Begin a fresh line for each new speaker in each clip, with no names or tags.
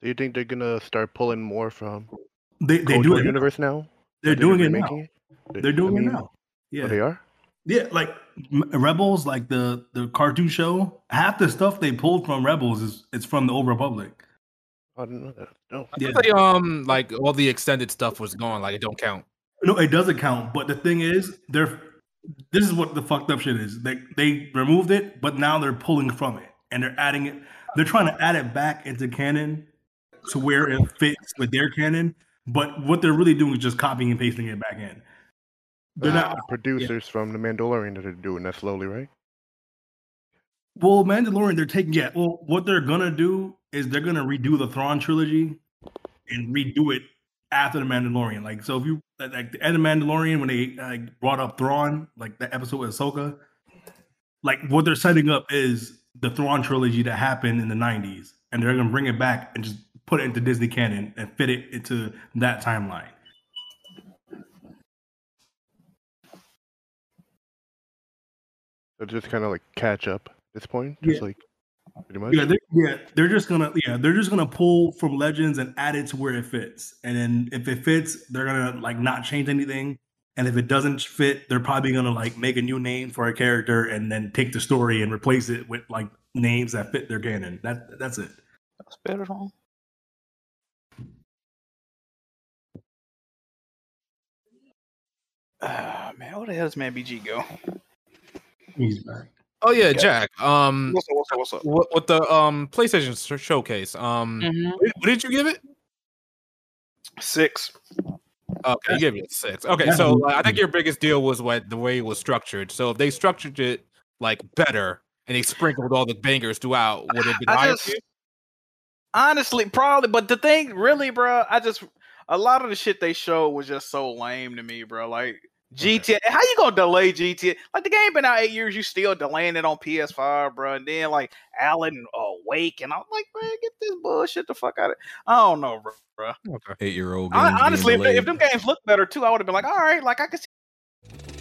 Do you think they're gonna start pulling more from
They they
Cold
do
War
it.
universe now?
They're
That
doing it
remaking
now. They're
I
doing it
mean,
now.
oh,
Yeah,
they are.
yeah. Like M- Rebels, like the the cartoon show. Half the stuff they pulled from Rebels is it's from the Old Republic.
Oh,
I didn't know that. No.
Yeah.
I thought they, um, like all the extended stuff was gone. Like it don't count.
No, it doesn't count. But the thing is, they're this is what the fucked up shit is. They they removed it, but now they're pulling from it and they're adding it. They're trying to add it back into canon to where it fits with their canon. But what they're really doing is just copying and pasting it back in. They're
That's
not
Ah, the producers from The Mandalorian that are doing that slowly, right?
well, Mandalorian. They're taking yeah. Well, what they're gonna do is they're gonna redo the Thrawn trilogy and redo it after the Mandalorian. Like so, if you like- like the end of Mandalorian when they like brought up Thrawn, like the episode with Ahsoka, like what they're setting up is the Thrawn trilogy that happened in the '90s, and they're gonna bring it back and just put it into Disney canon and fit it into that timeline.
So just kind of like catch up at this point, just like pretty much.
Yeah, they're, yeah, they're just gonna yeah, they're just gonna pull from legends and add it to where it fits. And then if it fits, they're gonna like not change anything. And if it doesn't fit, they're probably gonna like make a new name for a character and then take the story and replace it with like names that fit their canon. That that's it.
Hospital. Ah, man, where the hell does man BG go?
He's back.
Oh yeah,
Yeah.
Jack. Um,
What's up? What's up? What's up?
what, what the um PlayStation sh- showcase? Um,
Mhm.
what what did you give it?
Six.
Oh, Okay, you gave it a six. Okay,
Yeah.
so like, I think your biggest deal was what the way it was structured. So if they structured it like better and they sprinkled all the bangers throughout, would it have been
I
higher?
just- Honestly, probably. But the thing, really, bro, I just a lot of the shit they showed was just so lame to me, bro. Like GTA, how you gonna delay GTA? Like the game been out eight years, you still delaying it on PS5, bro. And then like Alan Awake, and I'm like, man, get this bullshit the fuck out of. I don't know, bro.
Eight year old.
Hon- honestly, if, they- if them games looked better too, I would have been like, all right, like I could. See-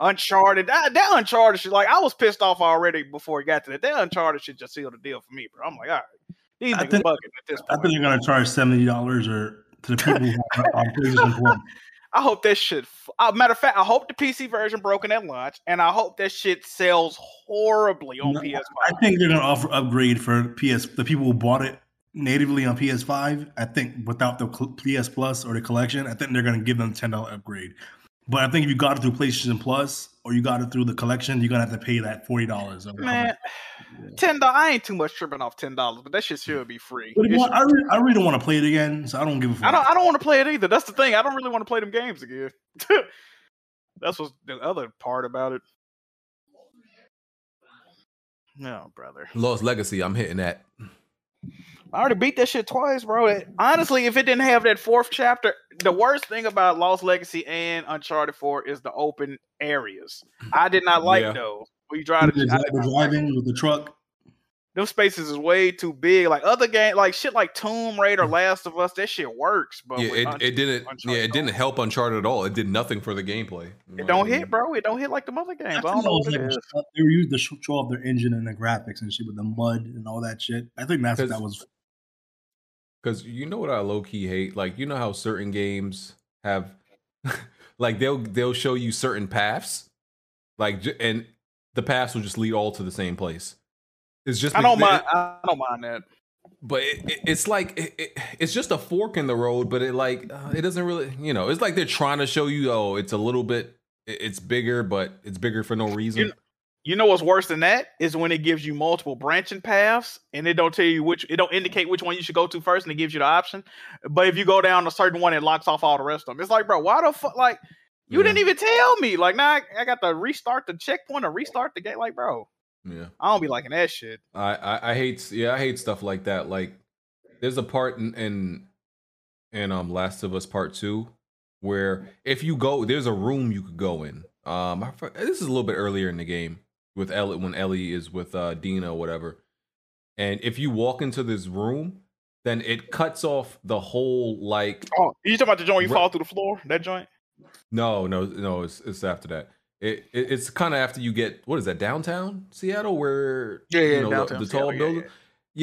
Uncharted. That, that Uncharted shit, like I was pissed off already before it got to that. That Uncharted shit just sealed the deal for me, bro. I'm like, all right, these
I
niggas
think-
bugging at this
I
point. I,
think they're gonna charge seventy dollars or to the people who are on PlayStation Plus.
hope that shit. f- Uh, matter of fact, I hope the PC version broken at launch, and I hope that shit sells horribly on
No,
PS5.
I think they're gonna offer upgrade for PS the people who bought it natively on PS5. I think without the cl- PS Plus or the collection, I think they're gonna give them ten dollar upgrade. But I think if you got it through PlayStation Plus or you got it through the collection, you're gonna have to pay that forty dollars.
Man, ten dollars. I ain't too much tripping off ten dollars, but that shit should be free.
But
It
you know what?
should-
I, re- I really don't want to play it again, so I don't give a fuck.
I don't. I don't want to play it either. That's the thing. I don't really want to play them games again. That's what's the other part about it. No, brother.
Lost Legacy, I'm hitting that.
I already beat that shit twice, bro. It- honestly, if it didn't have that fourth chapter, the worst thing about Lost Legacy and Uncharted 4 is the open areas. I did not like
Yeah.
those. We drive
The dri- the driving with the truck.
them spaces is way too big. Like other game, like shit like Tomb Raider, Last of Us, that shit works, but
Mm. yeah,
with
it,
Unch-
it didn't.
Uncharted
Yeah, it didn't
don't.
help Uncharted at all. It did nothing for the gameplay.
it don't
mm.
hit, bro. It don't hit like the other games. I
I
don't
think that
know
was
what it
like
is.
the- they were used to sh- show off their engine and the graphics and shit with the mud and all that shit. I think that's what that was.
Because you know what I low key hate? Like you know how certain games have, like they'll they'll show you certain paths, like j- and the paths will just lead all to the same place. It's just
I don't
because-
mind. I don't mind that.
but it, it, it's like it, it, it's just a fork in the road but it like uh, it doesn't really you know it's like they're trying to show you oh it's a little bit it- it's bigger but it's bigger for no reason
You- You know what's worse than that is when it gives you multiple branching paths and it don't tell you which it don't indicate which one you should go to first and it gives you the option. But if you go down a certain one, it locks off all the rest of them. It's like, bro, why the fuck? Like, you
Yeah.
didn't even tell me. Like, now I, I got to restart the checkpoint or restart the game. Like, bro,
yeah
I don't be liking that shit.
I, I i hate yeah i hate stuff like that like there's a part in in in um last of us part two where if you go, there's a room you could go in. Um, I, for- this is a little bit earlier in the game with Ellie when Ellie is with uh, Dina or whatever, and if you walk into this room, then it cuts off the whole like
Oh, you talking about the joint you
Re-
fall through the floor? That joint?
no, no, no. It's it's after that. It, it it's kind of after you get what is that downtown Seattle where
Yeah, yeah,
you know, the,
downtown
the
Seattle,
tall
yeah,
building. Yeah,
yeah.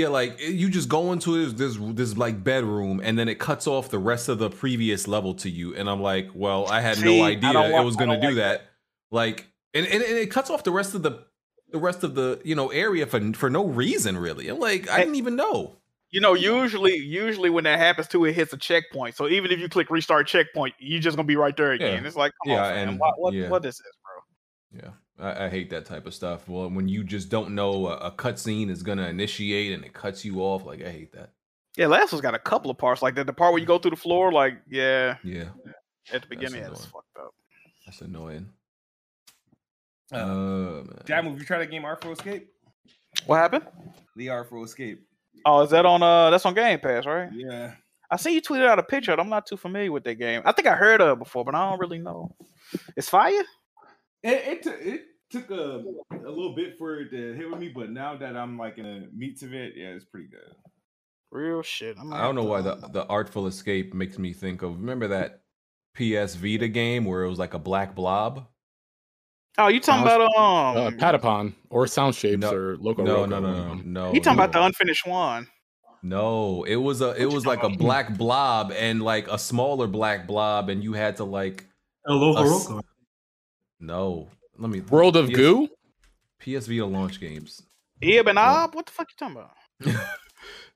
like it- you just go into this, this this like bedroom and then it cuts off the rest of the previous level to you. And I'm like, well, I had
See,
no
I
idea
don't
it
want-
was
I
going to
don't
do
like
that. Like, and, and and it cuts off the rest of the the rest of the you know area for for no reason really. I'm like, I
Hey.
didn't even know.
You know, usually, usually when that happens too, it hits a checkpoint. So even if you click restart checkpoint, you're just gonna be right there again.
Yeah.
It's like, come
Yeah,
on, fam.
and-
what, what,
yeah.
what is this, bro?
Yeah, I, I hate that type of stuff. Well, when you just don't know a, a cutscene is gonna initiate and it cuts you off, like I hate that.
Yeah, last one's got a couple of parts like that. The part where you go through the floor, like, yeah,
Yeah,
at the beginning, yeah,
annoying.
that's fucked up.
that's annoying.
Uh,
Uh,
Damu, have you tried that game Art for Escape?
What happened?
The Art for Escape.
Oh, is that on? Uh, that's on Game Pass, right?
Yeah.
I see you tweeted out a picture. of it. I'm not too familiar with that game. I think I heard of it before, but I don't really know. It's fire.
It it, took- it took a, a little bit for it to hit with me, but now that I'm like in the meats of it, yeah, it's pretty good.
Real shit. I'm
I don't know why the the artful escape makes me think of. Remember that PS Vita game where it was like a black blob?
Oh, you talking about um?
uh, Patapon or Sound Shapes
No,
or Loco
No,
Roco,
no, no,
you
no,
know.
no.
you talking
no.
about the unfinished one?
No, it was a it was like a black blob and like a smaller black blob, and you had to like
Aloha
Us-
Roko.
no. Let me
World of Goo?
PS Vita launch games.
Ib and Ob? What the fuck you talking about?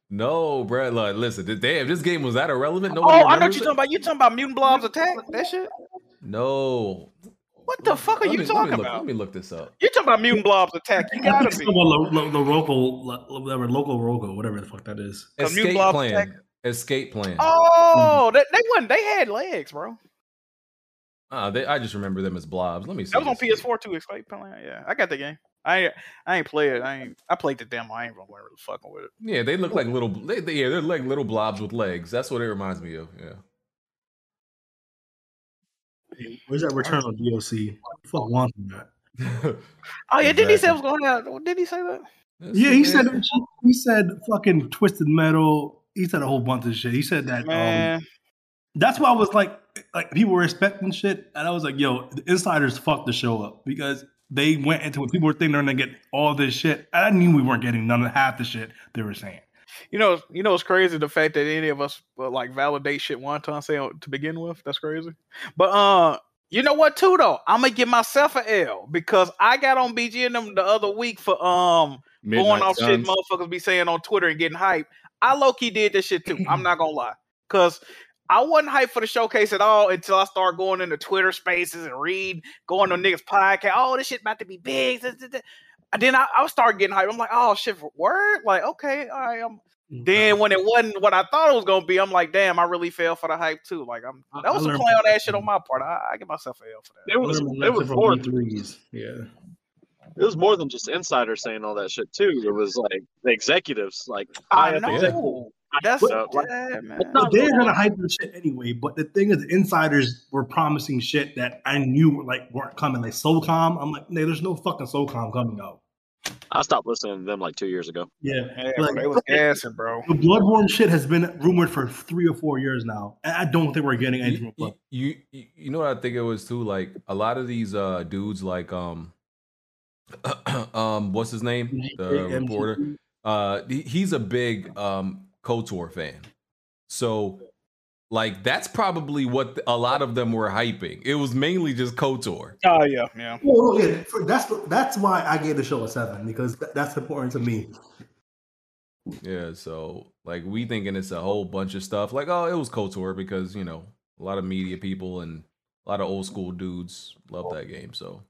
No, bro. Like, listen, th- damn, this game was that irrelevant.
oh, I know what
remembers
you
it?
talking about. You talking about Mutant Blob's attack? That shit.
No.
What the
Let-
fuck are
let
you
me- let me
talking
look-
about?
Let me look this up.
You talking about Mutant Blob's attack? You
I
gotta
think
be.
it's the one lo- lo- the local, lo- whatever, local Roko, whatever the fuck that is.
A mute
Escape
blob
plan.
attack.
Escape plan.
Oh, that they wasn't. They had legs, bro.
Uh, they, I just remember them as blobs. Let me see.
That was on
this.
PS4 too. Escape Plan. Yeah, I got that game. I ain't, I ain't play it. I ain't. I played the demo. I ain't really fucking with it.
Yeah, they look like little. They, they, yeah, they're like little blobs with legs. That's what it reminds me of. Yeah.
Where's that Return of DLC? Fuck, wanting that.
Oh yeah, did he say
Exactly.
it was going out? Did he say that?
Let's
Yeah,
see,
he
man.
said he said fucking twisted metal. He said a whole bunch of shit. He said that. Um,
Man,
that's why I was like, like people were expecting shit, and I was like, yo, the insiders fucked the show up because they went into it. People were thinking they're gonna get all this shit, and I knew we weren't getting none of half the shit they were saying.
you know, you know, it's crazy the fact that any of us uh, like validate shit Wonton said to begin with. That's crazy. But uh, you know what? Too though, I'm gonna give myself an L because I got on BG and them the other week for um going
Midnight
off shit
Suns.
motherfuckers be saying on Twitter and getting hype. I low key did this shit too. I'm not gonna lie. Cause I wasn't hyped for the showcase at all until I started going into Twitter spaces and read, going on niggas podcast. Oh, this shit about to be big. this, this, this. And then I, I started getting hyped. I'm like, oh shit, word? Like, okay, all right, I'm then when it wasn't what I thought it was gonna be, I'm like, damn, I really fell for the hype too. Like I'm
I-
that
I
was some
learned-
play on that shit on my part. I, I give myself an L for that.
It was it was more it
threes. Yeah.
was more than just insiders saying all that shit too. It was like the executives like
I
high up executives.
know. That's
So, like,
yeah, man.
not-
But they're gonna hype the shit anyway. But the thing is, the insiders were promising shit that I knew were like weren't coming. Like Solcom, I'm like, nah, there's no fucking Solcom coming out.
I stopped listening to them like two years ago.
Yeah,
Yeah, bro, they was gassing, bro.
The Bloodborne shit has been rumored for three or four years now, and I don't think we're getting anything
You,
from Bloodborne.
you you you know what I think it was too like a lot of these uh dudes like um um what's his name the
MGK.
reporter uh he- he's a big um kotor fan so like that's probably what a lot of them were hyping it was mainly just kotor
Oh yeah, yeah.
Well, no, yeah, for- that's that's why I gave the show a seven because th- that's important to me.
yeah so like we thinking it's a whole bunch of stuff like oh it was kotor because you know a lot of media people and a lot of old school dudes love that game so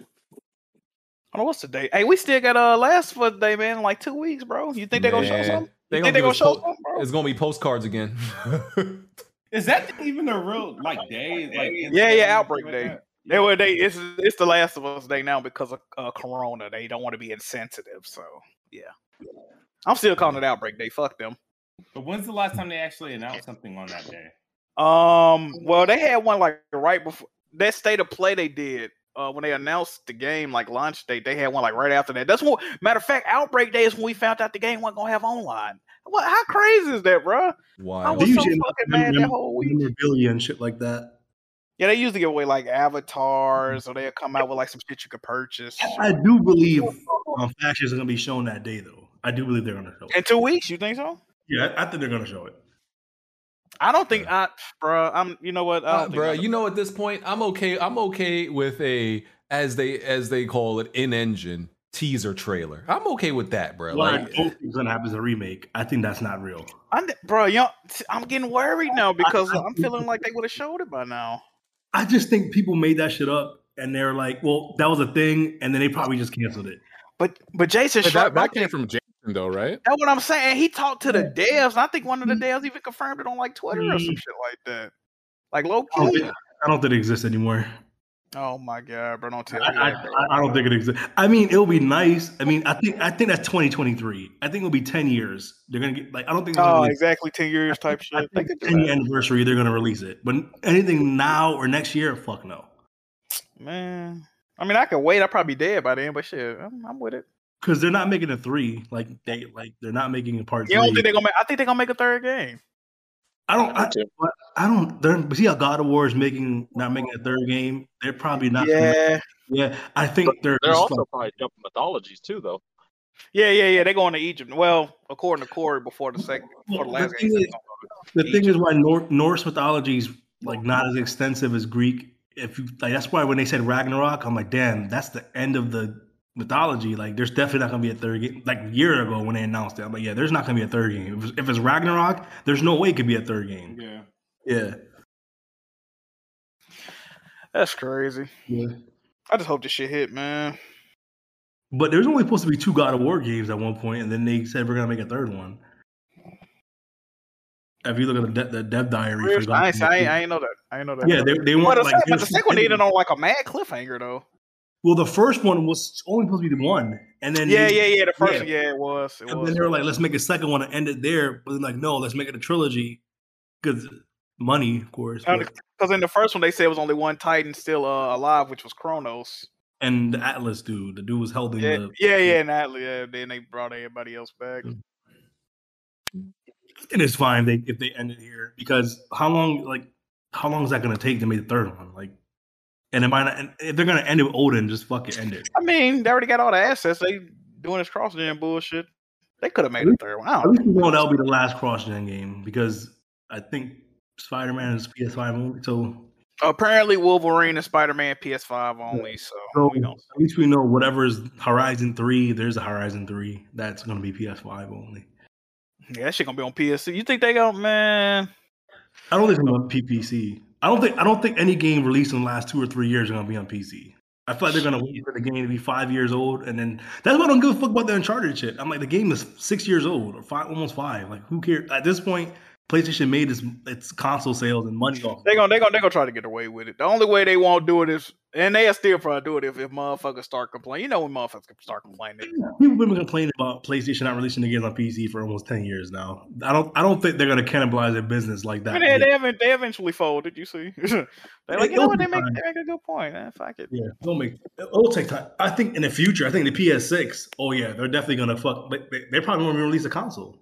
I don't know what's the date. Hey, we still got uh last for the day, man. in, Like two weeks, bro. You think they gonna show
Man,
something?
they
You
gonna
think
give
they gonna
us
show
po-
something, bro?
It's gonna be postcards again.
Is that thing even a real like day? Like
Yeah,
Instagram
yeah,
and
outbreak
shit
day.
like
They were they. It's it's the Last of Us day now because of uh, Corona. They don't want to be insensitive, so yeah. I'm still calling it outbreak day. Fuck them.
that? But when's the last time they actually announced something on that day?
Um, well, they had one like right before that state of play they did uh, when they announced the game, like launch date. They had one like right after that. That's what matter of fact, outbreak day is when we found out the game wasn't gonna have online. What? How crazy is that, bro? I
Why?
was so fucking
Usually,
mad that
memorabilia-
whole week.
memorabilia and shit like that.
Yeah, they used to give away like avatars, or they'll come out with like some shit you could purchase.
I do believe um, factions are gonna be shown that day, though. I do believe they're gonna show
In
it.
two weeks, you think so?
Yeah, I, I think they're gonna show it.
I don't think I, bro. I'm. You know what, I
Uh,
don't think
bro,
I-
you know at this point I'm okay. I'm okay with a as they as they call it in engine teaser trailer. I'm okay with that, bro.
What I
Like,
don't think is gonna happen is a remake. I think that's not real.
I'm, bro, you know, t- I'm getting worried now because I, am feeling like they would have showed it by now.
I just think people made that shit up and they're like, well, that was a thing, and then they probably just canceled it.
But but Jason
But
Schreier,
that, that came from Jason, though, right?
that's what I'm saying. He talked to the devs, and I think one of the
Mm-hmm.
devs even confirmed it on like Twitter or some shit like that. Like low
I don't
key.
think, Mm-hmm. Oh, I don't think it exists anymore.
Oh my god, bro! Don't
I,
tell me.
I,
that, bro.
I- I don't think it exists. I mean, it'll be nice. I mean, I think I think that's 2023. I think it'll be 10 years. They're gonna get like I don't think they're gonna
Oh,
release-
exactly ten years type
I
shit. They
think
could do
10 year
that.
anniversary, they're gonna release it. But anything now or next year, fuck no.
Man, I mean, I could wait. I'd probably be dead by then, but shit, I'm, I'm with it.
Because they're not making a three. Like they like they're not making a part
You don't
three.
think they're gonna? Make, I think they're gonna make a third game.
I don't I,
Me too.
but I don't they're but see how God of War is making not making a third game. They're probably not
Yeah,
yeah. I think they're,
They're
just
also
like-
probably jumping mythologies too, though.
yeah, yeah, yeah. They're going to Egypt. Well, according to Corey, before the second, before the
Well, the
last
thing
game, they're
is-
gonna go
the thing is why Nor- Norse mythology is like not as extensive as Greek. If you like, that's why when they said Ragnarok, I'm like, damn, that's the end of the mythology. Like, there's definitely not gonna be a third game. Like a year ago when they announced it, I'm like, yeah, there's not gonna be a third game. If, it's- if it's Ragnarok, there's no way it could be a third game.
Yeah.
Yeah,
That's crazy.
Yeah.
I just hope this shit hit, man.
but there's only supposed to be two God of War games at one point, and then they said we're gonna make a third one. If you look at the, de- the dev diary, for God
I,
of
ain't,
War
I, ain't,
2.
I ain't know that. I ain't know that.
yeah, they, they
But
want
the
like
second- but the
here's-
second one ended on like a mad cliffhanger though.
Well, the first one was only supposed to be the one, and then
Yeah,
they-
yeah, yeah. The first
yeah.
one, yeah, it was. It
And
was.
then they were like, let's make a second one and end it there. But then like, no, let's make it a trilogy because money, of course.
And
but-
Because in the first one they said it was only one Titan still uh, alive, which was Kronos.
and the Atlas dude, the dude was holding
Yeah,
the.
yeah, yeah, Mm. and that, yeah. Then they brought everybody else back.
And it's fine they, if they end it here because how long, like, how long is that going to take to make the third one? Like, and it might not, and if they're going to end it with Odin, just fucking end it.
I mean, they already got all the assets. They doing this cross gen bullshit. They could have made a third one. I
At
don't
least we know that'll be the last cross gen game because I think Spider Man is PS5 only. So
Apparently, Wolverine and Spider Man PS5 only. So,
So
we gonna
at least we know whatever is Horizon Three. There's a Horizon Three that's going to be PS5 only.
yeah, that shit gonna be on PS. You think they go, man?
I don't think it's going to be on PPC. I don't think I don't think any game released in the last two or three years are going to be on PC. I feel like they're going to wait for the game to be five years old, and then that's why I don't give a fuck about the Uncharted shit. I'm like, the game is six years old or five, almost five. Like, who cares? At this point, PlayStation made its its console sales and money off.
They gonna they gonna they gonna try to get away with it. The only way they won't do it is, and they'll still probably do it if, if motherfuckers start complaining. You know when motherfuckers start complaining.
People have been complaining about PlayStation not releasing the games on PC for almost ten years now. I don't I don't think they're going to cannibalize their business like that.
I mean, they, they haven't they eventually folded. You see, they like you know what they make
Fine.
they make a good point. Man, fuck it.
Yeah, it'll make it'll take time. I think in the future, I think the PS6. Oh yeah, they're definitely gonna fuck. But they, they probably won't even release a console.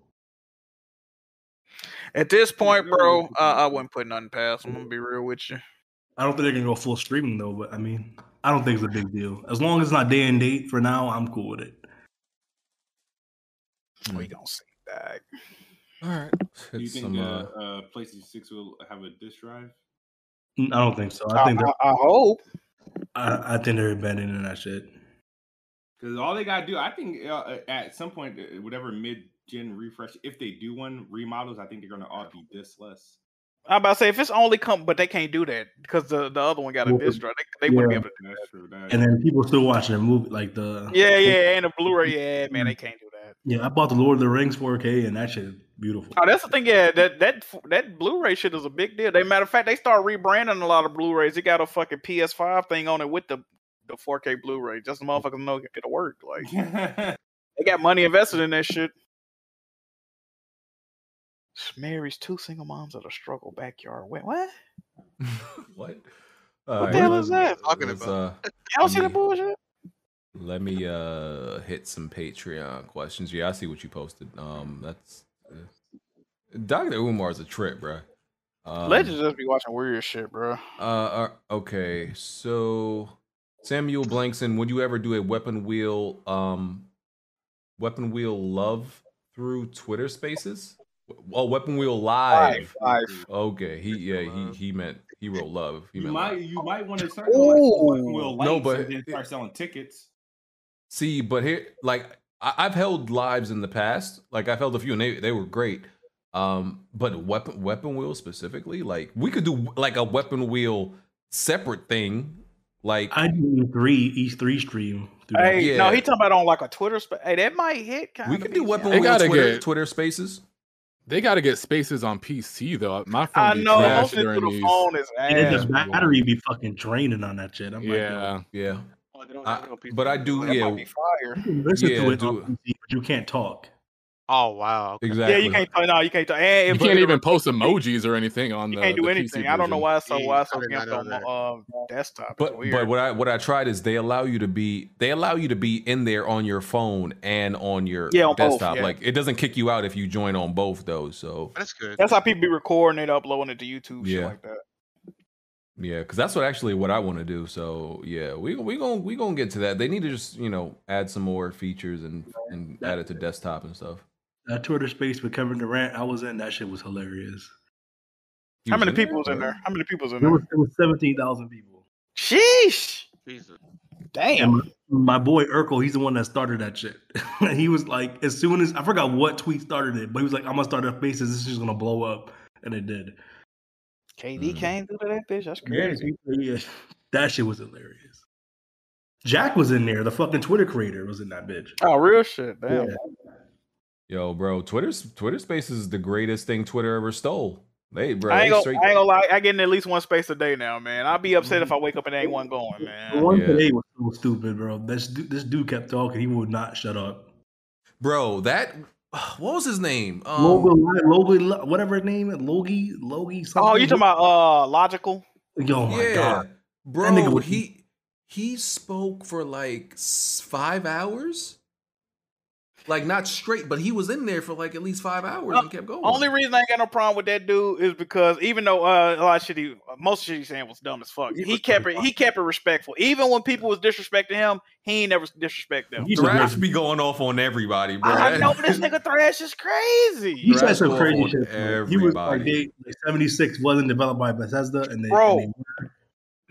At this point, bro, uh, I wouldn't put nothing past. 'em, I'm gonna be real with you.
I don't think they're gonna go full streaming though. But I mean, I don't think it's a big deal. As long as it's not day and date for now, I'm cool with it.
We gonna see that.
all right.
Do you
It's
think
some,
uh,
uh,
uh, PlayStation Six will have a disc drive?
Mm, I don't think so. I
I,
think they're,
I, I hope.
I, I think they're abandoning that shit.
Because all they gotta do, I think, uh, uh, at some point, uh, whatever mid-gen refresh, if they do one remodels, I think they're gonna all be disc less.
I'm about to say if it's only come, but they can't do that because the, the other one got a
Well,
disc drive. They, they wouldn't be
yeah.
able to.
That's true. That,
And then people still watching the movie, like the
Yeah, yeah, and a Blu-ray. Yeah, man, they can't do that.
yeah. I bought the Lord of the Rings 4K, and that shit is beautiful.
Oh, that's the thing. Yeah, that that that Blu-ray shit is a big deal. They matter of fact, they start rebranding a lot of Blu-rays. It got a fucking PS5 thing on it with the the 4K Blu-ray. Just the motherfuckers know it'll work. Like they got money invested in that shit. marries two single moms at a struggle backyard. Wait, what?
What? Uh,
the hell is that?
Talking about.
I don't see the
Mhm.
bullshit.
Let me uh hit some Patreon questions. Yeah, I see what you posted. Um, that's Doctor Umar is a trip, bro. Um,
Legends just be watching weird shit, bro.
Uh, uh, okay, so Samuel Blankson, would you ever do a weapon wheel, um, weapon wheel love through Twitter Spaces? Oh, weapon wheel live.
Live.
Okay, he yeah he he meant he wrote love. He
You
meant
might
live.
you might want to start
Ooh.
collecting real
No,
no,
but-
and then start selling tickets.
See, but here, like I, I've held lives in the past. Like I've held a few, and they they were great. Um, but weapon weapon wheel specifically, like we could do like a weapon wheel separate thing. Like
I do three each three stream. through that.
Hey, no,
Yeah.
he talking about on like a Twitter. Sp- hey, that might hit. Kind
we could do weapon
They
wheel
gotta
Twitter,
get-
Twitter Spaces.
They got to get spaces on PC though. My phone
I
be
know.
trashed
Most through
during
the
these.
phone is
And
ass.
the battery be fucking draining on that shit. I'm
Yeah,
Yeah,
Oh, they don't
I-
have no people
but I
to
do.
it.
That
Yeah,
might be fire.
like, you can listen
Yeah,
to it,
do
on
it.
PC, but you can't talk.
Oh wow. Okay.
exactly.
Yeah, you can't. talk- No, you can't. Talk. And
you
if-
can't
if-
even post emojis or anything on
You
the.
can't do
the PC
anything. I don't know
version.
why it's so
Yeah,
why it's so
I did not
gimped
know
on my
that.
um, desktop.
But
it's weird.
but what I what I tried is they allow you to be they allow you to be in there on your phone and on your
Yeah, on both,
desktop.
yeah.
Like it doesn't kick you out if you join on both though. So
That's good.
That's how people be recording it, uploading it to YouTube, shit
Yeah.
like that.
Yeah, because that's what actually what I want to do. So yeah, we we gonna we gonna get to that. They need to just you know add some more features and and add it to desktop and stuff.
That Twitter space with Kevin Durant, I was in. That shit was hilarious.
You
How many
in there?
people was in there? How many people was in
It
there?
was, it was seventeen thousand people.
Sheesh!
Jesus.
Damn.
And my, my boy Urkel, he's the one that started that shit. And he was like, as soon as I forgot what tweet started it, but he was like, I'm gonna start a basis. This is just gonna blow up, and it did.
KD
Mm.
came through to that bitch. That's
Yeah,
crazy.
yeah. That shit was hilarious. Jack was in there. The fucking Twitter creator was in that bitch.
Oh, real shit. Damn.
Yeah.
Yo, bro, Twitter's Twitter Spaces is the greatest thing Twitter ever stole. They bro,
I
they
ain't, gonna,
straight-
I ain't gonna lie. I get in at least one space a day now, man. I'll be upset if I wake up and there ain't one going,
The
man.
one
Yeah.
today was so stupid, bro. This du- this dude kept talking. He would not shut up.
bro. That what was his name? Um,
Logan, Logan, Lo- whatever his name is, Logie, Logie. Something.
Oh, you talking about uh logical?
Oh my
yeah,
god. That nigga
bro,
was-
he he spoke for like s- five hours. Like not straight, but he was in there for like at least five hours and kept going.
Uh, Only reason I ain't got no problem with that dude is because even though uh, a lot of shit he, most of the shit he saying was dumb as fuck, he kept it, he kept it respectful. Even when people was disrespecting him, he ain't never disrespect them.
You said,
Thrash be going off on everybody, bro.
I
That-
know, but this nigga Thrash is crazy.
you said some
Thrash
crazy
on
shit. bro. He was like,
everybody.
they, like 76 wasn't developed by Bethesda, and they,
Bro.
and they-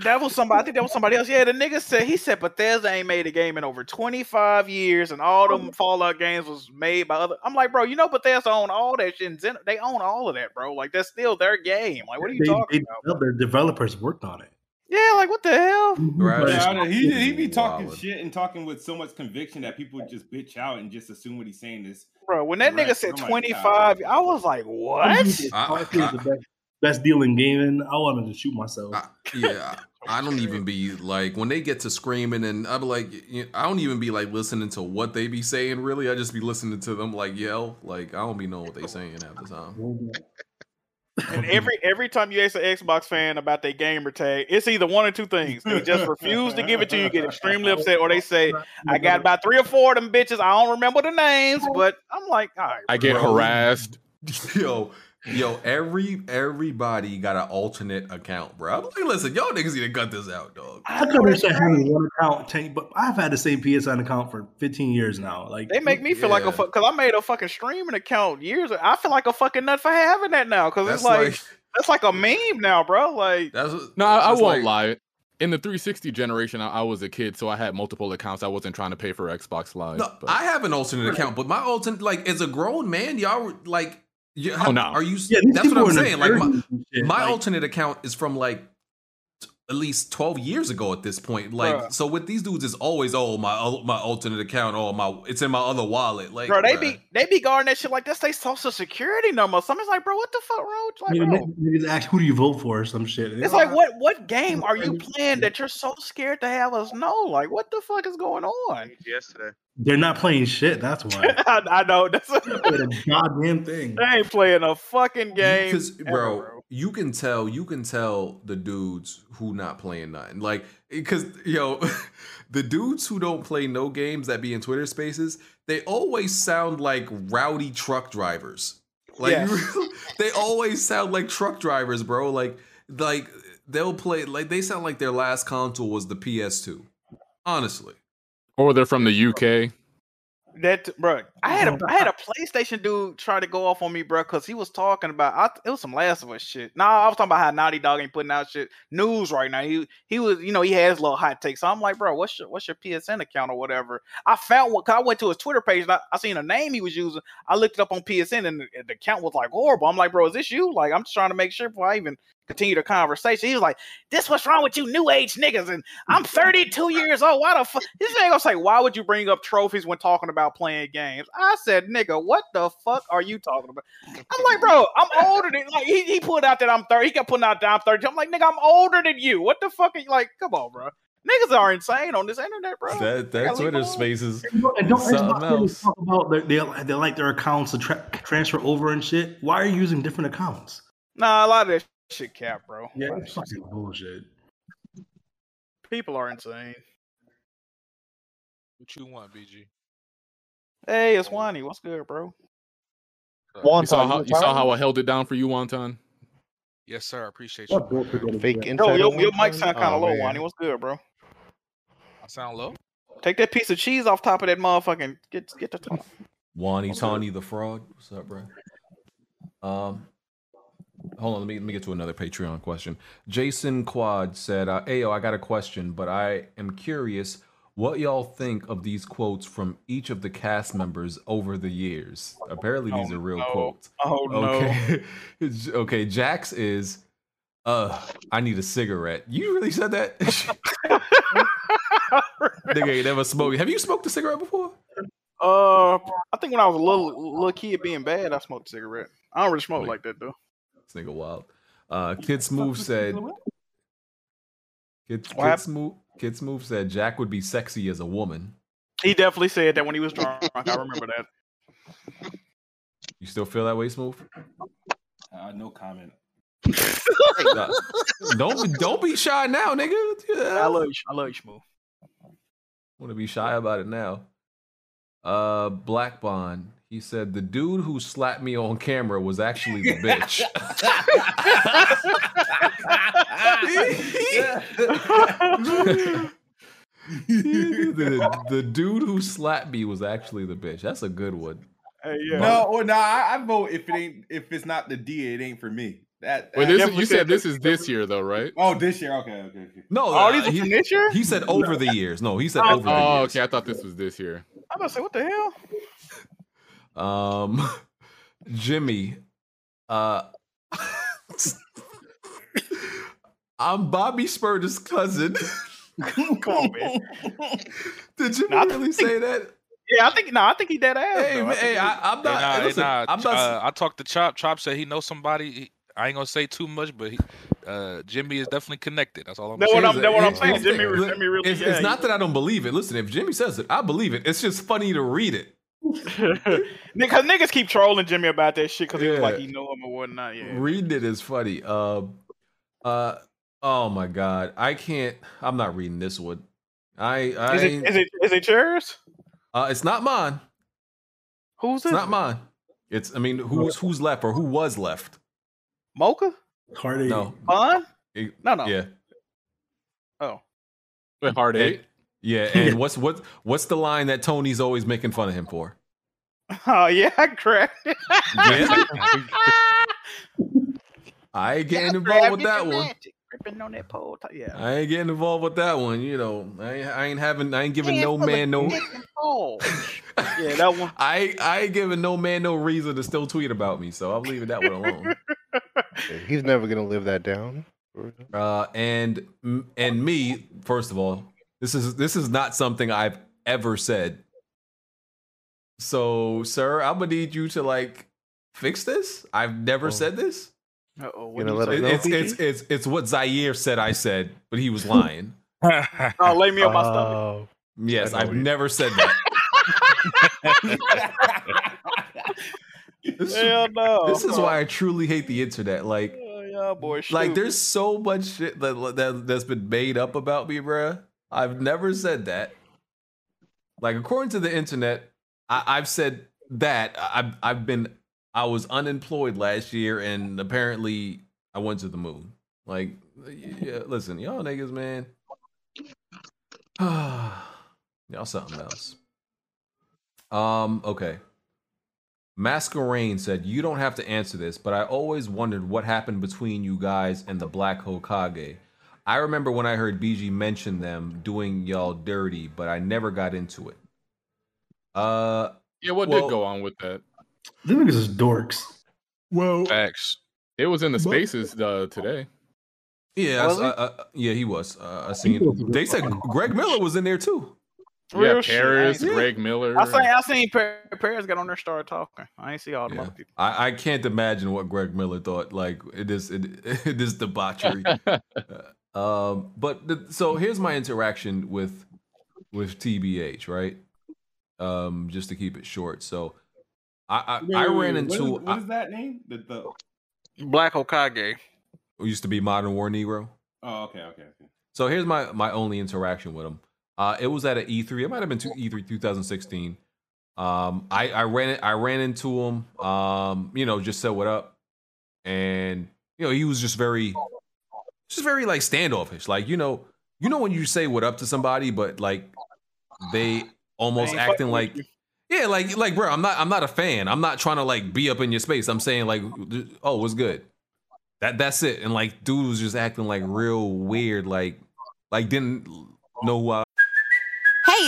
That was somebody. I think that was somebody else. Yeah, the nigga said he said Bethesda ain't made a game in over twenty five years, and all
Oh.
them Fallout games was made by other. I'm like, bro, you know Bethesda own all that shit. And Zen- they own all of that, bro. Like that's still their game. Like, what are you
they-
talking
they-
about?
Their developers worked on it.
Yeah, like what the
Oh.
hell?
Right.
But-
That's
Yeah, I know. he he be
fucking
talking
wild.
shit and talking with so much conviction that people just bitch out and just assume what he's saying is.
Bro, when that nigga
Right,
said
oh my God.
25, I was like, what?
I-
It was the best, best deal in gaming. I wanted to shoot myself.
I- yeah, I don't even be like when they get to screaming, and I'm like, you I don't even be like listening to what they be saying. Really, I just be listening to them like yell. Like I don't be knowing what they saying half the time.
And every every time you ask an Xbox fan about their gamer tag, it's either one or two things. They just refuse to give it to you, get extremely upset, or they say, I got about three or four of them bitches. I don't remember the names, but I'm like, all right.
I get
Bro.
harassed.
yo, yo, every everybody got an alternate account, bro. I'm like, listen, y'all niggas need to cut this out, dog.
I couldn't understand having one account, ten, but I've had the same PSN account for 15 years now. Like
They make me feel like
Yeah.
a fuck because I made a fucking streaming account years. I feel like a fucking nut for having that now because
That's
it's like,
like
that's like a meme now, bro. Like
that's
No, I, I
that's
won't
like-
lie. In the 360 generation, I, I was a kid, so I had multiple accounts. I wasn't trying to pay for Xbox Live.
No,
but-
I have an alternate account, but my alternate, like, as a grown man, y'all were, like, you,
Oh, no.
are you?
yeah, these
that's what
people
I'm
are in
saying. Like,
their
my,
30s and shit,
my
like,
alternate account is from like t- at least 12 years ago at this point like
Bruh.
so with these dudes it's always oh my al- my alternate account oh my it's in my other wallet like
Bro, they
bruh.
be they be guarding that shit like that's their social security number. Somebody's like, bro, what the fuck, bro? It's Like,
niggas-
bro,
niggas ask who do you vote for or some shit.
It's like, what what game are you playing that you're so scared to have us know? Like, what the fuck is going on?
Yesterday.
They're not playing shit. That's why.
I, I know. That's
a goddamn thing.
They ain't playing a fucking game.
Because
ever,
bro, you can tell you can tell the dudes who not playing nothing. Like because yo, the dudes who don't play no games that be in Twitter Spaces, they always sound like rowdy truck drivers. Like
Yeah.
you- they always sound like truck drivers, bro. Like like they'll play like they sound like their last console was the PS2. Honestly.
Or they're from the UK.
That bro, I had a I had a PlayStation dude try to go off on me, bro, because he was talking about I, it was some Last of Us shit. Nah, I was talking about how Naughty Dog ain't putting out shit news right now. He he was you know he has little hot takes. So I'm like, bro, what's your what's your PSN account or whatever? I found one. Cause I went to his Twitter page and I, I seen a name he was using. I looked it up on PSN and the, the account was like horrible. I'm like, bro, is this you? Like I'm just trying to make sure before I even continue the conversation. He was like, this what's wrong with you new age niggas and I'm 32 years old. Why the fuck? This nigga gonna say, why would you bring up trophies when talking about playing games? I said, nigga, what the fuck are you talking about? I'm like, bro, I'm older than like he, he put out that I'm 30. He kept putting out that I'm 30. I'm like, nigga, I'm older than you. What the fuck are you like? Come on, bro. Niggas are insane on this internet, bro.
That that Twitter Spaces
And don't, and don't
Something
Xbox really talk about they, they, they like their accounts to tra- transfer over and shit. Why are you using different accounts?
Nah, a lot of that shit cap, bro.
Yeah, it's fucking bullshit.
People are insane.
What you want, BG?
Hey, it's Wani. What's good, bro?
Uh, you saw how you saw how I held it down for you, Wonton.
Yes, sir. I appreciate
Yeah,
you.
bro, forget it. Fake
Yo,
inside
your,
on
your
one
mic
time?
sound kind
Aw,
of low,
Oh, man.
Wani. What's good, bro?
I sound low.
Take that piece of cheese off top of that motherfucking get get the top.
Wani Tawny the Fraud. What's up, bro? Um, hold on. Let me let me get to another Patreon question. Jason Quad said, uh, "Hey, yo, I got a question, but I am curious what y'all think of these quotes from each of the cast members over the years. Apparently, these are real quotes.
Oh
okay. no. okay, Jax is." Uh, I need a cigarette. You really said that? Nigga ain't never smoked. Have you smoked a cigarette before?
Uh, I think when I was a little little kid, being bad, I smoked a cigarette. I don't really smoke like that though.
This nigga wild. Uh, Kids Move said. Kids,
What
Kids Move. Kids Move said Jack would be sexy as a woman.
He definitely said that when he was drunk. I remember that.
You still feel that way, Smooth?
Uh, no comment.
Nah. don't don't be shy now, nigga. I
love you. I love you, Smooth.
Want to be shy about it now? Uh, Black Bond. He said the dude who slapped me on camera was actually the bitch. the, the dude who slapped me was actually the bitch. That's a good one.
No, or nah, I, I vote if it ain't if it's not the D, it ain't for me. That,
Wait,
that-
this, you said this is this year though, right?
Oh, this year. Okay, okay. okay.
No,
Oh,
uh,
these are
he-
from this year?
He said over the years. No, he said
Oh,
over the
oh,
years.
okay. I thought this was this year.
I'm about to say, what the hell?
Um, Jimmy, uh, I'm Bobby Spurter's cousin.
Come on, man.
Did you really say that?
Yeah, I think no, I think he dead ass.
Hey,
though.
man, hey,
think
I- I'm not-
Nah,
hey,
hey,
listen,
nah,
I'm not-
uh, I talked to Chop. Chop said he knows somebody. He, I ain't gonna say too much, but he, uh, Jimmy is definitely connected. That's all I'm.
That's
saying.
what I'm- that's what I'm
It's-
saying.
it's-
Jimmy-
look,
Jimmy really-
It's,
yeah,
it's not that I don't believe it. Listen, if Jimmy says it, I believe it. It's just funny to read it.
because niggas keep trolling Jimmy about that shit because he was like
Yeah.
he know him or whatnot. Yeah.
Reading it is funny. Uh, uh, oh my god, I can't. I'm not reading this one. I, I
Is it
ain't-
is it is it yours?
Uh, it's not mine.
Who's
it's not mine. It's I mean, who's who's left or who was left?
Mocha?
Cardi.
No.
Bun?
It-
No, no.
Yeah.
Oh.
Wait, hard
eight. Yeah, and what's what what's the line that Tony's always making fun of him for?
Oh yeah, I cracked. it.
I ain't getting
Grab
involved with
your
that one.
magic, Gripping on that pole. tie- Yeah.
I ain't getting involved with that one. You know, I ain't, I ain't having I ain't giving no
Handful of
man no
dick and balls. yeah that one.
I I ain't giving no man no reason to still tweet about me, so I'm leaving that one alone.
He's never gonna live that down.
Uh, and and me first of all, this is this is not something I've ever said. So, sir, I'm gonna need you to like fix this. I've never said this.
Uh-oh,
It-
what did Oh. you say?
It's, it's it's it's what Zaire said. I said, but he was lying.
oh, lay me on my stomach.
Yes, I've never said that. This,
Hell no.
this is why I truly hate the internet. Like,
Oh, yeah, boy.
like
shoot.
there's so much shit that, that that's been made up about me, bruh. I've never said that. Like, according to the internet, I, I've said that I- I've I've been I was unemployed last year, and apparently I went to the moon. Like, yeah, listen, y'all niggas, man, y'all something else. Um, okay. Masquerain said, You don't have to answer this, but I always wondered what happened between you guys and the Black Hokage. I remember when I heard BG mention them doing y'all dirty, but I never got into it. Uh,
Yeah, what
well-
did go on with that?
Them niggas is dorks. Well,
Facts. It was in the spaces uh, today.
Yeah, I
Was
s-
he?
uh, uh, yeah, he was. Uh, I seen. They said Greg Miller was in there too.
Yeah,
Real shit.
Paris,
Yeah.
Greg Miller.
I seen, I seen Per- Perez got on there and started talking. I ain't see all the
Yeah.
other people.
I, I can't imagine what Greg Miller thought. Like it is, it, it is debauchery. Uh, um, but the, so here's my interaction with with TBH, right? Um, just to keep it short. So
oh,
I I, I ran into
what is, what
I-
is that name? The, the
Black Hokage.
who used to be Modern War Negro.
oh, okay, okay, okay.
So here's my my only interaction with him. Uh, it was at an E3. It might have been two, E3 2016. Um, I I ran I ran into him. Um, you know, just said what up, and you know he was just very, just very like standoffish. Like you know, you know when you say what up to somebody, but like they almost
They ain't
acting
fucking
like. Yeah, like like bro, I'm not I'm not a fan. I'm not trying to like be up in your space. I'm saying like, oh, what's good? That that's it. And like, dude was just acting like real weird, like like didn't know who I
Hey,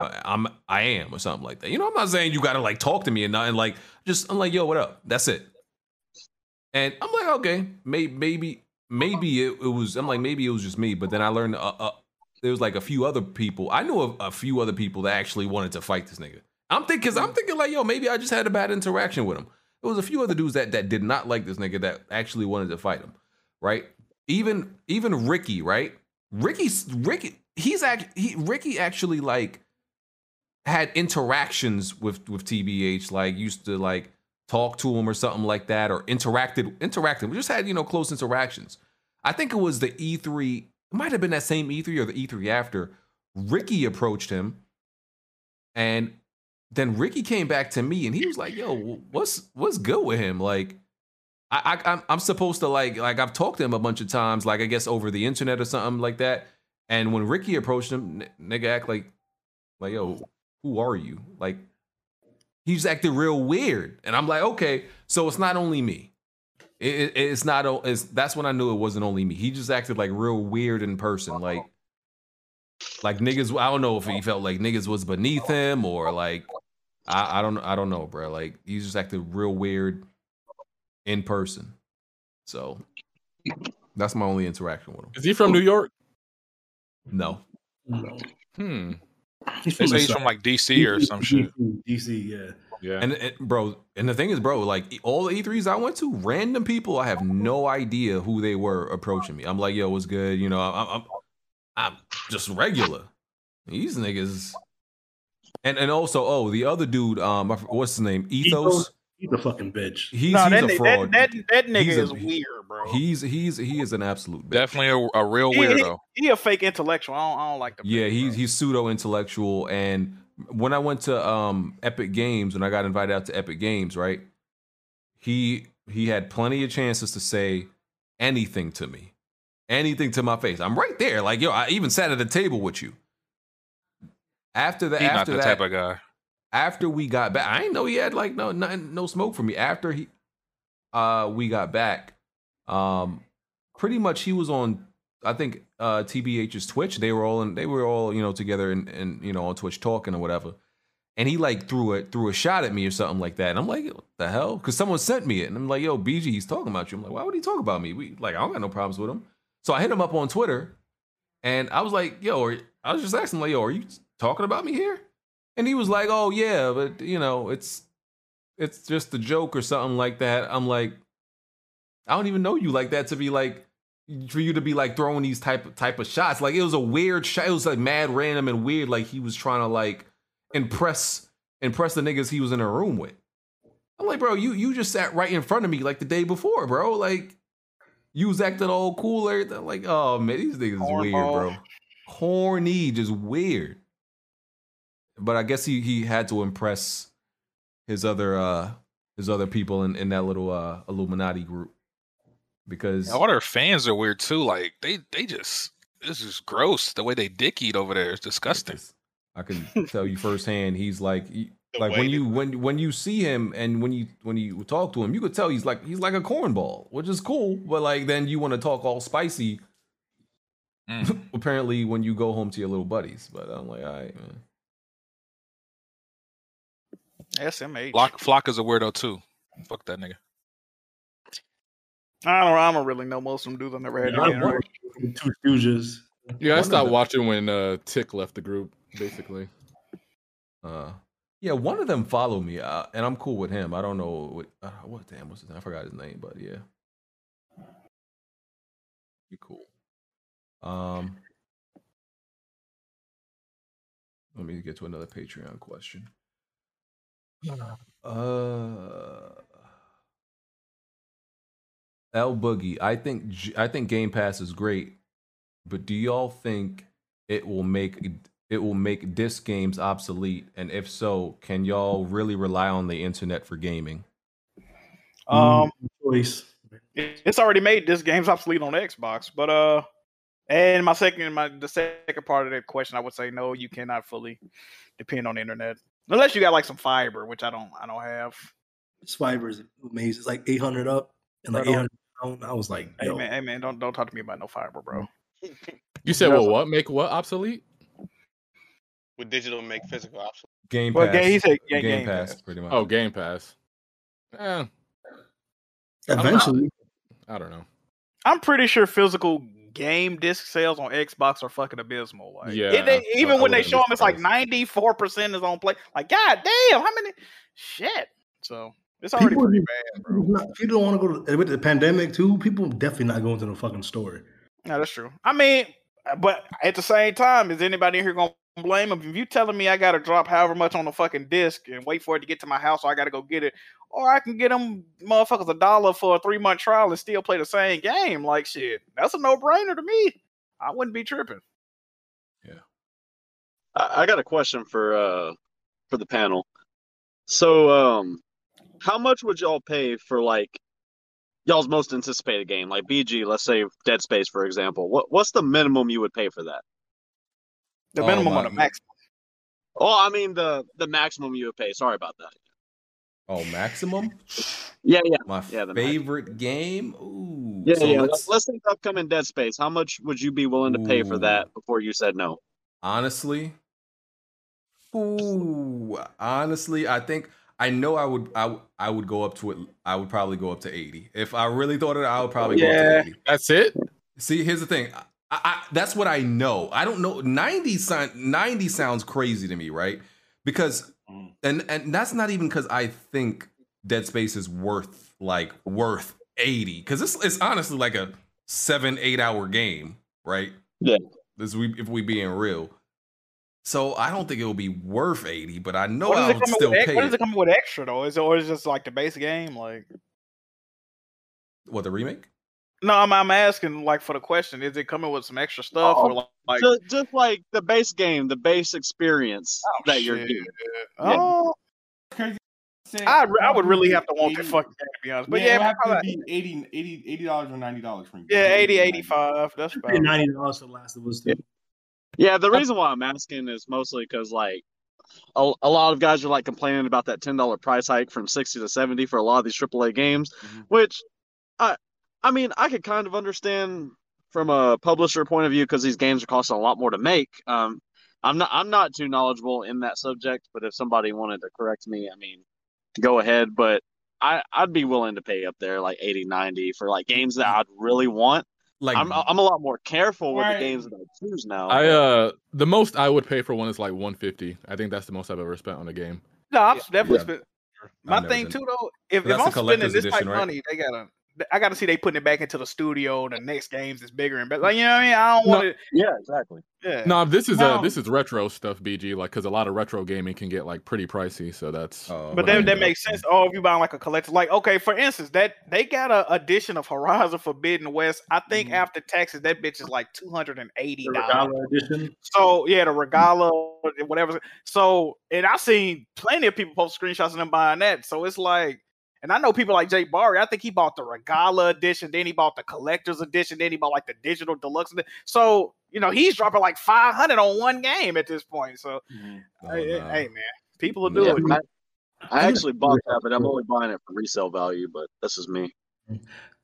uh, I'm I am or something like that. You know, I'm not saying you gotta like talk to me and not and like just I'm like, yo, what up? That's it. And I'm like, okay, may, maybe maybe it, it was I'm like maybe it was just me, but then I learned uh, uh, there was like a few other people. I knew a, a few other people that actually wanted to fight this nigga. I'm thinking, cause I'm thinking like, yo, maybe I just had a bad interaction with him. There was a few other dudes that that did not like this nigga that actually wanted to fight him, right? Even even Ricky, right? Ricky's Ricky, he's act he Ricky actually like had interactions with with TBH, like used to like talk to him or something like that, or interacted interacted. We just had you know close interactions. I think it was the E3. It might have been that same E3 or the E3 after. Ricky approached him, and then Ricky came back to me, and he was like, "Yo, what's what's good with him?" Like. I, I I'm, I'm supposed to like like I've talked to him a bunch of times like I guess over the internet or something like that. And when Ricky approached him, n- nigga act like like yo who are you like he's acting real weird and i'm like okay so it's not only me It- it- it's not o- it's, that's when i knew it wasn't only me he just acted like real weird in person like like niggas i don't know if he felt like niggas was beneath him or like i, I don't i don't know bro like he just acted real weird in person so that's my only interaction with him
Is he from New York?
no
Hmm.
They say he's from like DC or some shit.
DC, yeah.
Yeah.
And, and bro, and the thing is, bro, like e- all the E3s I went to, random people, I have no idea who they were approaching me. I'm like, yo, what's good? You know, I'm I'm, I'm just regular. These niggas. And and also, oh, the other dude, um, I f- what's his name? Ethos.
He's a fucking bitch.
He's, he's
Nah, that
a
ni- that-
fraud.
that- that nigga
He's a-
is weird, bro.
He's he's he is an absolute. Bitch.
Definitely a, a real
He, he,
weirdo.
he a fake intellectual. I don't, I don't like the.
Yeah, he's he's pseudo intellectual. And when I went to um Epic Games, when I got invited out to Epic Games, right? He he had plenty of chances to say anything to me, anything to my face. I'm right there, like yo. I even sat at a table with you. After that,
He's not
after
the
that,
type of guy.
after we got back, I didn't know he had like no nothing, no smoke for me. After he, uh, we got back, um, pretty much he was on. I think uh, TBH's Twitch. They were all in. They were all you know together and and you know on Twitch talking or whatever. and he like threw a threw a shot at me or something like that. And I'm like, what the hell? Because someone sent me it, and I'm like, yo, BG, he's talking about you. I'm like, why would he talk about me? We like, I don't got no problems with him. So I hit him up on Twitter, and I was like, yo, are, I was just asking, like, yo, are you talking about me here? And he was like, oh yeah, but you know, it's it's just a joke or something like that. I'm like, I don't even know you like that to be like for you to be like throwing these type type of shots. Like it was a weird shot. It was like mad random and weird. Like he was trying to like impress impress the niggas he was in a room with. I'm like, bro, you you just sat right in front of me like the day before, bro. Like you was acting all cool, everything. Like, oh man, these niggas is weird, bro. Horny, just weird. But I guess he he had to impress his other uh his other people in, in that little uh Illuminati group. Because
All their fans are weird too. Like they they just this is gross. The way they dick eat over there is disgusting.
I can tell you firsthand, he's like he- like when you when when you see him and when you when you talk to him, you could tell he's like he's like a cornball, which is cool. But like then you want to talk all spicy. apparently, when you go home to your little buddies, but I'm like, all right, man.
SMH.
Flock Flock is a weirdo too. Fuck that nigga.
I don't. I don't really know most of them dudes. I never had.
Yeah, I
any
don't-
interaction.
uh, Two Stooges.
Yeah,
One
I
of
stopped
them-
watching when uh Tick left the group, basically.
Uh, yeah, one of them follow me, uh, and I'm cool with him. I don't know what, uh, what damn what's his name. I forgot his name, but yeah, you cool. Um, let me get to another Patreon question. Uh, L Boogie, I think G- I think Game Pass is great, but do y'all think it will make it will make disc games obsolete? And if so, can y'all really rely on the internet for gaming?
Um,
Mm.
choice.
It- It's already made this game's obsolete on Xbox, but uh, and my second, my the second part of that question, I would say no, you cannot fully depend on the internet unless you got like some fiber, which I don't, I don't have.
It's fibers amazing. It's like 800 up and like
Right on.
800 down. I was like,
Hey
yo,
man, hey man, don't don't talk to me about no fiber, bro.
You said, well, what make what obsolete?
Would digital make physical obsolete?
Game
Well,
Pass.
ga- he said
game
ga- Game
Pass,
Pass.
pretty much.
Oh, Game Pass. Eh, I don't know.
Eventually.
I don't know.
I'm pretty sure physical game disc sales on Xbox are fucking abysmal. Like,
Yeah,
it- they-
I-
even
I
when they
wouldn't
show them, it's like
surprised.
94 percent is on play. Like, god damn, how many? Shit. So it's already
People
pretty
do-
bad.
people not- people don't want to go to with the pandemic too. People definitely not going to the fucking store.
No, that's true. I mean, but at the same time, is anybody here gonna blame them? If you telling me I gotta drop however much on the fucking disc and wait for it to get to my house, or I gotta go get it, or I can get them motherfuckers a dollar for a three month trial and still play the same game, like shit, that's a no brainer to me. I wouldn't be tripping.
I, I got a question for uh for the panel. So um how much would y'all pay for like y'all's most anticipated game, like BG, let's say Dead Space for example. What what's the minimum you would pay for that?
The
Oh,
minimum
my
or the maximum.
Oh, I mean the the maximum you would pay. Sorry about that.
Oh, maximum.
Yeah, yeah.
My
Yeah, the
favorite game. Ooh,
Yeah,
so
yeah.
let's-
Let's, let's think upcoming Dead Space. How much would you be willing to pay for that before you said no?
Honestly, ooh, honestly, I think I know I would I I would go up to it. I would probably go up to eighty if I really thought it. I would probably go
Yeah.
up to eighty.
That's it.
See, here's the thing. I, I, that's what I know. I don't know. Ninety sound ninety sounds crazy to me, right? Because and and that's not even because I think Dead Space is worth like worth eighty because it's it's honestly like a seven eight hour game, right?
Yeah.
This we if we being real. So I don't think it will be worth eighty, but I know
what,
I
does it
would
come
still
with, ex-
pay.
what does
What,
it come with extra though? Is it or is it just like the base game? Like
what the remake?
no, I'm I'm asking like for the question. Is it coming with some extra stuff or like, like
just, Oh, just like the base game, the base experience that you're
shit.
getting. Yeah.
oh I, re- I would really have to want that fucking game to be honest. But yeah,
it would have to
probably-
be 80 80 80 dollars or ninety dollars for me.
yeah, 80, 85. That's about
Ninety dollars for The Last of Us. Too.
Yeah, the reason why I'm asking is mostly because like a, a lot of guys are like complaining about that ten dollar price hike from sixty to seventy for a lot of these AAA games, which I I mean I could kind of understand from a publisher point of view because these games are costing a lot more to make. Um, I'm not I'm not too knowledgeable in that subject, but if somebody wanted to correct me, I mean, go ahead. But I I'd be willing to pay up there like 80, 90 for like games that I'd really want. Like I'm I'm a lot more careful with
Right.
the games that I choose now.
I uh the most I would pay for one is like 150. I think that's the most I've ever spent on a game.
No, I'm definitely
Yeah.
spend- My
never
thing
done
too
it.
though,
But
if, if
that's
I'm
a
spending
collector's
this type
edition, right?
money, they gotta. I gotta see they putting it back into the studio. The next games is bigger and better. Like you know what I mean? I don't
No.
want to.
Yeah, exactly.
Yeah.
No, this is uh
No.
this is retro stuff, BG. Like, cause a lot of retro gaming can get like pretty pricey, so that's.
Oh,
But that, that makes sense. Oh, if you buying like a collector, like okay, for instance, that they got a edition of Horizon Forbidden West. I think after taxes, that bitch is like two hundred and eighty dollars.
Dollar edition.
So yeah, the Regala, whatever. So and I've seen plenty of people post screenshots of them buying that. So it's like, and I know people like Jake Barry. I think he bought the Regala edition, then he bought the collector's edition, then he bought like the digital deluxe. edi- So you know he's dropping like five hundred on one game at this point. So
Mm-hmm.
hey, hey, hey, man, people will do
Yeah,
it.
I, I actually bought that, but I'm only buying it for resale value. But this is me.
Mm-hmm.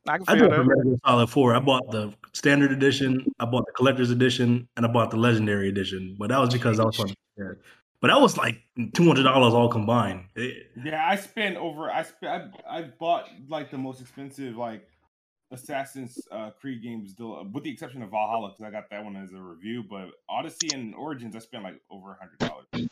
I can
I
feel
bought the
that.
regular Solid Four. I bought the standard edition, I bought the collector's edition, and I bought the legendary edition. But that was because I was trying to compare. But that was like two hundred dollars all combined. It-
Yeah, I spent over. I spent. I, I bought like the most expensive like Assassin's uh, Creed games, still, with the exception of Valhalla, because I got that one as a review. But Odyssey and Origins, I spent like over a hundred dollars.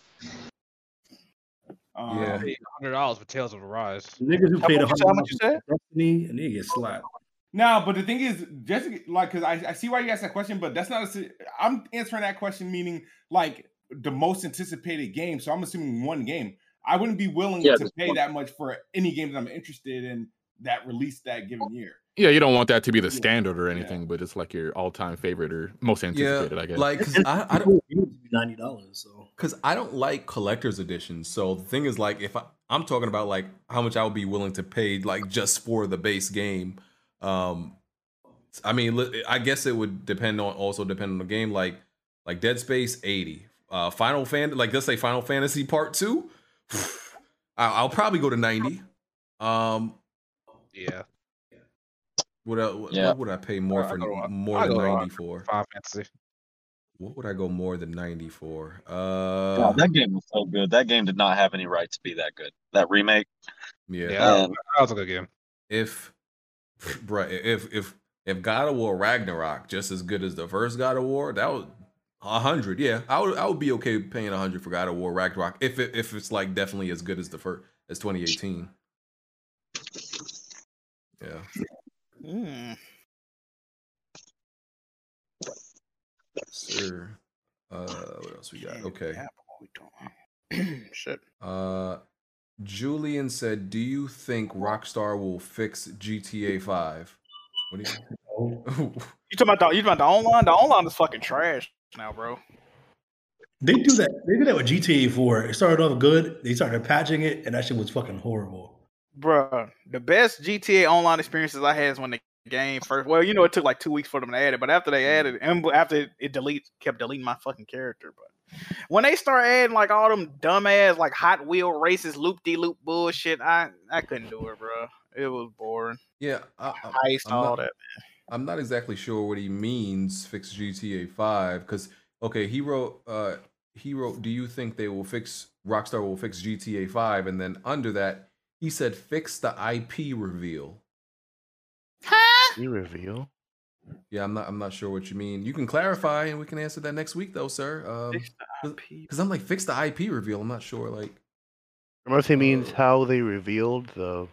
Um,
Yeah. Hundred dollars for Tales of the Rise.
niggas who paid a hundred dollars
you said?
for Destiny, and they get slapped.
No, but the thing is, just like, cause I, I see why you asked that question, but that's not. A, si- I'm answering that question meaning like the most anticipated game. So I'm assuming one game. I wouldn't be willing
Yeah,
to
just
pay
one.
that much for any game that I'm interested in that released that given year.
Yeah, you don't want that to be the standard or anything, but it's like your all-time favorite or most anticipated, I guess.
Like, 'cause I, I
don't ninety dollars. So,
because I don't like collector's editions. So the thing is, like, if I, I'm talking about like how much I would be willing to pay, like just for the base game. Um, I mean, li- I guess it would depend on also depend on the game. Like, like Dead Space 80, uh, Final Fan, like let's say Final Fantasy Part Two. I- I'll probably go to 90. Um,
yeah.
Would I, what,
Yeah.
what would I pay more
I'll
for
go to-
more
I'll
than
go to
90 for?
Final Fantasy.
What would I go more than 90 for? Uh,
God, that game was so good. That game did not have any right to be that good. That remake.
Yeah,
Yeah, that-
that was a good game. If, bruh, if if if God of War Ragnarok just as good as the first God of War, that was a hundred. Yeah, I would I would be okay paying a hundred for God of War Ragnarok if it, if it's like definitely as good as the first as 2018. Yeah,
Mm.
sir. Uh, what else we got? Okay.
Shit.
Uh, Julian said, "Do you think Rockstar will fix GTA 5? What do you?
You talking about the, you talking about the online? The online is fucking trash now, bro.
They do that. They did that with GTA 4. It started off good. They started patching it, and that shit was fucking horrible.
Bruh, the best GTA online experiences I had is when the game first. Well, you know, it took like two weeks for them to add it, but after they added it, and after it, it delete kept deleting my fucking character. But when they start adding like all them dumbass like Hot Wheel races, loop de loop bullshit, I I couldn't do it, bro. It was boring.
Yeah, I, I,
Heist,
I'm
all
not-
that.
I'm not exactly sure what he means fix GTA 5 cuz okay, he wrote uh he wrote do you think they will fix Rockstar will fix GTA 5 and then under that he said fix the IP reveal.
Huh? You reveal?
Yeah, I'm not I'm not sure what you mean. You can clarify and we can answer that next week though, sir. Um cuz I'm like fix the IP reveal. I'm not sure like
Unless it
Uh,
means how they revealed the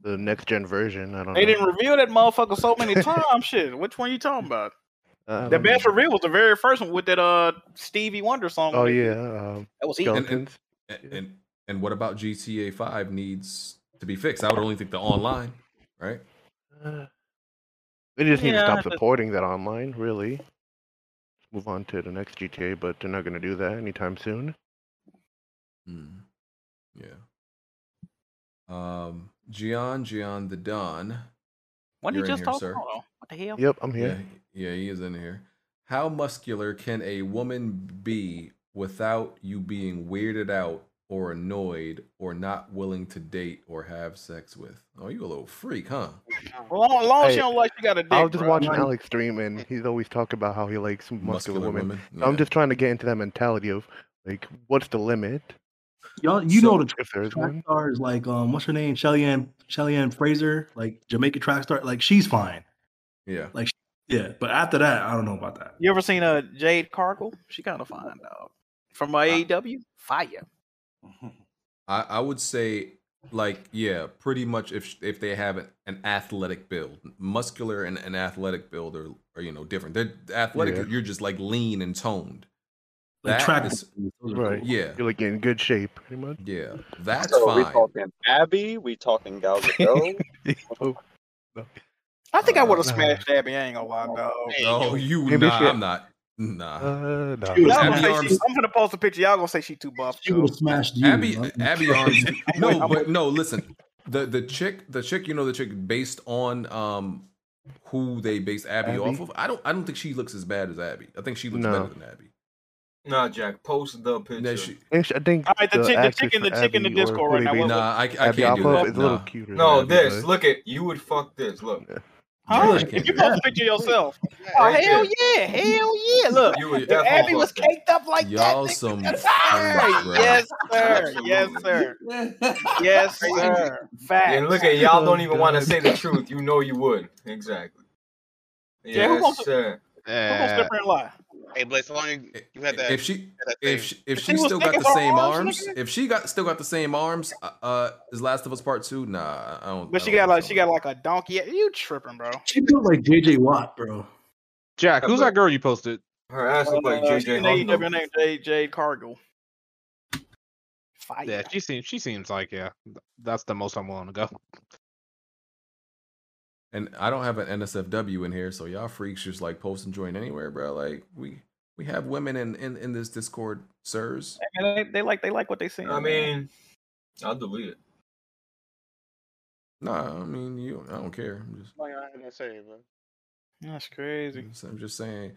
the next gen version. I don't know.
They didn't reveal that motherfucker so many times. Shit, which one you talking about?
I
The
don't know.
best reveal was the very first one with that uh Stevie Wonder song.
Oh
with it.
yeah. Um,
That was
and,
skeleton.
and, and, and and what about GTA 5 needs to be fixed? I would only think the online, right?
Uh, They just need to
Yeah,
stop
but-
supporting that online, really. Move on to the next GTA, but they're not going to do that anytime soon.
Mm. Yeah. Um, Gian, Gian the Don.
When
you're
did
in
you just
here,
talk?
sir.
Hold on. What the hell?
Yep, I'm here.
Yeah, yeah, he is in here. How muscular can a woman be without you being weirded out or annoyed or not willing to date or have sex with. Oh, you a little freak, huh?
Well, long, long as
Hey,
you don't like, you got a dick.
I was just
bro.
watching Alex stream, and he's always talking about how he likes muscular,
Muscular
women.
women,
So I'm just trying to get into that mentality of like, what's the limit?
Y'all, you know the
if there's
track
one.
stars like um, what's her name, Shellyanne Shellyanne Fraser, like Jamaica track star. Like she's fine.
Yeah.
Like yeah, but after that, I don't know about that.
You ever seen a uh, Jade Cargill? She kind of fine, dog. From uh, AEW, fire.
I, I would say like yeah, pretty much if sh- if they have an, an athletic build, muscular and an athletic build are, are you know different. They're athletic.
Yeah.
You're just like lean and toned.
Like
That
track
is-
right?
Yeah.
you're like in good shape, pretty much.
Yeah, that's
so Are we
fine.
talking Abby? We talking Gal Gadot?
I think I would have
Uh,
smashed Abby. I ain't gonna lie, dog.
Oh, you
Maybe
nah,
she-
I'm not. Nah.
Uh, nah.
Y'all gonna say she- I'm gonna post a picture. Y'all gonna say she too buff.
She would have smashed you.
Abby,
bro.
Abby Arms. No, but no. Listen, the the chick, the chick, you know, the chick based on um who they based Abby,
Abby?
off of. I don't, I don't think she looks as bad as Abby. I think she looks
No.
better than Abby.
Nah, Jack, post the picture.
Nah, she-
I think- I think
All right, the chick- the
actress
chick in
for
the- chick in the
Abby or
Discord
who
right
they
now, what-
based
Nah, I- I
Abby
can't do
off of
that.
is a little
Nah.
cuter. than
No,
Abby,
this.
but-
Look at you would fuck this. Look.
Huh?
Yeah.
If you post a picture of yourself, oh
Right
hell
there.
yeah, hell yeah! Look,
You would
if
definitely
Abby
fuck
was
that.
caked up like
Y'all
that,
some
nigga,
freaks, bro.
yes, sir, yes, sir, yes, sir. Facts.
And look at y'all don't even want to say the truth. You know you would. Exactly.
Yeah, who
Yes,
wants to-
sir.
Who gonna step here and lie?
Hey, Blaze, so long you, you had that.
If she,
that thing.
if she, if
If
she
she was
still got
thinking
the
about
same
arms,
arms, if she got still got the same arms, uh, uh is Last of Us Part Two? Nah, I don't.
But
I
she
don't
got like she got like a donkey. You tripping, bro?
She built like JJ Watt, bro.
Jack, who's that girl you posted?
Her ass
Uh,
look like
she's
JJ
an AEW name Jade Jade Cargill. Fire.
Yeah, she seems. She seems like yeah. th- That's the most I'm willing to go.
And I don't have an NSFW in here, so y'all freaks just like post and join anywhere, bro. Like we we have women in in, in this Discord, sirs.
And they, they like they like what they see.
I mean, I'll delete it.
Nah, I mean you. I don't care. I'm just,
Like I had to say, bro.
that's crazy.
I'm just saying.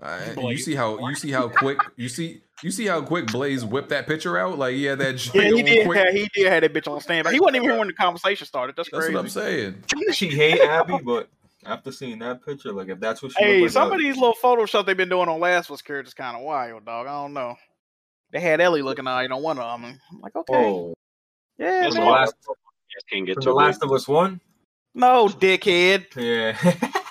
I, you
Blaze.
see how you see how quick you see you see how quick Blaze whipped that picture out. Like yeah, that
Yeah, he
joint
did.
quick.
Have, he did have that bitch on standby. He wasn't even here when the conversation started. That's,
That's
crazy.
what I'm saying.
She hate Abby, but after seeing that picture, like if that's what she
Hey,
look
some
like,
of these little Photoshop they've been doing on Last was Care is kind of wild, dog. I don't know. They had Ellie looking eye on one of them. I'm like, okay,
oh,
yeah,
from the
man.
last,
Can't get
from
to
the
it.
Last of Us one.
no, dickhead.
Yeah.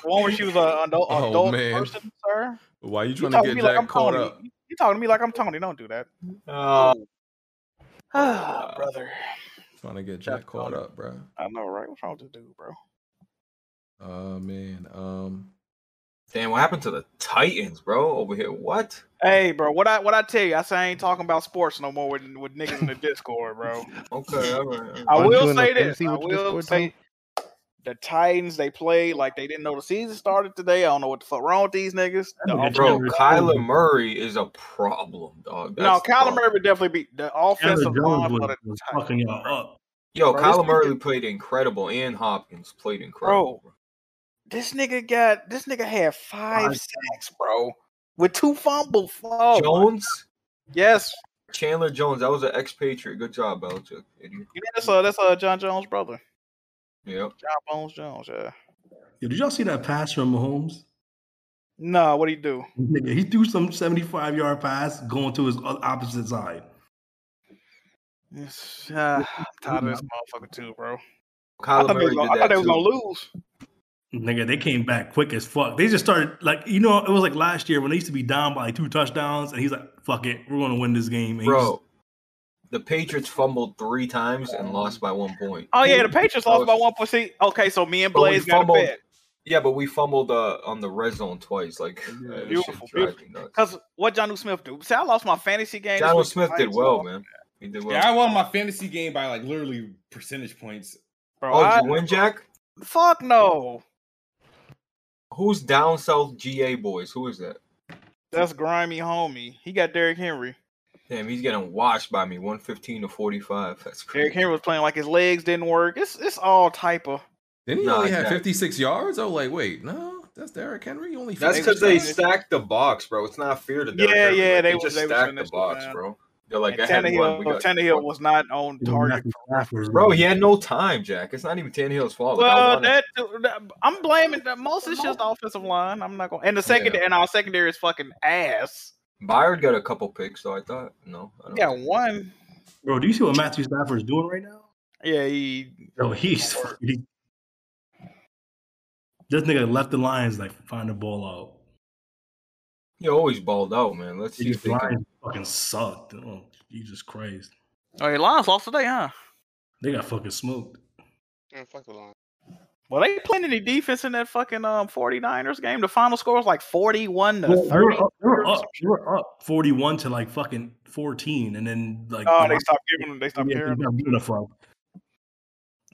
The one where she was a adult,
Oh,
adult
man.
person, sir.
Why you
You
trying to
talking
get
to me
Jack
like I'm
caught
Tony.
up?
You talking to me like I'm Tony. Don't do that.
Oh,
Ah, brother.
Trying to get Jack caught up, bro.
I know, right? What's wrong with the dude, bro?
Oh man. Um.
damn! What happened to the Titans, bro? Over here, what?
Hey, bro, what I what I tell you? I say I ain't talking about sports no more with with niggas in the Discord, bro.
Okay, all right.
I
Aren't you
will
in the
say this.
fantasy
I
with the
will
Discord,
say the Titans they played like they didn't know the season started today. I don't know what the fuck wrong with these niggas. The offense-
Bro, Kyler Murray is a problem, dog.
no,
That's the
Kyler
problem.
Murray would definitely be the offensive line for the Titans.
Yo,
Bro, this
Kyler
nigga-
Murray played incredible, and Hopkins played incredible.
Bro, this nigga got this nigga had five sacks, bro, with two fumble oh falls.
Jones,
yes,
Chandler Jones. That was an expatriate. Good job, Belichick. idiot.
You know, that's uh that's uh John Jones' brother,
Yep.
John Bones Jones. Yeah.
Yo, did y'all see that pass from Mahomes?
Nah, what do you do?
Nigga, he threw some 75 yard pass going to his o- opposite side.
Yes, ah, I'm tired of this motherfucker too, bro. I
Kyler
thought they
Murray
was gonna,
did
I thought
that
they was gonna
too.
lose.
Nigga, they came back quick as fuck. They just started like you know it was like last year when they used to be down by like two touchdowns, and he's like, "Fuck it, we're gonna win this game." And he just-
Bro, the Patriots fumbled three times and lost by one point.
Oh yeah, the Patriots
That
lost
was-
by one point. Okay, so me and
but we
Blaze got a
Oh, fumbled-
bet.
Yeah, but we fumbled uh, on the red zone twice. Like, uh, that
Mm-hmm. Beautiful,
shit drives me
beautiful.
nuts.
Because what John Smith do? See, I lost my fantasy game. this
Donald
week.
Smith
I
did
ain't
well,
lost.
man. He did well.
Yeah, I won my fantasy game by like literally percentage points.
Bro, Oh, did I- you
win, Jack?
Fuck no.
Who's down south GA boys? Who is that?
That's grimy homie. He got Derrick Henry.
Damn, he's getting washed by me. One fifteen to forty five. That's crazy.
Derrick Henry was playing like his legs didn't work. It's it's all type of.
Then he
Nah,
only had
Jack.
56 yards. I was like, wait, no, that's Derrick Henry. Only
That's
56
because they
yards.
stacked the box, bro. It's not fair to.
Yeah,
Derrick Henry.
yeah,
Like,
they
they
was-
just
they was
stacked
finessing
the box,
down.
bro. They're like,
And
I had one.
Tannehill,
We got-
Tannehill was not on target.
Bro, he had no time, Jack. It's not even Tannehill's fault. Like, I
Well,
wanted-
that, that- I'm blaming that most of it's just the offensive line. I'm not going. to And the second and our secondary is fucking ass.
Byard got a couple picks, so I thought, no. I
We
don't
got one.
Bro, do you see what Matthew Stafford is doing right now?
Yeah, he.
Bro, he's he- this nigga left the Lions like find the ball out.
He always balled out, man. Let's see
These
if they can.
Lions fucking sucked. Oh, Jesus Christ.
Oh, the Lions lost today, huh?
They got fucking smoked.
Mm, fuck the line.
Well, they playing any defense in that fucking um 49ers game. The final score was like 41 to
Well, they,
30.
were up, they were up. They were up forty-one to like fucking fourteen, and then like
Oh, they stopped giving them. They stopped
Yeah,
caring.
they got beat up for-
All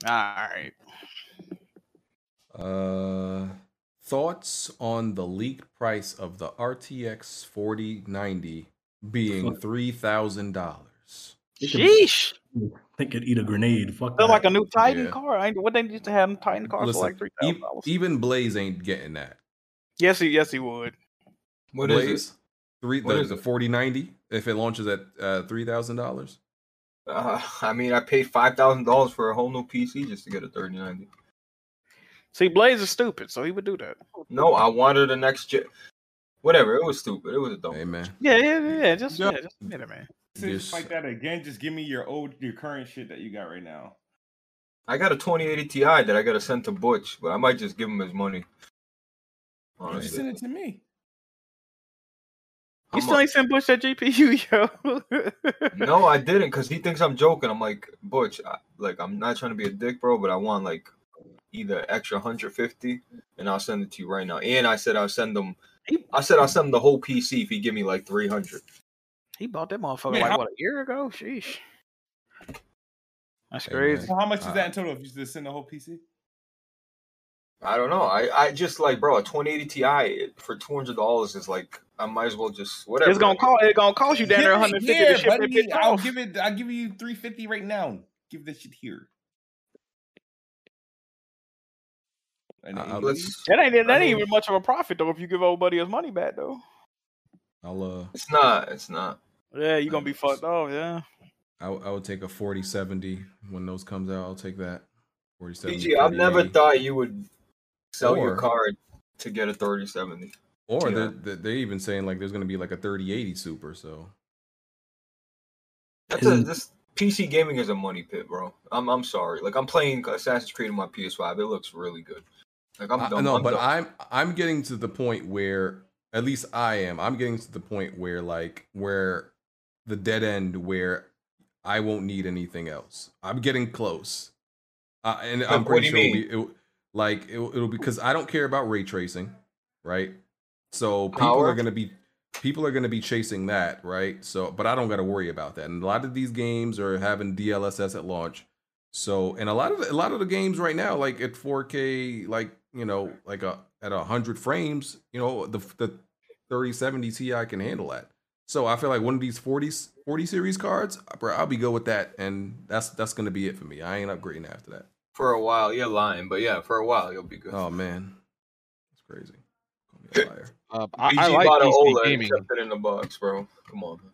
right.
Uh, thoughts on the leaked price of the RTX 4090 being three thousand dollars?
They could- They could eat a grenade. Fuck
They're
that.
like a new Titan
Yeah. e-,
car. I, what they used to have Titan cars for like three thousand dollars.
even Blaze ain't getting that.
Yes, he yes he would.
What is
Blaze, Three
What
the,
is
the 4090 if it launches at uh, three thousand dollars.
Uh, I mean, I paid five thousand dollars for a whole new PC just to get a thirty ninety.
See, Blaze is stupid, so he would do that.
No, I wanted the next gen. Whatever, it was stupid. It was a dumb. Hey
man,
Yeah, yeah, yeah. Just yeah, just a minute, man.
Since like that again, just give me your old, your current shit that you got right now.
I got a twenty eighty Ti that I got to send to Butch, but I might just give him his money.
Just send
Honestly,
it to me.
You still ain't sent Bush that GPU, yo.
no, I didn't, cause he thinks I'm joking. I'm like Butch, I, like I'm not trying to be a dick, bro, but I want like either extra hundred fifty, and I'll send it to you right now. And I said I'll send him. I said I'll send him the whole PC if he give me like three hundred.
he bought that motherfucker
Man,
like
how-
what a year ago. Sheesh. That's
crazy.
So how much is
Uh,
that in total if you just send the whole PC?
I don't know. I, I just like, bro, a 2080 Ti it- for two hundred dollars is like, I might as well just whatever.
It's gonna cost. It's gonna cost you down there
Give it
150
here,
to ship that
buddy.
bitch
I'll
off.
give it. I'll give you three fifty right now. Give this shit here.
Uh,
I'll,
That ain't that ain't even much of a profit though. If you give old buddy his money back though,
I'll uh,
It's not. It's not.
yeah, you gonna be fucked off. Yeah.
I, I would take a 4070 when those comes out. I'll take that. 4070.
PG, I've never
4080.
thought you would sell your
Or-
card to get a 3070.
Or
Yeah.
they're, they're they're even saying like there's gonna be like a 3080 Super. So
That's a, this PC gaming is a money pit, bro. I'm I'm sorry. Like I'm playing Assassin's Creed on my PS5. It looks really good. Like I'm
I-
dumb.
no,
I'm
but
dumb.
I'm I'm getting to the point where at least I am. I'm getting to the point where like where the dead end where I won't need anything else. I'm getting close, uh, and
Like,
I'm
what
pretty
do
sure
you
it'll be, it, like it, it'll because I don't care about ray tracing, right? So people
Power?
are gonna be people are gonna be chasing that, right? So, but I don't gotta worry about that. And a lot of these games are having DLSS at launch, so, and a lot of the, a lot of the games right now, like at 4K, like you know, like a at hundred frames, you know, the the 3070 Ti can handle that. So I feel like one of these 40 40 series cards, uh, bro, I'll be good with that, and that's that's gonna be it for me. I ain't upgrading after that.
for a while, you're lying, but yeah, for a while you'll be good.
Oh man, that's crazy. Call me a liar.
Uh, I,
PG
I like
bought an
PC
OLED,
gaming.
kept it in the box, bro. Come on. man.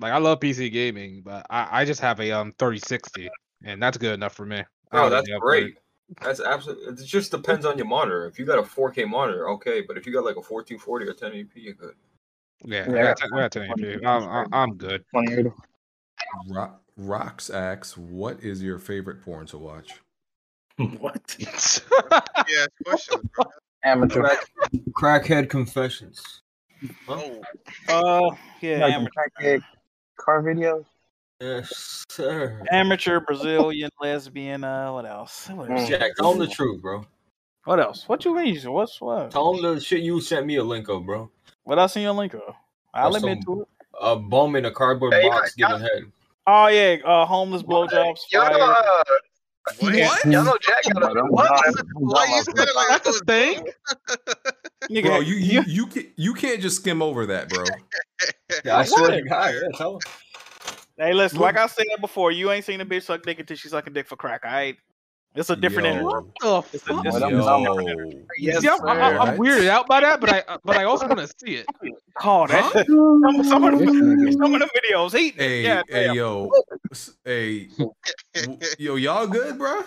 Like I love PC gaming, but I, I just have a um 3060, and that's good enough for me. I
Bro,
don't
Oh, that's
need to upgrade.
great. That's absolutely. It just depends on your monitor. If you got a 4K monitor, okay, but if you got like a 1440 or 1080p, you're good.
Yeah,
Yeah.
I got, I got 1080p. I'm, I'm- I'm good.
Ro- Rocks asks, what is your favorite porn to watch?
what?
Yeah, question.
Amateur. Crackhead confessions.
Oh,
Uh, yeah.
Like
amateur.
Car videos. Yes, sir.
Amateur Brazilian lesbian. Uh, what else? What else?
Jack, tell him the truth, bro.
What else? What you mean? What's what?
Tell him the shit you sent me a link of, bro.
What I seen your link of? I'll admit to it.
A bum in a cardboard
Hey,
box giving head.
Oh yeah, uh, homeless blowjobs. fire.
What?
Y'all know
Jack
got a-
That's
a thing.
Bro, you you you can't, you can't just skim over that, bro.
I swear to
What?
God, yeah, tell him.
Hey, listen. Like I said before, you ain't seen a bitch suck dick until she's sucking dick for crack. All right. It's a different energy.
What
the
fuck?
Yo.
Yes,
See, I'm, I'm, I'm
sir.
weirded out by that, but I uh, but I also want to see it.
Call Oh, that. Some, some of the, some of the videos. He,
Hey,
yeah,
hey,
damn.
yo, S- hey, w- yo, y'all good, bro?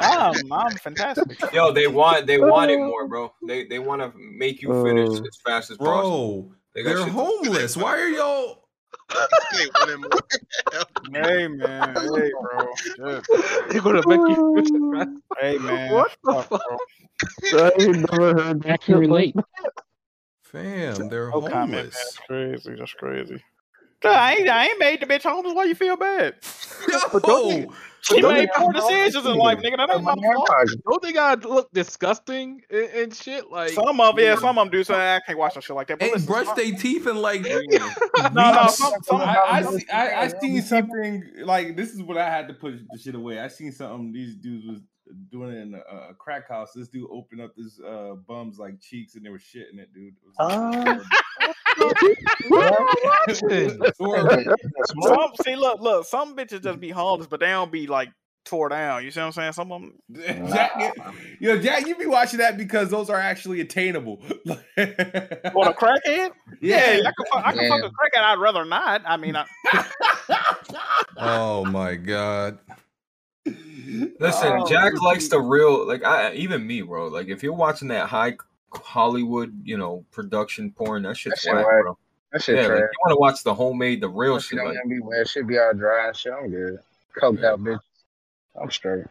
I'm, Ah, I'm fantastic.
Yo, Oh, they want they want it more, bro. They they want to make you
Uh.
finish
Oh.
as fast as
Bro,
possible. They
They're homeless. Why are y'all?
Hey man, hey bro.
They're gonna make you.
hey man,
What the
fuck? bro.
I ain't never heard that.
can relate.
Fam, they're
No
homeless.
comment, man. That's
crazy. That's crazy.
Nah, I ain't, I ain't made the bitch homeless. Why you feel bad? she made poor decisions in life, nigga. That ain't my fault.
Don't they gotta look disgusting and, and shit? Like
Some of yeah, some of them do. So I can't watch no shit like that. But
Ain't
listen,
brush their teeth and like.
no, no,
weeks.
some, some
I, I, see, I, I seen something like this is what I had to push the shit away. I seen something these dudes was doing in a, a crack house. This dude opened up his uh, bums like cheeks and they were shitting it, dude. It was- It's horrible.
some see, look, look. Some bitches just be homeless, but they don't be like tore down. You see what I'm saying? Some of them.
Jack, yo, Jack, you be watching that because those are actually attainable. what
a crackhead? Yeah, I can, fuck, I can fuck
Yeah.
a crackhead. I'd rather not. I mean, I,
Oh my god.
Listen,
Oh,
Jack
dude.
likes the real, like I even me, bro. Like if you're watching that high Hollywood, you know, production porn, that shit's
That shit
whack,
whack.
bro.
That shit
yeah, like,
trash.
you want to watch the homemade, the real
That shit
shit.
don't
Like,
even be wet. Shit be all dry. Shit, I'm good. Coked out, bitch. I'm straight.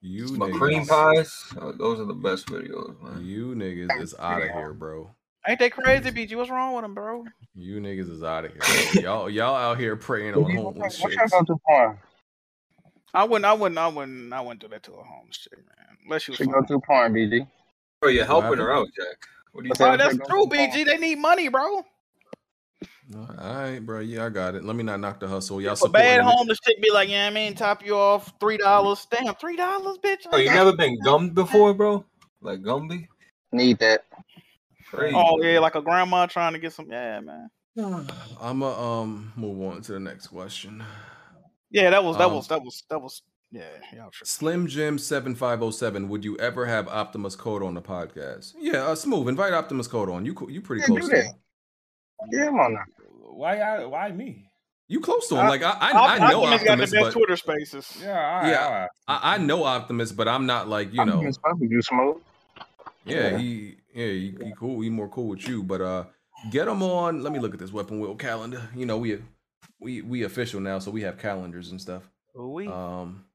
You
but
niggas.
cream pies, uh, those are the best videos, man.
You niggas is out of here, bro.
ain't they crazy, BG? What's wrong with them, bro?
You niggas is out of here. bro. Y'all, y'all out here preying on homeless
What
shit.
y'all going too far?
I wouldn't. I wouldn't. I wouldn't. I wouldn't do that to a homeless chick, man. Unless you was
She go too porn, BG.
Bro, you're
What
Oh, helping her out,
happened?
Jack. What do you
Oh,
think?
that's true, BG. They need money, bro.
All right, bro. Yeah, I got it. Let me not knock the hustle. Y'all
A
support
bad homeless chick be like, yeah, I mean, top you off three dollars. Damn, three dollars, bitch.
Oh, you
I-
never been gummed before, bro? Like Gumby?
Need that.
Crazy.
Oh yeah, like a grandma trying to get some. Yeah, man.
I'm going to um move on to the next question.
Yeah, that was that
Um,
was that was that was. Yeah, yeah.
Slim Jim 7507, would you ever have Optimus Code on the podcast? Yeah, uh, smooth. Invite Optimus Code on. You co- you pretty
Yeah,
close
do
to
that.
him.
Yeah, come on now.
Why? I, why me?
You close to him. Like I I, I, know
Optimus got the
Optimus,
best
but
Twitter Spaces.
Yeah, all right, all
yeah,
right.
I, I know Optimus, but I'm not like you know.
Optimus probably do smoke.
Yeah,
Yeah.
he yeah, he, he cool. He more cool with you, but uh, get him on. Let me look at this Weapon Wheel calendar. You know we we we official now, so we have calendars and stuff.
We
Um,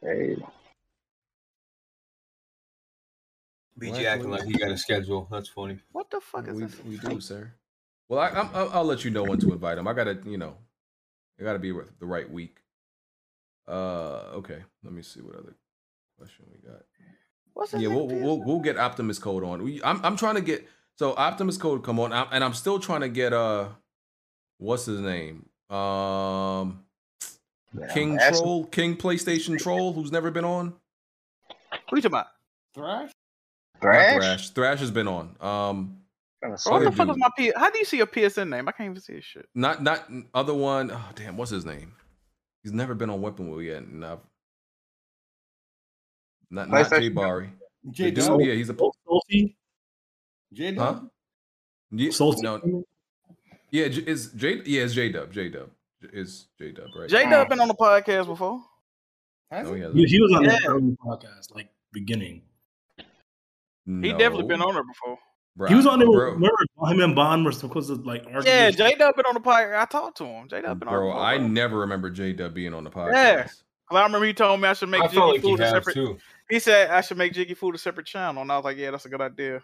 hey,
BG acting like he got a schedule. That's funny.
What the fuck is
we,
this?
we do, sir. Well, I, I'm, I'll, I'll let you know when to invite him. I gotta, you know, it gotta be with the right week. Uh, okay. Let me see what other question we got.
What's
yeah, we'll, we'll we'll get Optimus Code on. We, I'm I'm trying to get so Optimus Code come on, I'm, and I'm still trying to get uh, what's his name? Um, King
that's-
Troll, King PlayStation Troll, who's never been on.
What you talking about?
Thrash?
Not
Thrash?
Thrash. Thrash has been on. Um,
Bro, what
other
the fuck
dude.
is my P? How do you see a PSN name? I can't even see a shit.
Not not other one. Oh, damn, what's his name? He's never been on Weapon Wheel yet. And I've, not not Jay
PlayStation.
Barry.
Jay
The dude-
Dub?
Yeah, he's a
Salty. J
huh?
Dub.
Yeah,
Salty
no, yeah, J- is J yeah, it's J Dub. J Dub is J Dub, right? Oh,
J Dub been on the podcast before.
No, he hasn't.
He, he was on
Yeah.
the early podcast, like beginning.
He definitely been on there before.
he was on there.
bro.
with Merv. Him and Bond were supposed to like argue.
Yeah, J Dub been on the podcast. I talked to him. J Dub been
Bro,
on.
I never remember J Dub being on the
The
podcast.
podcast. Yeah, 'Cause I remember he told me I should make
I
Jiggy
felt like he
Food a
has,
separate.
too.
He said I should make Jiggy Food a separate channel, and I was like, yeah, that's a good idea.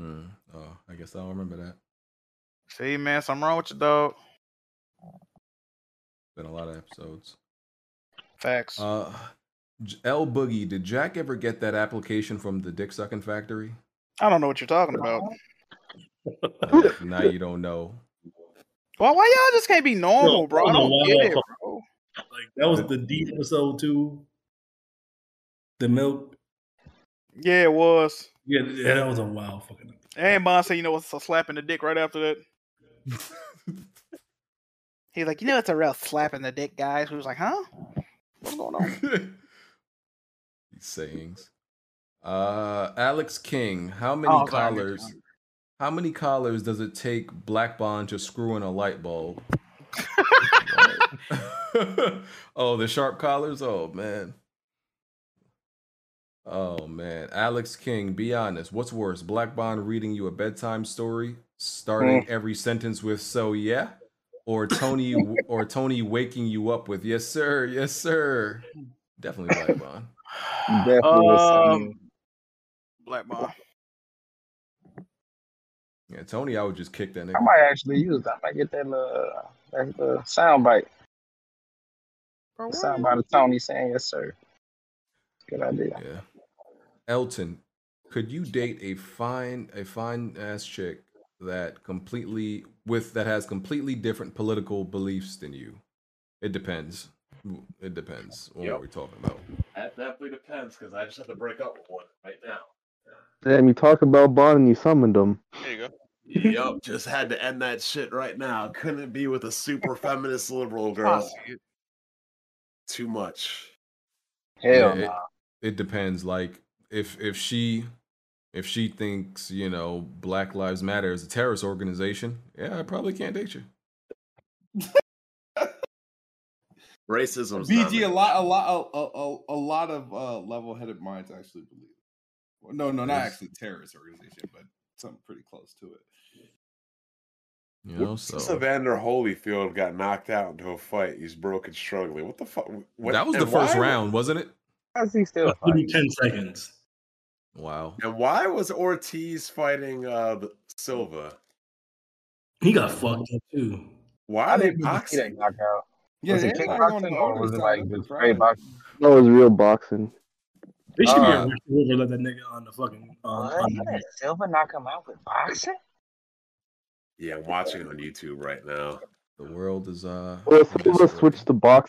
Mm, oh, I guess I don't remember that.
See, man, something wrong with your dog.
Been a lot of episodes.
Facts.
Uh, J- L Boogie, did Jack ever get that application from the Dick Sucking Factory?
I don't know what you're talking about.
Uh, now you don't know.
Why, why y'all just can't be normal,
Yo,
bro? I
I don't
don't
know
get
why
it,
y'all-
bro.
Like that was the D episode too. The milk.
Yeah, it was.
Yeah, yeah, that was a wild fucking.
And Bond said, you know, it's a slap in the dick right after that. He's like, you know, it's a real slap in the dick, guys. We was like, huh? What's going on?
These sayings. Uh, Alex King, how many
Oh, sorry, I got
collars? How many collars does it take Black Bond to screw in a light bulb? oh, the sharp collars. Oh man. Oh man, Alex King. Be honest. What's worse, Black Bond reading you a bedtime story, starting
Mm.
every sentence with "So yeah," or Tony or Tony waking you up with "Yes sir, yes sir." Definitely Black Bond.
Definitely.
Um, Black Mom.
Yeah, Tony, I would just kick that
I
nigga.
might actually use that. I might get that uh that uh, sound bite. The sound bite of Tony saying yes sir. Good idea.
Yeah. Elton, could you date a fine a fine ass chick that completely with that has completely different political beliefs than you? It depends. It depends on
Yep.
what we're talking about.
That definitely depends because I just had to break up with one right now.
Damn, you talk about Bond and you summoned him.
There you go. Yup, just had to end that shit right now. Couldn't be with a super feminist liberal girl. Too much.
Yeah, it, it depends. Like if if she if she thinks you know Black Lives Matter is a terrorist organization, yeah, I probably can't date you.
Racism.
BG, a lot, a lot, a, a, a- a lot of uh, level-headed minds actually believe. Well, no, no, not
Yes.
actually terrorist organization, but something pretty close to it.
You know, so
Evander Holyfield got knocked out into a fight. He's broken struggling. What the fuck? What,
that was the
and why
first
wa-
round, wasn't it?
How's he still
Give me ten seconds.
Wow. Hmm.
And why was Ortiz fighting uh, the- Silva?
He got fucked up too.
Why are they
He
boxing?
didn't knock out. Yeah, was it
they-
kickboxing or was it like just straight boxing?
No, it was real boxing.
They should
Uh,
be arrested over let that nigga on the fucking. Um,
What? How did Silva knock him out with boxing?
Yeah, I'm watching it on YouTube right now.
The world is uh.
Well, Silva switched to box.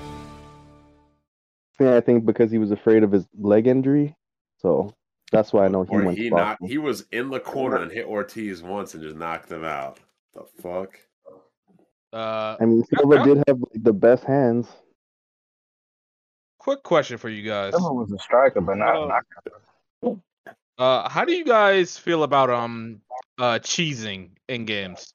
Yeah, I think because he was afraid of his leg injury, so that's why I know he
Or
went
he
to
knocked.
boxing.
He was in the corner and hit Ortiz once and just knocked him out. The fuck.
Uh,
I mean, Silva did have like, the best hands.
quick question for you guys.
Silva was a striker, but not a knockout.
Uh, how do you guys feel about um uh cheesing in games?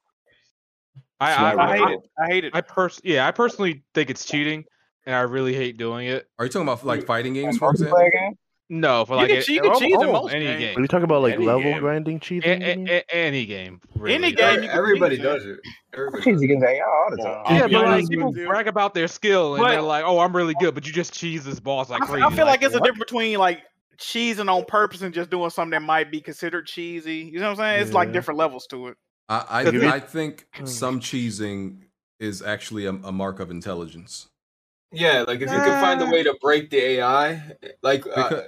I I, I
Slightly. I hate it. I hate it.
I pers- yeah, I personally think it's cheating, and I really hate doing it.
Are you talking about like fighting games,
for example?
No, for
You
like
can
it-
cheat- you can
al-
cheat in
almost
most
any
games.
game.
Are you talking about, like, Any level game.
grinding cheating? any game, really.
Any game you can
Mm-hmm. Everybody
cheat,
does it. Everybody
Cheese against AI all the
Well,
Oh,
time.
Yeah,
I'll be
but like
honest
people
with you.
brag about their skill and
But-
they're like, "Oh, I'm really good," but you just cheese this boss like
I,
crazy.
I feel like it's a
what?
difference between like cheesing on purpose and just doing something that might be considered cheesy. You know what I'm saying? It's like
Yeah.
different levels to it.
I
Does it-
I, I think some cheesing is actually a, a mark of intelligence.
Yeah, like if you can find
Ah.
a way to break the AI, like uh,
Because-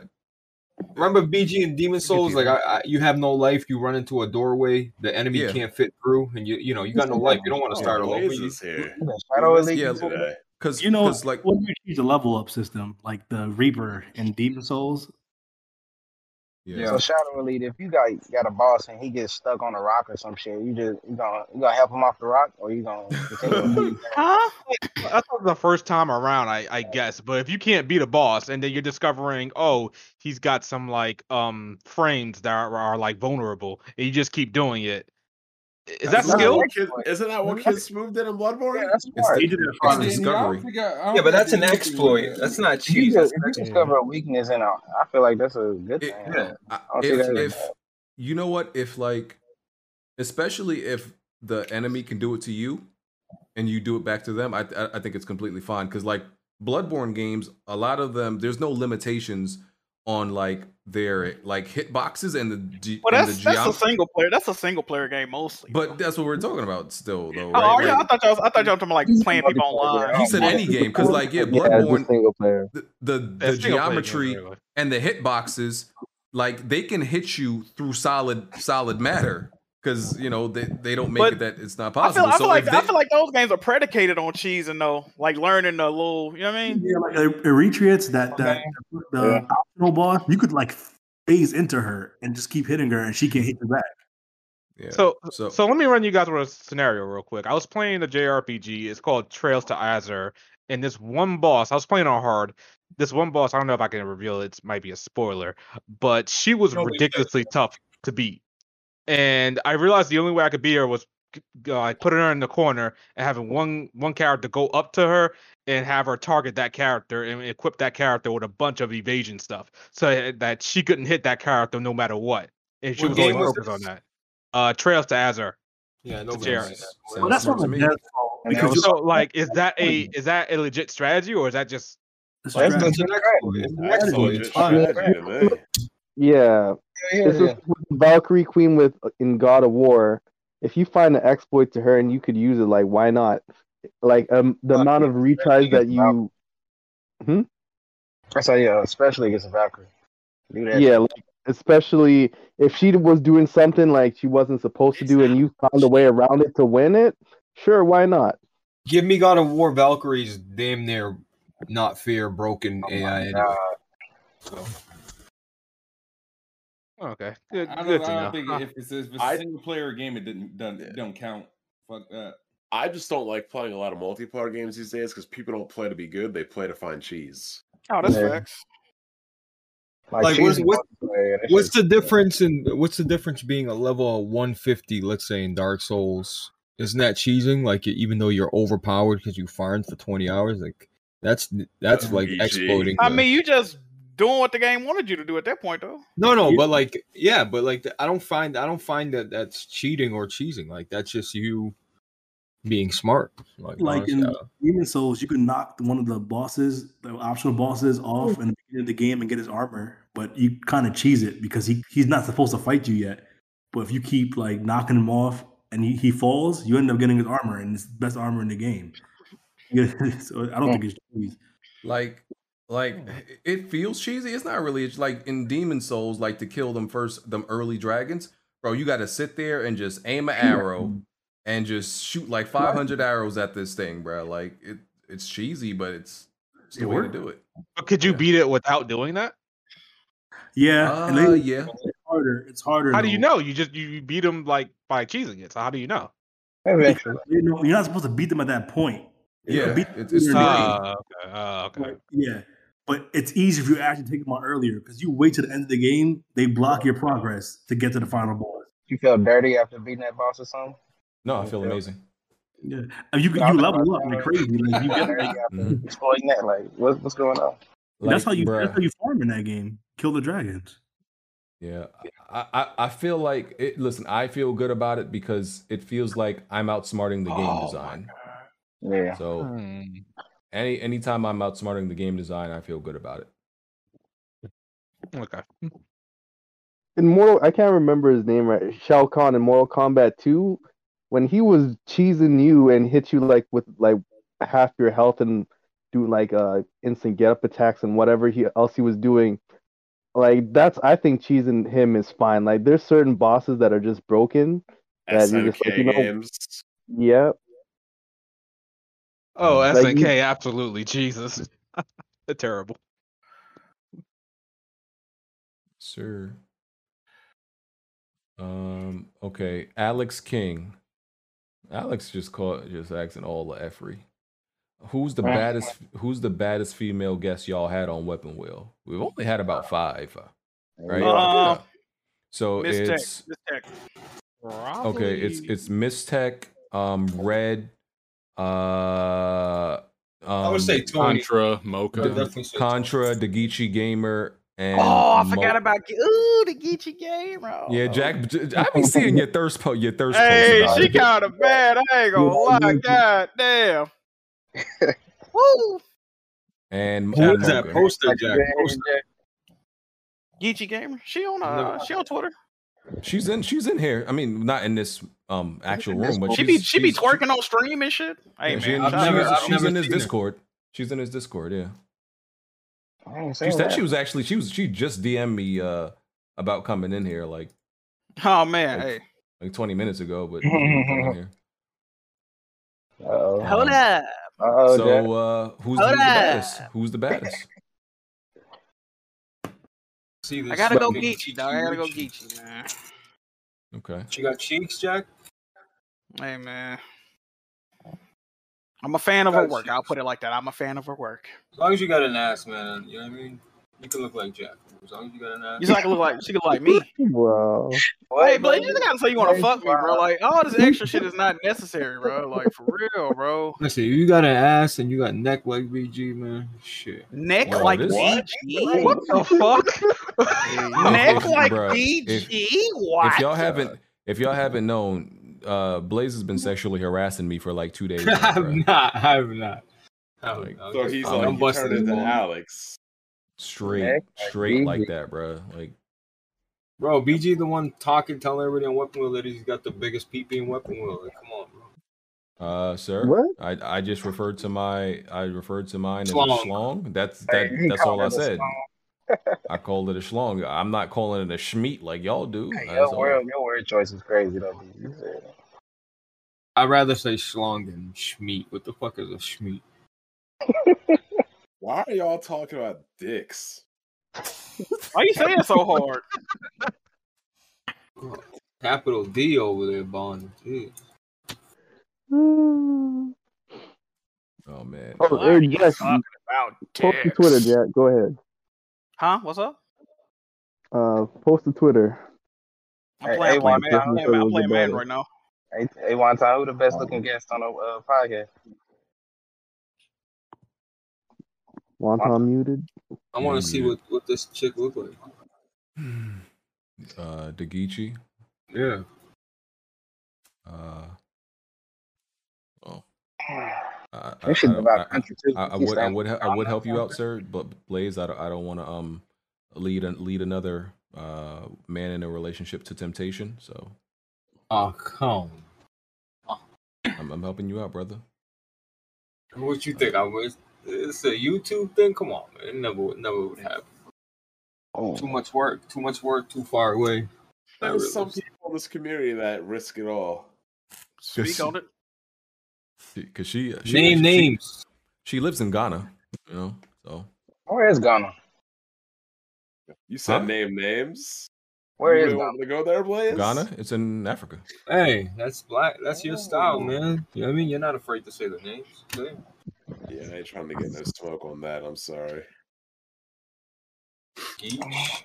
remember BG and Demon Souls, like I, I, you have no life, you run into a doorway, the enemy
Yeah.
can't fit through, and you you know you got no life, you don't want to start all over. You,
Shadow Elite
Yeah,
people?
because
you know,
like
when you use a level up system like the Reaper and Demon Souls.
So Shadow Elite, if you got got a boss and he gets stuck on a rock or some shit, you just you gonna you gonna help him off the rock or you gonna continue
huh?
That's not the first time around, I, I guess. But if you can't beat a boss and then you're discovering, oh, he's got some like um frames that are, are like vulnerable, and you just keep doing it. Is that
Isn't
skill?
what Kid- Isn't that what Kids Move did in Bloodborne? Yeah, that's
Yeah, but that's an exploit. That's not
If you,
cheese.
just, if
That's
you
an
discover a weakness in a, I feel like that's a good thing.
Yeah,
I
I-
don't see
if
that as
if you know what, if like, especially if the enemy can do it to you, and you do it back to them, I I, I think it's completely fine. Because like Bloodborne games, a lot of them, there's no limitations on like their like hitboxes and the ge-
Well,
and
that's
the
that's a
geom-
single player. That's a single player game mostly.
But that's what we're talking about still, though.
Oh,
right?
are you- I thought y'all was, I thought y'all were talking about, like playing people online.
He said any game because, like, yeah,
Yeah, it's a
Bloodborne,
single player.
the the, the
That's single player game,
geometry
really.
and the hitboxes, like they can hit you through solid solid matter because you know they, they don't make
But
it that it's not
I feel,
possible.
I feel
so
like
if they,
I feel like those games are predicated on cheese and though, like learning the little, you know what I mean?
like Eritreans, that that the
Yeah.
optional boss, you could like phase into her and just keep hitting her, and she can hit you back.
So, so let me run you guys with a scenario real quick. I was playing the JRPG. It's called Trails to Azure, and this one boss I was playing on hard. This one boss I don't know if I can reveal. It It's- might be a spoiler, but she was
No, we said
ridiculously tough to beat, and I realized the only way I could beat her was g- g- like putting her in the corner and having one one character go up to her and have her target that character and equip that character with a bunch of evasion stuff so that she couldn't hit that character no matter what. And she
What
was always
game was
focused on
this?
that uh Trails to Azure.
Yeah,
no
nobody's seen
Well, that's not the death fault, because
so like is that a is that a legit strategy or is that just
That's
Well, that's the next one. It's the next one. It's fine.
Yeah.
Yeah, yeah,
this
yeah.
is what the Valkyrie Queen with in God of War. If you find an exploit to her and you could use it, like why not? Like um, the amount of retries that you, hmm?
I say, yeah, especially against the Valkyrie. Do that.
yeah, like, especially if she was doing something like she wasn't supposed to do, and you found a way around it to win it. Sure, why not?
Give me God of War Valkyries, damn near not fair, broken
Oh
AI. Anyway. So.
Okay.
I don't,
good
know,
to
I
know.
don't think
Huh.
if it's, if it's a
I-
single player game, it didn't don't, don't count. Fuck that.
I just don't like playing a lot of multiplayer games these days because people don't play to be good; they play to find cheese.
Oh,
that's Yeah. facts. Like, what's, what's, what's the difference in what's the difference being a level of 150, let's say in Dark Souls? Isn't that cheesing? Like even though you're overpowered because you farmed for 20 hours, like that's that's like exploiting.
I
the-
mean, you just doing what the game wanted you to do at that point, though.
no, no, but like yeah, but like I don't find I don't find that that's cheating or cheesing. Like that's just you being smart. Like,
Like
honest-
in
uh,
Demon Souls, you could knock one of the bosses, the optional bosses, off in the beginning of the game and get his armor, but you kind of cheese it because he he's not supposed to fight you yet. But if you keep like knocking him off and he, he falls, you end up getting his armor, and it's the best armor in the game. so I don't think it's cheese.
like like
Hmm.
it feels cheesy. It's not really it's like in Demon Souls, like to kill them first, them early dragons, bro. You got to sit there and just aim an
Hmm.
arrow and just shoot like 500 arrows at this thing, bro. Like it, it's cheesy, but it's, it's the
It
way
worked.
to do it.
But could you beat it without doing that?
Yeah.
and Uh, they- yeah.
It's harder. It's harder.
How do you
though.
know? You just you you beat them like by cheesing it. So how do you know?
Because, You know, you're not supposed to beat them at that point. You
Yeah,
beat
it's- it's
them
Ah,
later.
okay, ah, okay.
Like, yeah, but it's easy if you actually take them out earlier because you wait to the end of the game, they block your progress to get to the final boss.
You feel dirty after beating that boss or something?
No,
Oh,
I feel amazing.
Yeah, and you you level up like crazy. Like, you get,
dirty
like,
after exploiting that. Like, what, what's going on?
Like,
that's how you that's
bruh.
how you farm in that game. Kill the dragons.
Yeah, I, I, I feel like it. Listen, I feel good about it because it feels like I'm outsmarting the game design.
Yeah.
So any anytime I'm outsmarting the game design, I feel good about it.
Okay.
in Mortal, I can't remember his name right. Shao Kahn in Mortal Kombat 2, when he was cheesing you and hit you like with like half your health and doing like uh instant get up attacks and whatever he else he was doing, like that's I think cheesing him is fine. Like there's certain bosses that are just broken that you're just like,
SNK
you know,
games.
yeah.
Oh,
Like,
SNK,
you-
absolutely. Jesus. Terrible.
Sir. Um. Okay. Alex King. Alex just caught just asking all the effery. Who's the
Right.
baddest? Who's the baddest female guest y'all had on Weapon Wheel? We've only had about five, uh, right?
Uh,
Yeah. So
Miss Tech,
it's
Miss Tech.
okay. It's it's Miss Tech, um, Red, uh, I
would say Tony.
Contra, Mocha.
I would definitely say
Contra, Dagichi Gamer, and
Oh, I
Mo-
forgot about Ge- ooh the Geechee game. Oh. bro.
yeah, Jack. J- I be seeing your thirst po your thirst.
Hey,
post about
she
it.
kind of bad. I ain't gonna lie. God damn. Woo.
And
Who is that
Mocha.
poster, Jack? Poster.
Geechee Gamer. She on uh, she on Twitter.
She's in. She's in here. I mean, not in this um actual room, but
she
she's,
be she be
she's-
twerking on stream and shit. Hey
yeah, she
man,
in-
shout out
she's-
to her.
she's in his Discord. She's in his Discord. Yeah.
I ain't
She
saying
said
that.
she was actually she was she just DM'd me uh about coming in here like
Oh man,
like,
hey,
like 20 minutes ago, but I didn't come in here.
Uh-oh.
hold up.
Uh-oh, Jack.
so uh who's, who's
Hold
the
up.
baddest? Who's the baddest?
See this
I gotta go
fucking
Geechee, dog. I gotta go
cheeks.
Geechee, man.
Okay.
She got cheeks, Jack.
Hey man, I'm a fan of her work. I'll put it like that. I'm a fan of her work.
As long as you got an ass, man. You know what I mean. You can look like Jack. As long as you got an ass.
You like look like she look like me.
Bro.
hey, Blake, you just gotta say you want to fuck me, bro. Like all this extra shit is not necessary, bro. Like for real, bro.
Listen, you got an ass and you got neck like BG, man. Shit.
Neck like BG.
What the
fuck? Neck like
Bruh,
BG.
If
What?
y'all haven't if y'all haven't known, uh Blaze has been sexually harassing me for like two days. now,
I
bruh.
have not. I have not.
Like,
So he's
I'm-
like,
I'm
I'm
busting
busting
his
into
balls.
Alex.
straight
Neck like
straight like
BG.
that, bro. Like
Bro, BG the one talking, telling everybody on Weapon Wheel that he's got the biggest PP in Weapon Wheel. Like, come on, bro.
Uh, sir.
What?
I I just referred to my I referred to mine as
Schlong.
a schlong. That's
Hey,
that.
you can
that's
call
all I
it a
said. I called it a schlong. I'm not calling it a schmeat like y'all do.
Hey,
That's
your
all.
word, your word choice is crazy though. dude. You said it.
I'd rather say schlong than schmeat. What the fuck is a schmeat?
Why are y'all talking about dicks?
Why you saying so hard?
Capital D over there, Bond. Jeez.
Hmm.
Oh man.
Oh, there, yes.
Talking about
Post to
dicks.
Twitter, Jack. Go ahead.
Huh? What's up?
Uh, post to Twitter.
I'm playing, I'm playing,
Like,
man. I'm
Disney
playing,
Twitter
man. I'm
was the
playing man
best.
right now. Oh.
Hey, hey, one time, who the best looking guest on the uh, podcast?
Wonton muted.
I want to see what, what this chick look like.
Uh, Dagichi.
Yeah.
Uh. Oh. I,
They should
don't-
divide country too.
I, I
He's
would I
saying-
would he- I would help you out, sir. But Blaze, I don't, I don't want to um lead an lead another uh man in a relationship to temptation. So
Oh, come.
I'm, I'm helping you out, brother.
What you think? I was. It's a YouTube thing. Come on, man. It never, would- never would happen.
Oh.
Too much work. Too much work. Too far away. Not
There's some
really.
people in this community that risk it all.
Speak on
it.
Because she, she
Name
she-
names.
She, lives in Ghana, you know. So
Where is Ghana?
You said name names.
Where
you
is
really want to go there, Blaze?
Ghana, it's in Africa.
Hey, that's black. That's your style, man. You know what I mean? You're not afraid to say the names. Say it.
Yeah, I ain't trying to get no smoke on that. I'm sorry.
Geech.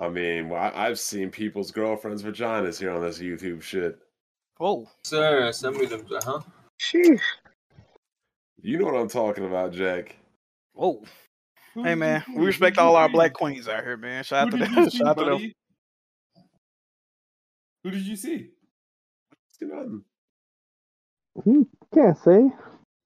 I mean, well, I- I've seen people's girlfriends' vaginas here on this YouTube shit.
Oh.
Sir, send me them, uh-huh. huh?
You know what I'm talking about, Jack.
Whoa. Hey man, we respect all our black queens out here, man. Shout out to
Who did
them.
you see,
Shout out to them.
buddy? Who did you see? See nothing.
You can't say.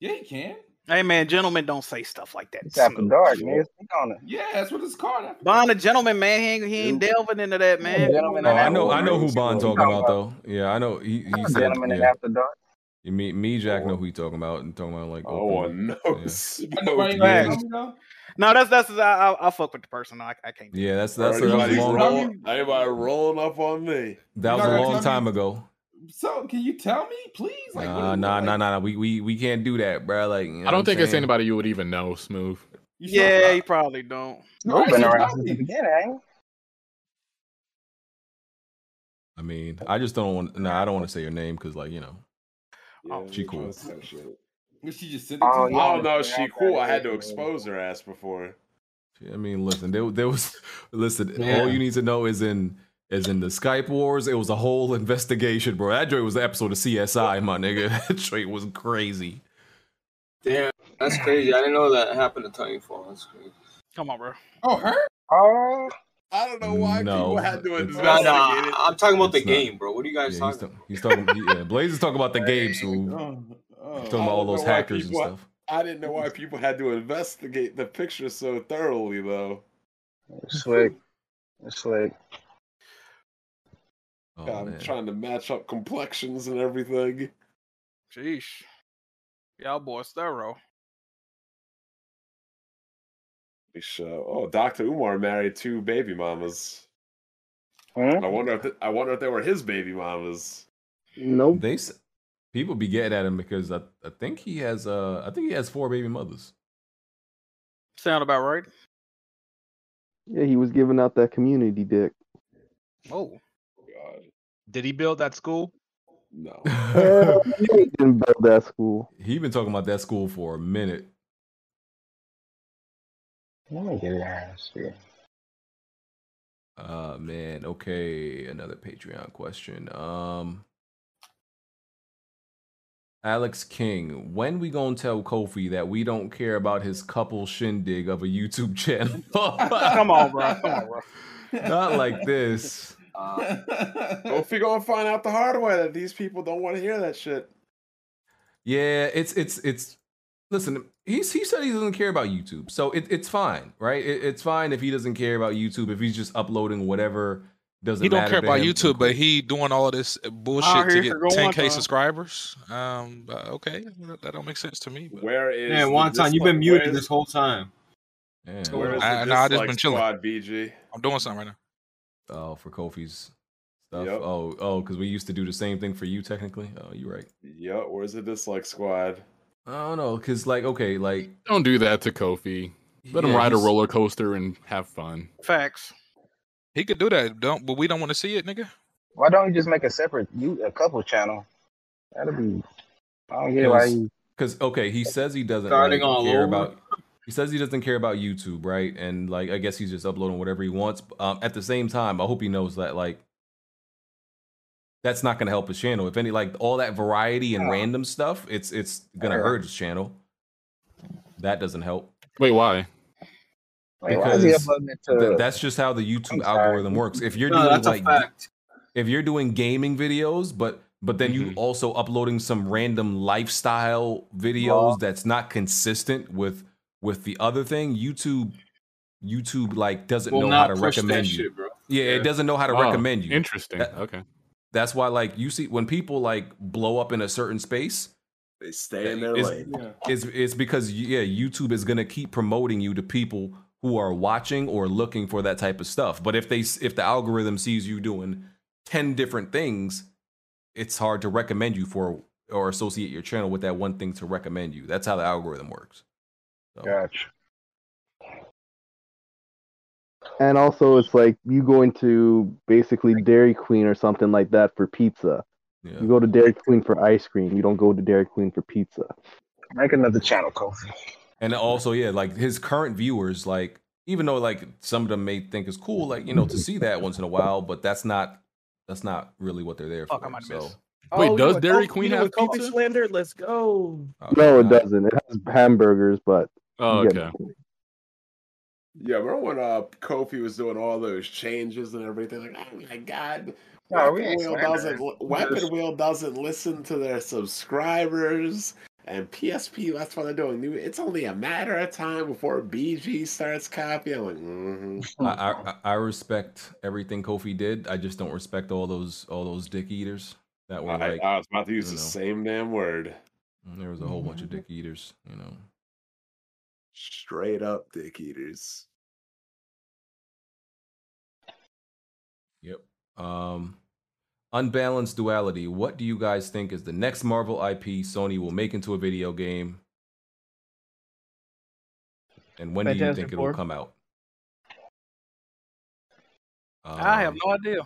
Yeah, you can.
Hey man, gentlemen don't say stuff like that.
It's after dark, man. Speak on it.
Yeah, that's what it's called.
Bond a gentleman, man. He ain't, he ain't delving into that, man.
Gentlemen
Oh,
in
I
after
know I know
dark.
who Bond
Speak
talking
on
about
it.
though. Yeah, I know he, he said,
Gentlemen in
yeah.
after dark.
You me me Jack know who he talking about and talking about like
Oh,
open-
no. smoke.
Yeah.
No, that's that's I, I, I fuck with the person. I, I can't.
Yeah, that's that's, that was
Everybody's
a long
rolling- everybody rolling up on me.
that was a long time ago.
So, can you tell me, please? Like,
Nah, nah, nah, nah, nah. We we we can't do that, bro. Like you know
I
what
don't
I'm
think it's
saying?
anybody you would even know, Smooth.
Yeah, he probably don't.
You've been around
since
the beginning, ain't you?
I mean, I just don't want. Nah, I don't want to say your name because like you know, she cool.
She just
said
it
to
oh,
you?
oh no, she cool. I had to expose her ass before.
I mean, listen, there, there was listen.
Yeah.
All you need to know is in is in the Skype wars. It was a whole investigation, bro. That joint was an episode of CSI, my nigga. That joint was crazy.
Damn, that's crazy. I didn't know that happened to Titanfall. That's crazy.
Come on, bro.
Oh, her?
Oh,
I don't
Mm.
know
why No, people
had to
it's-
No, no,
investigate it.
I'm talking about the
It's not-
game, bro. What are you guys
Yeah, he's,
talking?
ta- he's talking. yeah, Blaze is talking about the game, so talking about all those hackers and stuff.
I didn't know why people had to investigate the picture so thoroughly, though.
Slick. It's like
Oh.
I'm
Oh, man.
trying to match up complexions and everything.
Sheesh. Y'all boys thorough.
We show. Oh, Doctor Umar married two baby mamas. I wonder if th- I wonder if they were his baby mamas.
Nope.
They s- people be getting at him because I, I think he has uh I think he has four baby mothers.
Sound about right.
Yeah, he was giving out that community dick.
Oh.
God.
Did he build that school?
No.
Hell, he didn't build that school.
He been talking about that school for a minute.
Let me get it ass.
Uh man, okay, another Patreon question. Um Alex King, when we gonna tell Kofi that we don't care about his couple shindig of a YouTube channel?
Come on, bro. Come on, bro.
Not like this.
Well, if you're gonna find out the hard way that these people don't want to hear that shit,
Yeah, it's it's it's. Listen, he's he said he doesn't care about YouTube, so it, it's fine, right? It, it's fine if he doesn't care about YouTube if he's just uploading whatever doesn't.
he don't
matter
care
to
about
him.
YouTube, but he doing all this bullshit
Out
to
here
get
for going,
10k
bro.
subscribers. Um, uh, okay, that- that don't make sense to me. But.
where is
Man,
the
Wonton, you've been
dislike-
muted
where is-
this
whole time.
Where is
I, nah,
the
I just
dislike
been chilling.
squad, BG?
I'm doing something right now.
Oh, for Kofi's stuff. Oh, oh, because we used to do the same thing for you technically. Oh, you're right.
Yep, where's the dislike squad?
I don't know, cause like okay, like
Don't do that to Kofi. Let him
Yeah,
ride a
he's-
roller coaster and have fun.
Facts.
He could do that, don't? But we don't want to see it, nigga.
Why don't you just make a separate you a couple channel? That'll be. I don't get Oh, why. You,
because okay, he says he doesn't
Starting
like,
all
care
over?
about. He says he doesn't care about YouTube, right? And like, I guess he's just uploading whatever he wants. Um, at the same time, I hope he knows that like, that's not gonna help his channel. If any, like all that variety and random stuff, it's it's gonna
Yeah.
hurt his channel. That doesn't help.
Wait, why?
Like, why is he
Because
uploading it
th-
to-
that's just how the YouTube algorithm works. If you're
No,
doing
that's a
like, if you're doing gaming videos, but but then you
Mm-hmm.
also uploading some random lifestyle videos
Raw.
that's not consistent with with the other thing, YouTube YouTube like doesn't
Will
know
not
how to
push that
recommend you.
shit, bro.
Yeah, it
Yeah.
doesn't know how to
Oh,
recommend you.
interesting.
okay. That's why like you see when people like blow up in a certain space,
They stay in their
it's,
lane.
it's it's because yeah, YouTube is gonna keep promoting you to people who are watching or looking for that type of stuff. But if they s- if the algorithm sees you doing ten different things, it's hard to recommend you for or associate your channel with that one thing to recommend you. That's how the algorithm works.
Gotcha.
And also, it's like you go into basically Dairy Queen or something like that for pizza.
Yeah.
You go to Dairy Queen for ice cream. You don't go to Dairy Queen for pizza.
make another channel, Kofi.
And also, yeah, like his current viewers, like even though like some of them may think it's cool, like you know, to see that once in a while, but that's not that's not really what they're there for. so.
Oh,
Wait, does
Oh, you a
Dairy
Kofi-
Queen
you
have
a Kofi
pizza?
Slander? Let's go.
no, it doesn't. It has hamburgers, but
Oh,
you get
okay.
it.
Yeah, remember when uh, Kofi was doing all those changes and everything? Like, oh my god,
No, we
Weapon
ain't
Wheel
slandering.
doesn't.
We
Weapon
just-
Wheel doesn't listen to their subscribers. And PSP, that's why they're doing new. It's only a matter of time before BG starts copying. I'm like,
I,
mm-hmm.
I I- I respect everything Kofi did. I just don't respect all those all those dick eaters that were
I,
like
I was about to use
you
the
know.
same damn word.
Mm, There was a whole bunch of
Mm-hmm.
dick eaters, you know.
Straight up dick eaters.
Yep. Um, unbalanced duality. What do you guys think is the next Marvel IP Sony will make into a video game? And when do you
Fantastic
think it'll
Four.
come out? Um,
Ah.
I
Um,
have no idea.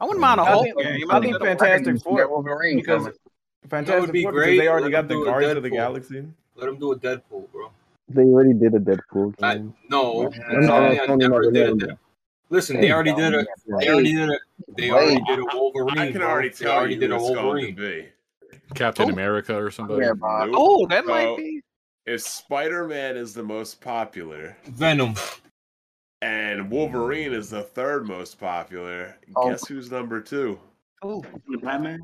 I wouldn't mind a
I
whole
think-
game.
I
I
think
think
Fantastic
Fantastic
Four-
Four.
Wolverine
because
coming.
That would
Fantastic
be
Four,
great.
because they already
Let
got
them
the
do a
Guardians of the
Deadpool.
Galaxy.
Let him do a Deadpool, bro.
They already did a Deadpool game.
Oh,
No,
Oh,
No, no,
Sony
no,
never
no,
did a
no, no.
Deadpool. Listen, they already did a. They already did a. They already did a Wolverine.
I can
bro.
already
They
tell
already
you
did a
who it's going
Wolverine.
to be.
Captain
Oh.
America or somebody.
Nope.
Oh, that might
So,
be-
If Spider Man is the most popular,
Venom.
and Wolverine is the third most popular,
Oh.
guess who's number two?
Oh,
Batman.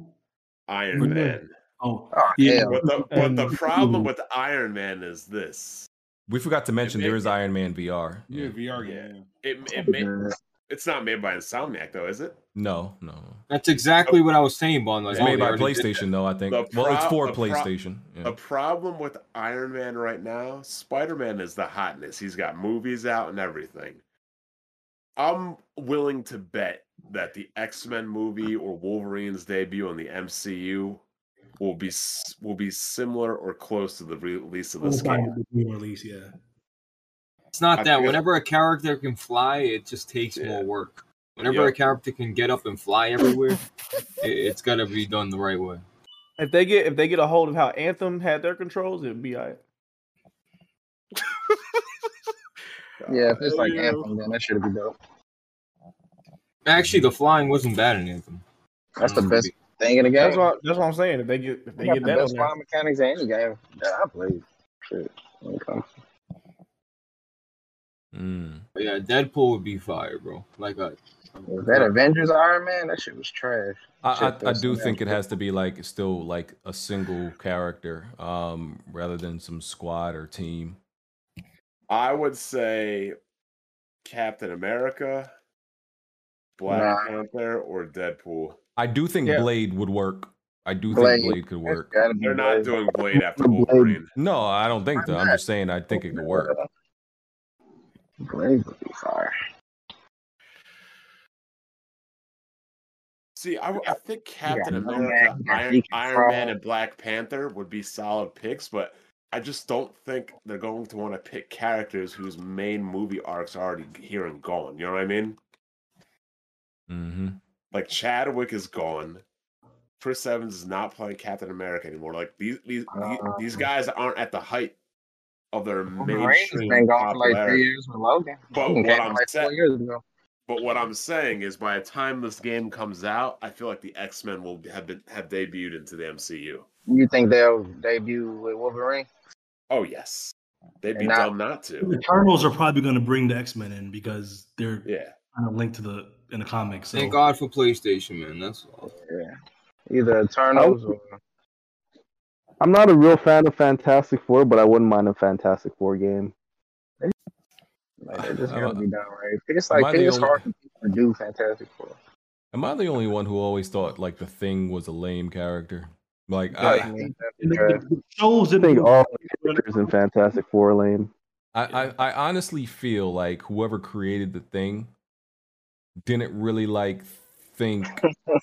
Iron
But no.
Man.
Oh,
yeah. But the, but the
And-
problem with Iron Man is this:
We forgot to mention there is Iron Man VR.
Yeah, VR game.
it it, ma- It's not made by Insomniac, though, is it?
No, no.
That's exactly what I was saying, Bon. Like,
It's
oh,
made
they
by
already did
PlayStation,
that.
though. I think.
The
well, it's
pro-
for
the pro-
PlayStation. yeah.
The problem with Iron Man right now, Spider Man is the hotness. He's got movies out and everything. I'm willing to bet that the X Men movie or Wolverine's debut on the MCU will be s- will be similar or close to the re- release of this game.
release, yeah.
It's not
I
that.
think it-
Whenever a character can fly, it just takes more work. Whenever
Yeah.
a character can get up and fly everywhere, it, it's got to be done the right way.
If they get if they get a hold of how Anthem had their controls, it'd be all right.
Yeah, if it's like Anthem, then that should be dope.
Actually, the flying wasn't bad in Anthem. Mm.
That's the best thing in the game.
That's what that's what I'm saying. If they get if they
Oh. They got the
get that on
best
there,
fly mechanics in any game that I played. Shit. Okay.
Hmm.
But yeah, Deadpool would be fire, bro. Like
uh,
a,
Was that Avengers Iron Man? That shit was trash.
I,
Shit,
I, I
that's-
do think it has to be like still like a single character, um, rather than some squad or team.
I would say Captain America, Black
Nah.
Panther, or Deadpool.
I do think
Yeah.
Blade would work. I do
Blade.
think Blade could work.
gotta be They're not Blade. doing Blade after Wolverine.
No, I don't think so. I'm just saying I think it could work.
Blade would be fire.
See, I, w- I think Captain
no
America,
man, yeah,
Iron,
he can
Iron Man,
crawl.
and Black Panther would be solid picks, but I just don't think they're going to want to pick characters whose main movie arcs are already here and gone. You know what I mean?
Mm-hmm.
Like Chadwick is gone. Chris Evans is not playing Captain America anymore. Like these these these,
Uh-uh.
these guys aren't at the height of their
Wolverine's
mainstream
been gone for like three
popularity.
years with Logan.
But
Logan
what
came out
I'm
like
sa-
four years ago.
But what I'm saying is, by the time this game comes out, I feel like the X Men will have been have debuted into the MCU.
You think they'll debut with Wolverine?
Oh yes, they'd be
And not-
dumb not to.
The Eternals are probably going to bring the X Men in because they're
yeah
kind of linked to the in the comics. So
Thank God for PlayStation, man. That's all.
Yeah. Oh. Either Eternals or
I'm not a real fan of Fantastic Four, but I wouldn't mind a Fantastic Four game.
like, they just
Uh,
gotta be done right. It's
am
like
I the
it's
only-
hard for people to do Fantastic Four.
Am I the only one who always thought like the Thing was a lame character? Like
I
I,
mean, that's trash.
shows
I think all the characters in Fantastic Four are lame.
I, I, I honestly feel like whoever created the Thing didn't really like think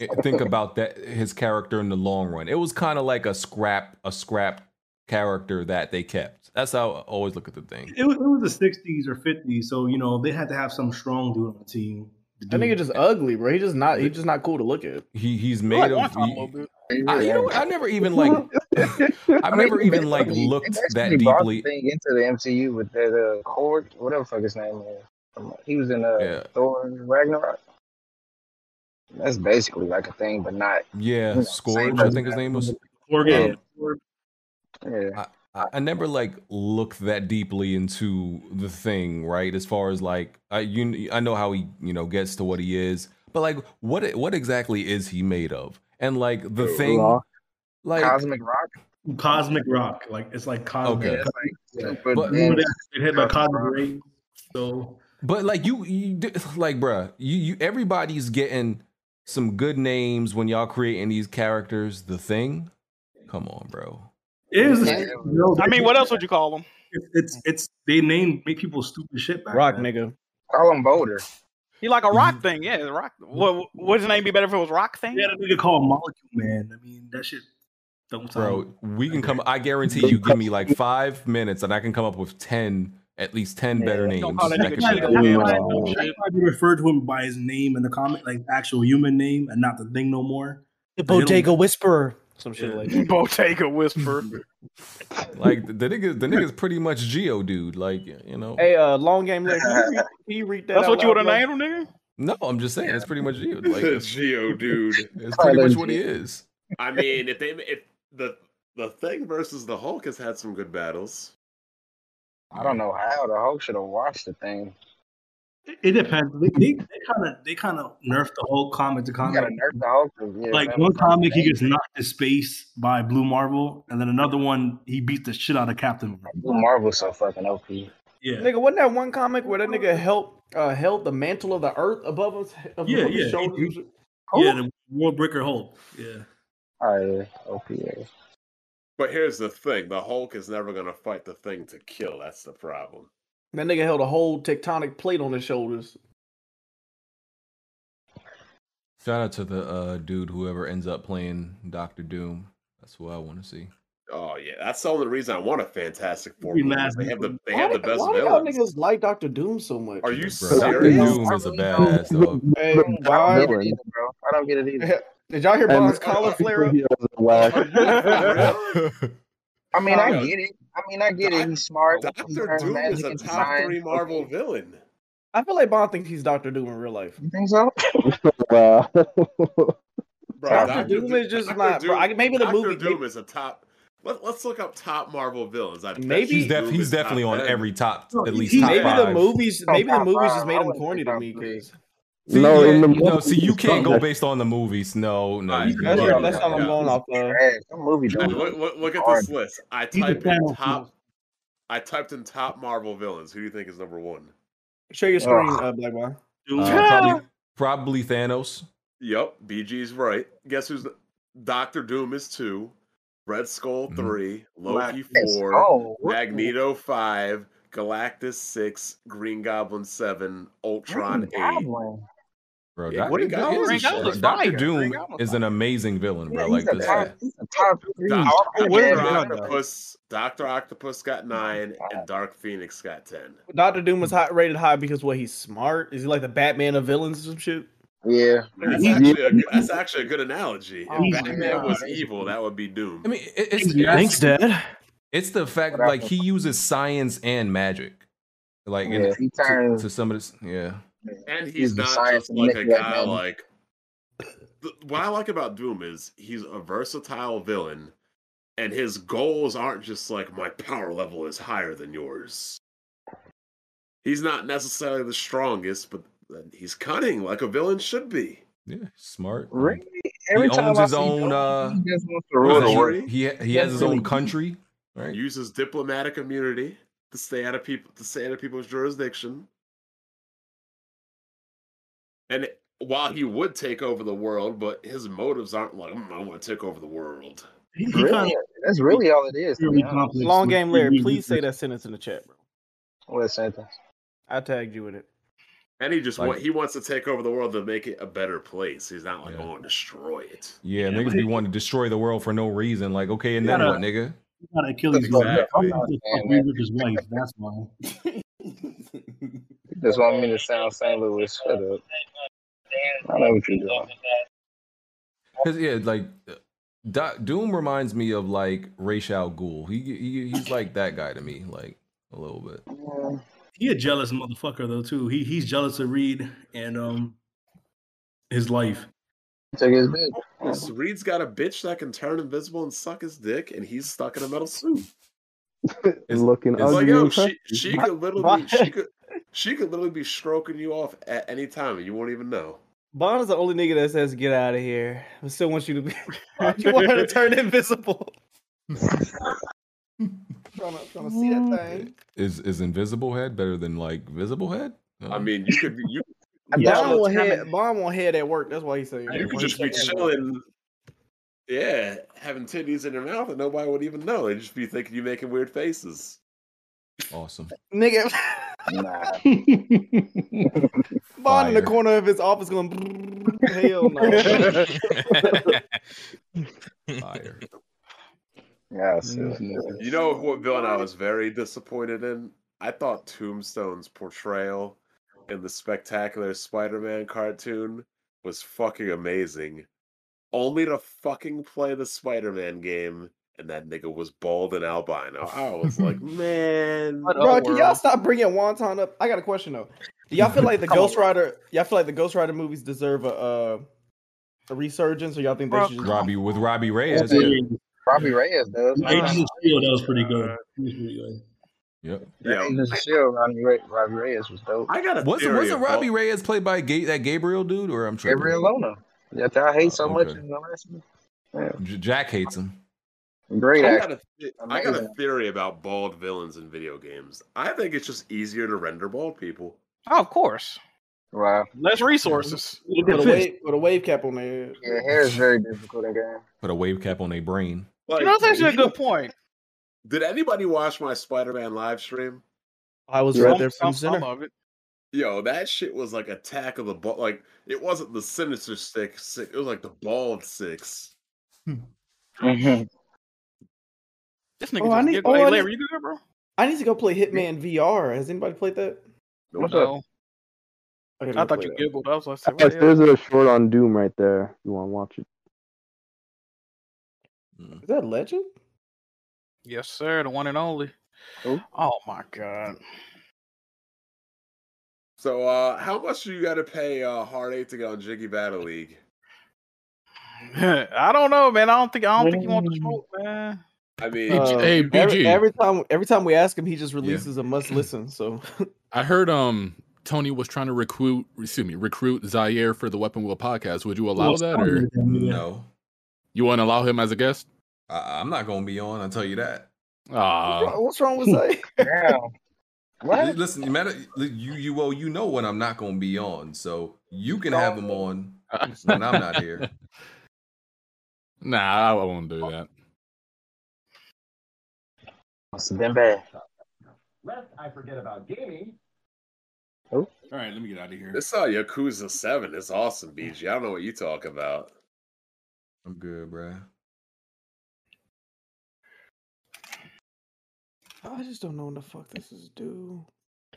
eh, think about that his character in the long run. It was kind of like a scrap a scrap character that they kept. That's how I always look at the Thing.
it, was- it was the '60s or '50s, so you know they had to have some strong dude on the team.
that nigga just ugly, bro. He just not he just not cool to look at.
He he's made
like
of.
Wonton
he- I, you know what? I never even like. I've never even like
Basically-
looked
they
that
basically brought the
deeply.
Thing into the MCU with the, the Korg, whatever the fuck his name is. He was in uh, Thor Ragnarok. That's basically like a thing, but not.
Yeah, Scourge. I think his name was. Oh,
Korg.
I, I- I never like looked that deeply into the thing, right? As far as like I you I know how he you know gets to what he is, but like what what exactly is he made of? And like the thing,
rock.
like
Cosmic Rock.
Cosmic Rock, like it's like cosmic.
Okay.
Yeah.
But-
Remember that? it hit like cosmic rays. So
But like you, you d- like bruh, you, you everybody's getting some good names when y'all creating these characters. The thing, come on, bro.
it is.
Yeah.
I mean, what else would you call them?
It's it's, it's they name make people stupid shit. Back
Rock,
then.
nigga.
Call him Boulder.
You like a
Mm-hmm.
rock thing, yeah. it's a Rock. What would his name be better if it was rock thing?
Yeah, that nigga called Molecule Man. I mean, that shit. Don't sound-
Bro, we can come. I guarantee you, give me like five minutes, and I can come up with ten, at least ten better names.
Don't call that
that
nigga
could
Chad.
fit.
That's why-
uh,
that's why we refer to him by his name in the comic, like actual human name, and not the thing no more.
The
They don't-
Bodega Whisperer. Some shit like that.
Bodega Whisperer.
Like the nigga, the nigga's pretty much Geo dude. Like you know,
Hey, uh, long game later. Can you read, can you read that?
That's
out
what you
loud,
would have
bro?
named him, nigga.
no, I'm just saying it's pretty much Geo. Like it's,
Geo dude.
it's pretty much what he is.
I mean, if they if the the thing versus the Hulk has had some good battles.
I don't know how the Hulk should have watched the thing.
It depends. They they kind of they kind of nerfed the whole comic to comic.
gotta nerf the Hulk. to- yeah,
like
that
one
was like
comic, he
the
gets knocked to space by Blue Marvel, and then another one, he beats the shit out of Captain Marvel.
Blue Marvel's so fucking OP.
Yeah.
Nigga, wasn't that one comic where that nigga held uh, held the mantle of the earth above his, above
Yeah,
his
yeah.
shoulders?
Yeah, the World Breaker Hulk. Yeah.
All right, OPA.
But here's the thing: the Hulk is never going to fight the Thing to kill. That's the problem.
That nigga held a whole tectonic plate on his shoulders.
Shout out to the uh, dude whoever ends up playing Doctor Doom. That's what I want to see.
Oh yeah, that's the only reason I want a Fantastic Four.
We
movie,
laugh.
They have the they
Why
have
do-
the best
why do y'all
villains.
niggas like Doctor Doom so much?
Are you
Bro, Doctor
serious?
Doom is a badass dog.
Hey,
I don't get
Bond.
it either, bro. I don't get it either.
Did y'all hear
And-
Bond's collar flare up?
He was whack.
I mean, I
Doctor-
get it. I mean, I get it. He's smart. He
Doctor
learns
Doom
magic
is a
and
top
science.
three Marvel villain.
I feel like Bond thinks he's Doctor Doom in real life.
You think so?
Wow.
Doctor Doom is just
Doctor
not. bro,
Doom-
I, maybe the
Doctor
movie.
Doom is a top. Let, let's look up top Marvel villains. I bet
Maybe-
you
He's, def-
Doom
he's
is top
definitely on
10.
every top, at least
maybe
top
the
five.
movies. Maybe the
Top
movies
Oh, five.
just
I
made him
wouldn't
corny
say
to
top
me because
See,
No,
yeah,
in the
you know,
movie,
see, you
it's
can't go
not-
based on the movies. No, no,
Alright,
you
that's
can't
all-
do
that's
that.
all I'm
Yeah.
going
off
Trash. That movie
Look,
don't.
look, look- look at
Hard.
this list. I
He's a
typed in
Thanos
top. I typed in top Marvel villains. Who do you think is number one?
Share your screen,
Ugh.
uh, Black Bond.
Uh, probably, probably Thanos.
Yep, BG's right. Guess who's Doctor Doom is two, Red Skull
Mm-hmm.
three, Loki
Let's
four,
go.
Magneto five, Galactus six, Green Goblin seven, Ultron eight.
Bro,
Yeah,
Doctor
Green
Doom,
Goblin's a shit.
Doctor
Doctor
Doom
Green Goblin's
is an amazing villain, bro.
Yeah,
like
he's a
this.
top-
He's a top three.
Doctor,
Marvel
Doctor
villain.
Octopus, Doctor Octopus got nine, and Dark Phoenix got ten.
Doctor Doom was high, rated high because what? He's smart. Is he like the Batman of villains or some shit?
Yeah.
That's actually a good, that's actually a good analogy.
Oh my
If Batman
God.
was evil, that would be Doom.
I mean, it- it's,
Thanks,
Dad. It's the fact like he uses science and magic, like in-
Yeah,
to,
he turns-
to some of this. Yeah,
and he's,
He's the
not
science
just like a
Nick
guy
Redman.
like. Th- What I like about Doom is he's a versatile villain, and his goals aren't just like my power level is higher than yours. He's not necessarily the strongest, but he's cunning like a villain should be.
yeah, smart.
Really?
He
Every time
owns
I
his
see
own.
Doom,
Uh,
he just wants to
what
rule the
is
world.
it? he he, he
That's
has his
really
own country. Right.
Uses diplomatic immunity to stay out of people to stay out of people's jurisdiction. And while he would take over the world, but his motives aren't like "Mm, I want to take over the world.
Really? That's really all it is. to be honest.
Long game, Larry. Please say that sentence in the chat, bro.
What sentence?
I tagged you in it.
And he just
Like-
want, he wants to take over the world to make it a better place. He's not like, oh, destroy it.
Yeah, niggas be wanting to destroy the world for no reason. Like, okay, and then
Yeah.
what, nigga?
Not Achilles'
Exactly.
exactly. I'm
Yeah,
not the fuck
man.
we with his wife. That's why.
You just want me to sound St. Louis. Shut up. I know what you're doing.
Because yeah, like Doc, Doom reminds me of like Ra's al Ghul. He, he he's like that guy to me, like a little bit.
He a jealous motherfucker though too. He he's jealous of Reed and um his life.
Take his bitch.
This Reed's got a bitch that can turn invisible and suck his dick, and he's stuck in a metal suit.
It's looking
It's like,
ugly.
yo,
and
she,
crusty.
she could literally she could she could literally be stroking you off at any time, and you won't even know.
Bond is the only nigga that says "get out of here," but still wants you to be. you want her to turn invisible. trying, to, trying to see that thing.
Is is Invisible Head better than like Visible Head? Uh,
I mean, you could you
Bond won't head. Bond won't head at work. That's why he's saying.
you could just be chilling, yeah, having titties in your mouth, and nobody would even know. They'd just be thinking you're making weird faces.
Awesome.
Nigga, Bond in the corner of his office going. "Brrr, Hell no.
Fire.
Yes.
You know what villain I was very disappointed in? I thought Tombstone's portrayal in the spectacular Spider-Man cartoon was fucking amazing. Only to fucking play the Spider-Man game, and that nigga was bald and albino. I was like, man,
Bro, can y'all stop bringing wonton up? I got a question though. Do y'all feel like the
Come
Ghost
on.
Rider? Y'all feel like the Ghost Rider movies deserve a uh, a resurgence, or y'all think they should? Just...
Robbie with Robbie Reyes.
Yeah.
Yeah.
Robbie Reyes does.
Agents of
S.H.I.E.L.D., that was pretty good. He was pretty good.
Yep.
Yeah.
Agents of S.H.I.E.L.D., Robbie, Re- Robbie Reyes was dope.
I got
Was was it Robbie Reyes played by Ga- that Gabriel dude, or I'm tripping?
Gabriel Luna. That I hate so
Okay.
much. in the last one.
J- Jack hates him.
Great
I
actor.
got, a th- I got a
Amazing.
theory about bald villains in video games. I think it's just easier to render bald people.
Oh, of course.
Wow.
Less
Mm-hmm.
resources.
Put a, wave, put a wave cap on there.
Yeah, hair is very difficult in game.
Put a wave cap on their brain.
you know, that's actually a good point.
Did anybody watch my Spider-Man live stream?
I was
You're
right
right
there
there
from
Some
center.
of it.
Yo, that shit was like attack of the ball. Like it wasn't the sinister six. six it was like the bald six.
This nigga
Oh, I
just
need-
giggled.
oh,
Hey,
I
Larry,
need-
you good, bro?
I need to go play Hitman VR. Has anybody played that?
What's No. up?
I, gotta
I
go
thought
play
you
that.
giggled. I was like, what
Yes,
the
there's
hell?
a short on Doom right there. You want to watch it?
Is that Legend?
Yes, sir. The one and only. Oh my god.
So, uh, how much do you got to pay uh, Heartache to get on Jiggy Battle League?
I don't know, man. I don't think I don't think you
Mm.
want the smoke, man.
I mean,
Uh, every, every time, every time we ask him, he just releases a must listen. So
I heard um Tony was trying to recruit excuse me recruit Zaire for the Weapon Wheel podcast. Would you allow
Well,
that
Tony
or
didn't, yeah. No.
You wouldn't allow him as a guest?
I, I'm not gonna be on. I'll tell you that. Uh,
Ah,
what's wrong with Zay?
What? Listen, you matter you you well you know when I'm not gonna be on, so you can
Oh.
have him on when I'm not here.
nah, I won't do that.
Lest I forget about gaming.
All right, let me get out of here. This saw Yakuza Seven. It's awesome, BG. I don't know what you talk about.
I'm good, bruh.
I just don't know what the fuck this is due.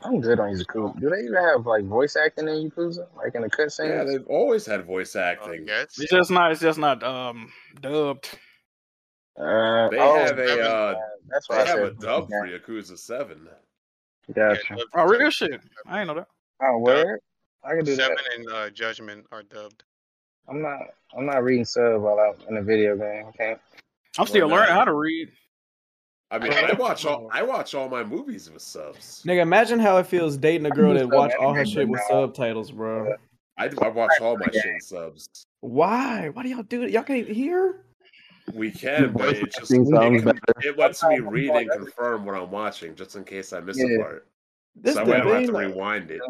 I'm good on Yakuza. Do they even have like voice acting in Yakuza? Like in the cutscenes?
Yeah, they've always had voice acting.
It's just not. It's just not um dubbed.
Uh,
They
oh,
have a uh,
that's
they
why I
have
said
a dub for Yakuza Seven.
Gotcha.
Oh, real shit. I ain't know that.
Oh, where? I can do
Seven
that.
and uh, Judgment are dubbed.
I'm not. I'm not reading sub while I'm in a video game. I can't.
I'm still learning how to read.
I mean, I watch all I watch all my movies with subs.
Nigga, imagine how it feels dating a girl that
just
watch
don't
all her
remember
shit with
now.
subtitles, bro.
I, I watch all my shit with subs.
Why? Why do y'all do it? Y'all can't hear?
We can, but it just
Think sounds
it,
better.
it lets me read and confirm what I'm watching, just in case I miss a
Yeah.
part.
This
so that
the
way I don't have
thing,
to
like-
rewind it.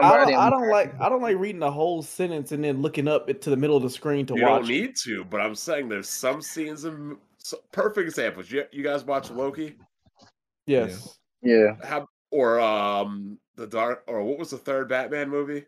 I don't, I don't like I don't like reading the whole sentence and then looking up it to the middle of the screen to
You
watch.
don't need to, but I'm saying there's some scenes in so, perfect examples. You, you guys watch Loki?
Yes.
Yeah.
How, or um the dark or what was the third Batman movie?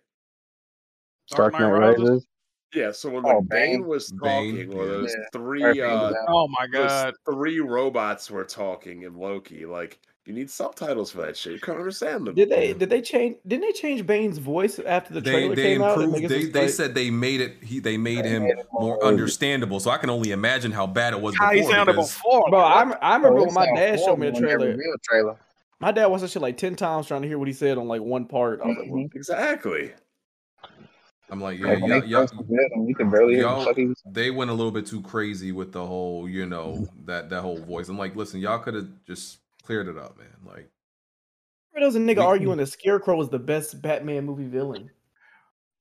Dark Knight Rises.
Yeah, so when
Oh,
like Bane,
Bane.
was
Bane,
talking, or
yeah.
those
Yeah.
three,
Perfect
uh,
example. Oh my
those
God.
three robots were talking in Loki. Like you need subtitles for that shit. You can't understand them.
Did they did they change didn't they change Bane's voice after the
They
trailer
they
came out? and
improved.
niggas
They
was
they
like-
said they made it. He they made him
made it
more understandable. So I can only imagine how bad it was.
How he
before,
sounded
because-
Bro, I, rem- I remember
Oh, it
when my
sound
dad showed me
horrible
the
in every
trailer.
real
trailer.
My dad watched that shit like ten times trying to hear what he said on like one part. I was like, well,
exactly.
I'm like, yeah,
Like, when
yeah,
they
yeah.
first did 'em, you could barely hear the
Y'all-
fuck he
They went a little bit too crazy with the whole, you know,
Mm-hmm.
that that whole voice. I'm like, listen, y'all could have just cleared it up, man. Like,
There was a nigga arguing that Scarecrow was the best Batman movie villain.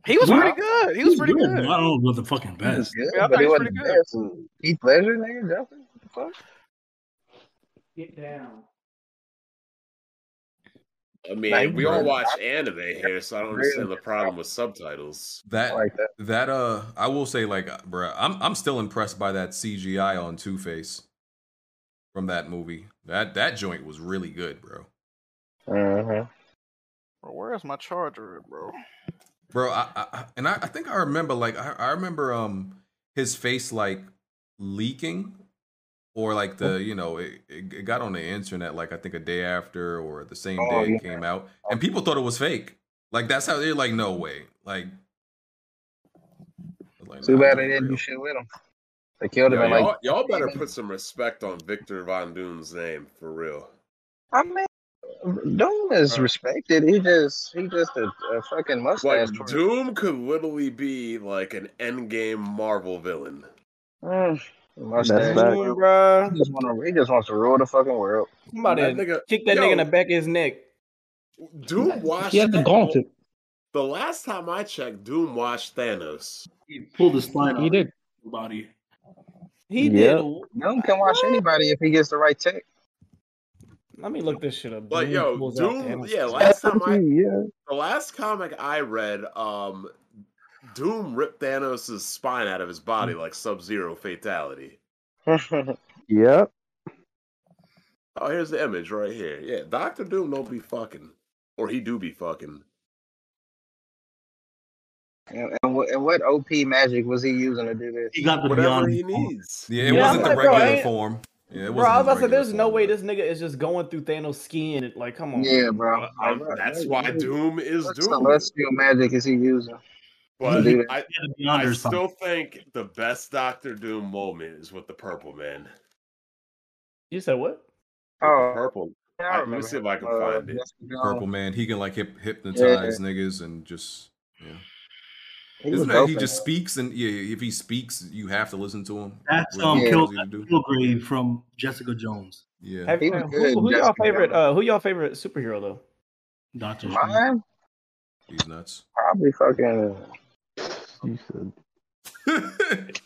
He was
What?
pretty good. He was pretty good.
I don't know about the fucking best.
Good,
Yeah, I
but
thought
it
he was
wasn't
pretty
bad. Heath Ledger, nigga, definitely. What
Get down.
I mean,
Like,
we all
bro.
watch anime here, so I don't understand the problem with subtitles.
that, that uh I will say like uh, bruh, I'm I'm still impressed by that CGI on Two Face from that movie. That that joint was really good, bro.
Mm-hmm.
Bro, where's my charger, at, bro?
Bro, I, I I- and I, I think I remember like I, I remember um his face like leaking or like the you know it, it it got on the internet like I think a day after or the same
Oh,
day
yeah.
it came out and people thought it was fake. Like that's how they're like no way. Like, like
Too
nah,
bad
it's
they
not
didn't
real.
do shit with him. They killed him.
Yo,
in, like,
y'all, y'all better put some respect on Victor Von Doom's name for real.
I mean, Doom is respected. He just, he just a, a fucking mustache.
Like Doom could literally be like an endgame Marvel villain.
Mm,
That's
mustache.
fact.
Doom, bruh.
He just want to, he just wants to rule the fucking world.
Somebody kick that nigga in the back of his neck.
Doom washed.
He had the
Thanos-
gauntlet.
The last time I checked, Doom washed Thanos.
Pulled his spine.
He
out of
did.
his Body.
He did.
Doom can watch anybody if he gets the right tech.
Let me look this shit up.
But
Doom
yo,
pulls out the
Doom.
Amazon.
Yeah, last time I
yeah.
the last comic I read, um, Doom ripped Thanos' spine out of his body like Sub Zero fatality.
Yep.
Oh, here's the image right here. Yeah, Doctor Doom don't be fucking, or he do be fucking.
And, and, what, and what OP magic was he using to do this?
He got
the
Whatever he needs.
Yeah, it
Yeah,
wasn't
I'm
the
like, bro,
regular
ain't-
form. Yeah, it
Bro, I
wasn't.
was about to say, there's no way this nigga is just going through Thanos' skin. and- Like, come on.
Yeah, bro.
Um, that's why Doom is
What
Doom.
celestial magic is he using?
But
to do that?
I, I still think the best Doctor Doom moment is with the Purple Man.
You said what?
Oh,
purple.
yeah, I
I- let me
remember.
see if I can
Uh,
find it.
Jessica Jones.
Purple man, he can like hip, hypnotize niggas and just yeah.
He was
Isn't that he
dope,
just
man.
speaks and yeah, if he speaks, you have to listen to him.
That's
What
um,
else
Kill,
is he to do?
Kilgrave from Jessica Jones.
Yeah.
Have-
He was
uh,
good,
who, who y'all
Jessica
favorite?
Jones.
Uh, who y'all favorite superhero though?
Doctor.
Mine
He's nuts.
probably fucking.
You said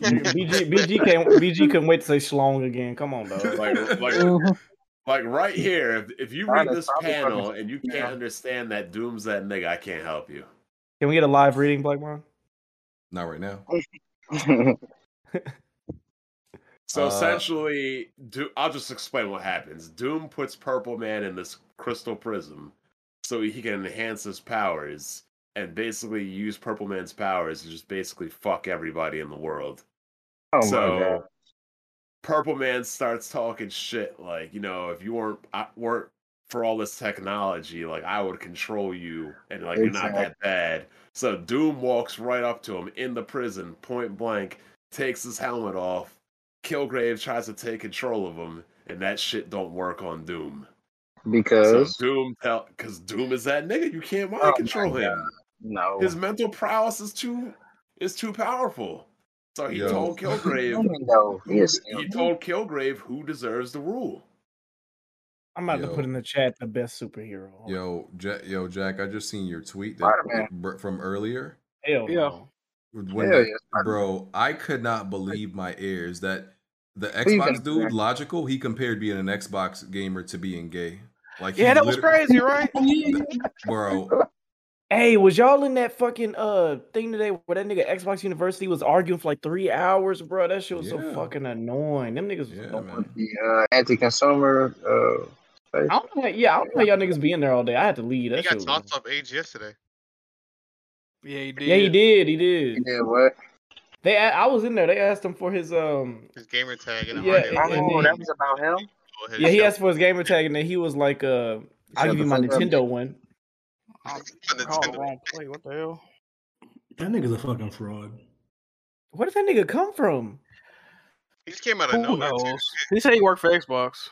BG BG can't BG couldn't wait to say Schlong again. Come on, dog.
Like, like,
Mhm.
like right here, if, if you read
Honest,
this
probably fucking-
panel and you can't understand that Doom's that nigga, I can't help you.
Can we get a live reading, Black Ron?
Not right now.
So
Uh,
essentially, do, I'll just explain what happens. Doom puts Purple Man in this crystal prism so he can enhance his powers and basically use Purple Man's powers to just basically fuck everybody in the world.
Oh my
so
God.
Purple Man starts talking shit like, you know, if you weren't I, weren't for all this technology, like I would control you and like you're not that bad. So Doom walks right up to him in the prison, point blank, takes his helmet off, Kilgrave tries to take control of him, and that shit don't work on Doom.
Because
so Doom tell because Doom is that nigga. You can't mind
Oh my
control him.
No,
His mental prowess is too is too powerful. So he
Yo.
told Kilgrave.
No,
who-
he is still
he told Kilgrave who deserves the rule.
I'm about
Yo.
to put in the chat the best superhero.
Yo, Jack, yo, Jack, I just seen your tweet that,
Spider-Man.
br- from earlier.
Hell
yeah,
no.
when
Hell
the-
yeah,
bro, I could not believe my ears that the
you
Xbox
gonna
dude,
correct?
logical, he compared being an Xbox gamer to being gay. Like, he
Yeah, that was
liter-
crazy, right?
bro.
Hey, was y'all in that fucking uh thing today where that nigga Xbox University was arguing for like three hours, bro? That shit was so fucking annoying. Them niggas was annoying.
the uh, anti-consumer. Uh,
I don't know. how- Yeah, I don't know how y'all niggas be in there all day. I had to leave. That
He
shit.
got
was-
tossed off age yesterday.
Yeah, he
Yeah, he did. He did.
He did what?
They, a- I was in there. They asked him for his um.
His gamer tag and
Yeah, and, and then-
Oh, about him.
yeah. He asked for his gamer tag, and then he was like, "Uh, I'll give you my Nintendo one."
Wait, what the hell?
That nigga's a fucking fraud.
Where did that nigga come from?
He just came out
of nowhere. He said he worked for Xbox.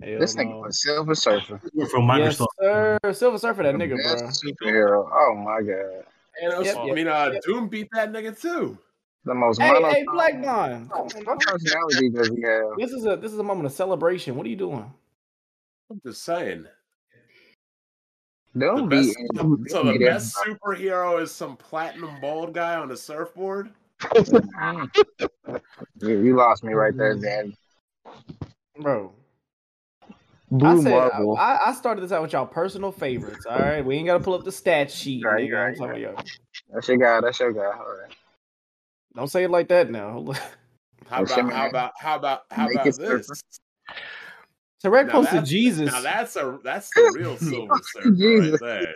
This nigga was Silver Surfer.
from
Microsoft. Sir, Silver Surfer, that nigga, bro.
Superhero. Oh my god.
And it was-
Yep,
I
yep,
mean, uh,
yep.
Doom beat that nigga too.
The most
Hey,
mono-
hey, Black Don. What
personality does he have?
This is a this is a moment of celebration. What are you doing?
I'm just saying.
Don't
The
be.
best- so the best superhero is some platinum bald guy on a surfboard.
You you lost me right
Mm.
there, Dan.
Bro. I
Blue
said I-
Marvel.
I, I started this out with y'all personal favorites. All right, we ain't gotta pull up the stat sheet.
Right,
nigga. I'm
right,
talking about y'all.
That's your guy. That's your guy. All right.
Don't say it like that now.
How
Oh, shit,
about how
man.
about how about how
Make
about
it
this?
surfer.
Tarek
Now
posted
that's-
Jesus.
Now that's a that's the real silver surfer
Jesus.
right there.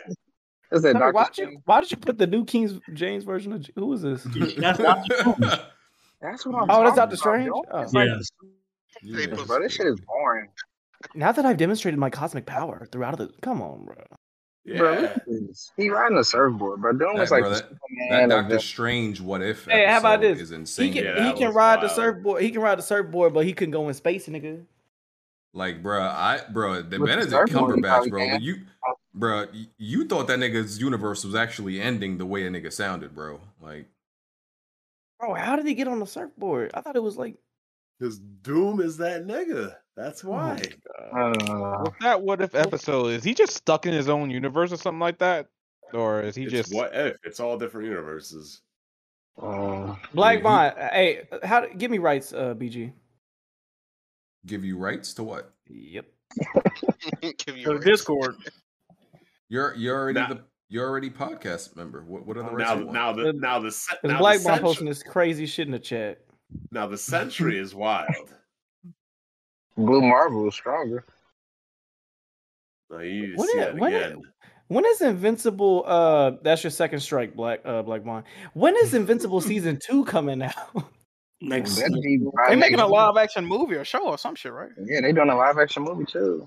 Is
Tarek,
that Dr.
why did you why did you put the new King James version of J- who is this?
That's what I'm
Oh, that's
talking
Doctor Strange.
about,
Oh.
yo. It's like- Bro, this shit is boring.
Now that I've demonstrated my cosmic power throughout the, come on, bro.
Bro, this is- he riding a surfboard, bro. Doom was
That,
like
bro,
the
that, that
Superman of
Doctor
the-
Strange what if
Hey, how about
episode
this?
is
He
insane.
can he can ride the surfboard. He can ride the surfboard, but he couldn't go in space, nigga.
Like, bro, I, bro, the
With the
Benedict
surfboard, he
Cumberbatch,
probably
bro.
can.
You, bro, you thought that nigga's universe was actually ending the way a nigga sounded, bro. Like,
Bro, how did he get on the surfboard? I thought it was like Oh.
Because Doom is that nigga. That's why.
Uh,
What that what if episode is he just stuck in his own universe or something like that, or is he
It's
just
what if? It's all different universes.
Oh.
Black Bond. uh, Hey, how give me rights, uh, BG.
Give you rights to what?
Yep.
Give you rights. Discord.
You're you're already the you're already podcast member. What what are the rights
Uh, Now,
you want?
now the now the se-
Because
now
Black
the
Bond
century,
posting this crazy shit in the chat.
now the century is wild.
Blue Marvel is stronger.
Now you need to
When
see
it-
that
when it-
again.
When is Invincible? Uh, that's your second strike, Black uh, Black Bond. When is Invincible season two coming out?
Next,
They making a live action movie or show or some shit, right?
Yeah, they doing a live action movie too.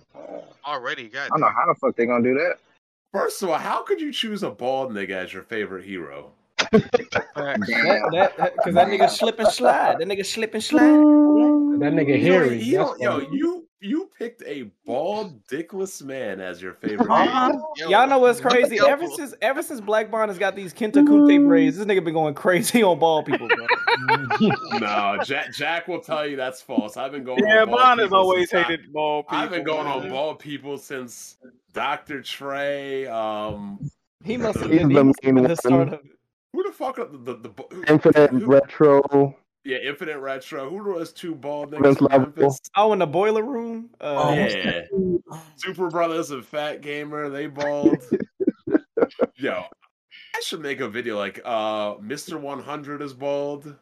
Already,
I
got
don't know how the fuck they gonna do that.
First of all, how could you choose a bald nigga as your favorite hero?
That that because that, nigga slip and slide. That nigga slip and slide.
That
You
nigga
don't-
Harry.
you
that's
don't- yo,
funny.
you you picked a bald, dickless man as your favorite.
Uh-huh.
hero.
Y'all know what's crazy? Ever since ever since Black Bond has got these Kenta
Mm.
Kute braids, this nigga been going crazy on bald people, bro.
no, Jack, Jack will tell you that's false. I've been going.
Yeah,
on bald
Bond has
people
always
since I-
hated bald
I've been
people,
going on
man.
bald people since Doctor Trey. Um,
he
must have been- He's the he must have main been the start one. of
Who the fuck? are The, the, the, bo- who-
Infinite retro.
yeah, Infinite Retro. Who were those two bald niggas?
Prince
from
Level.
Memphis?
Oh, in the boiler room. Uh,
yeah, Super Brothers and Fat Gamer. They bald. Yo, I should make a video like uh Mr. 100 is bald.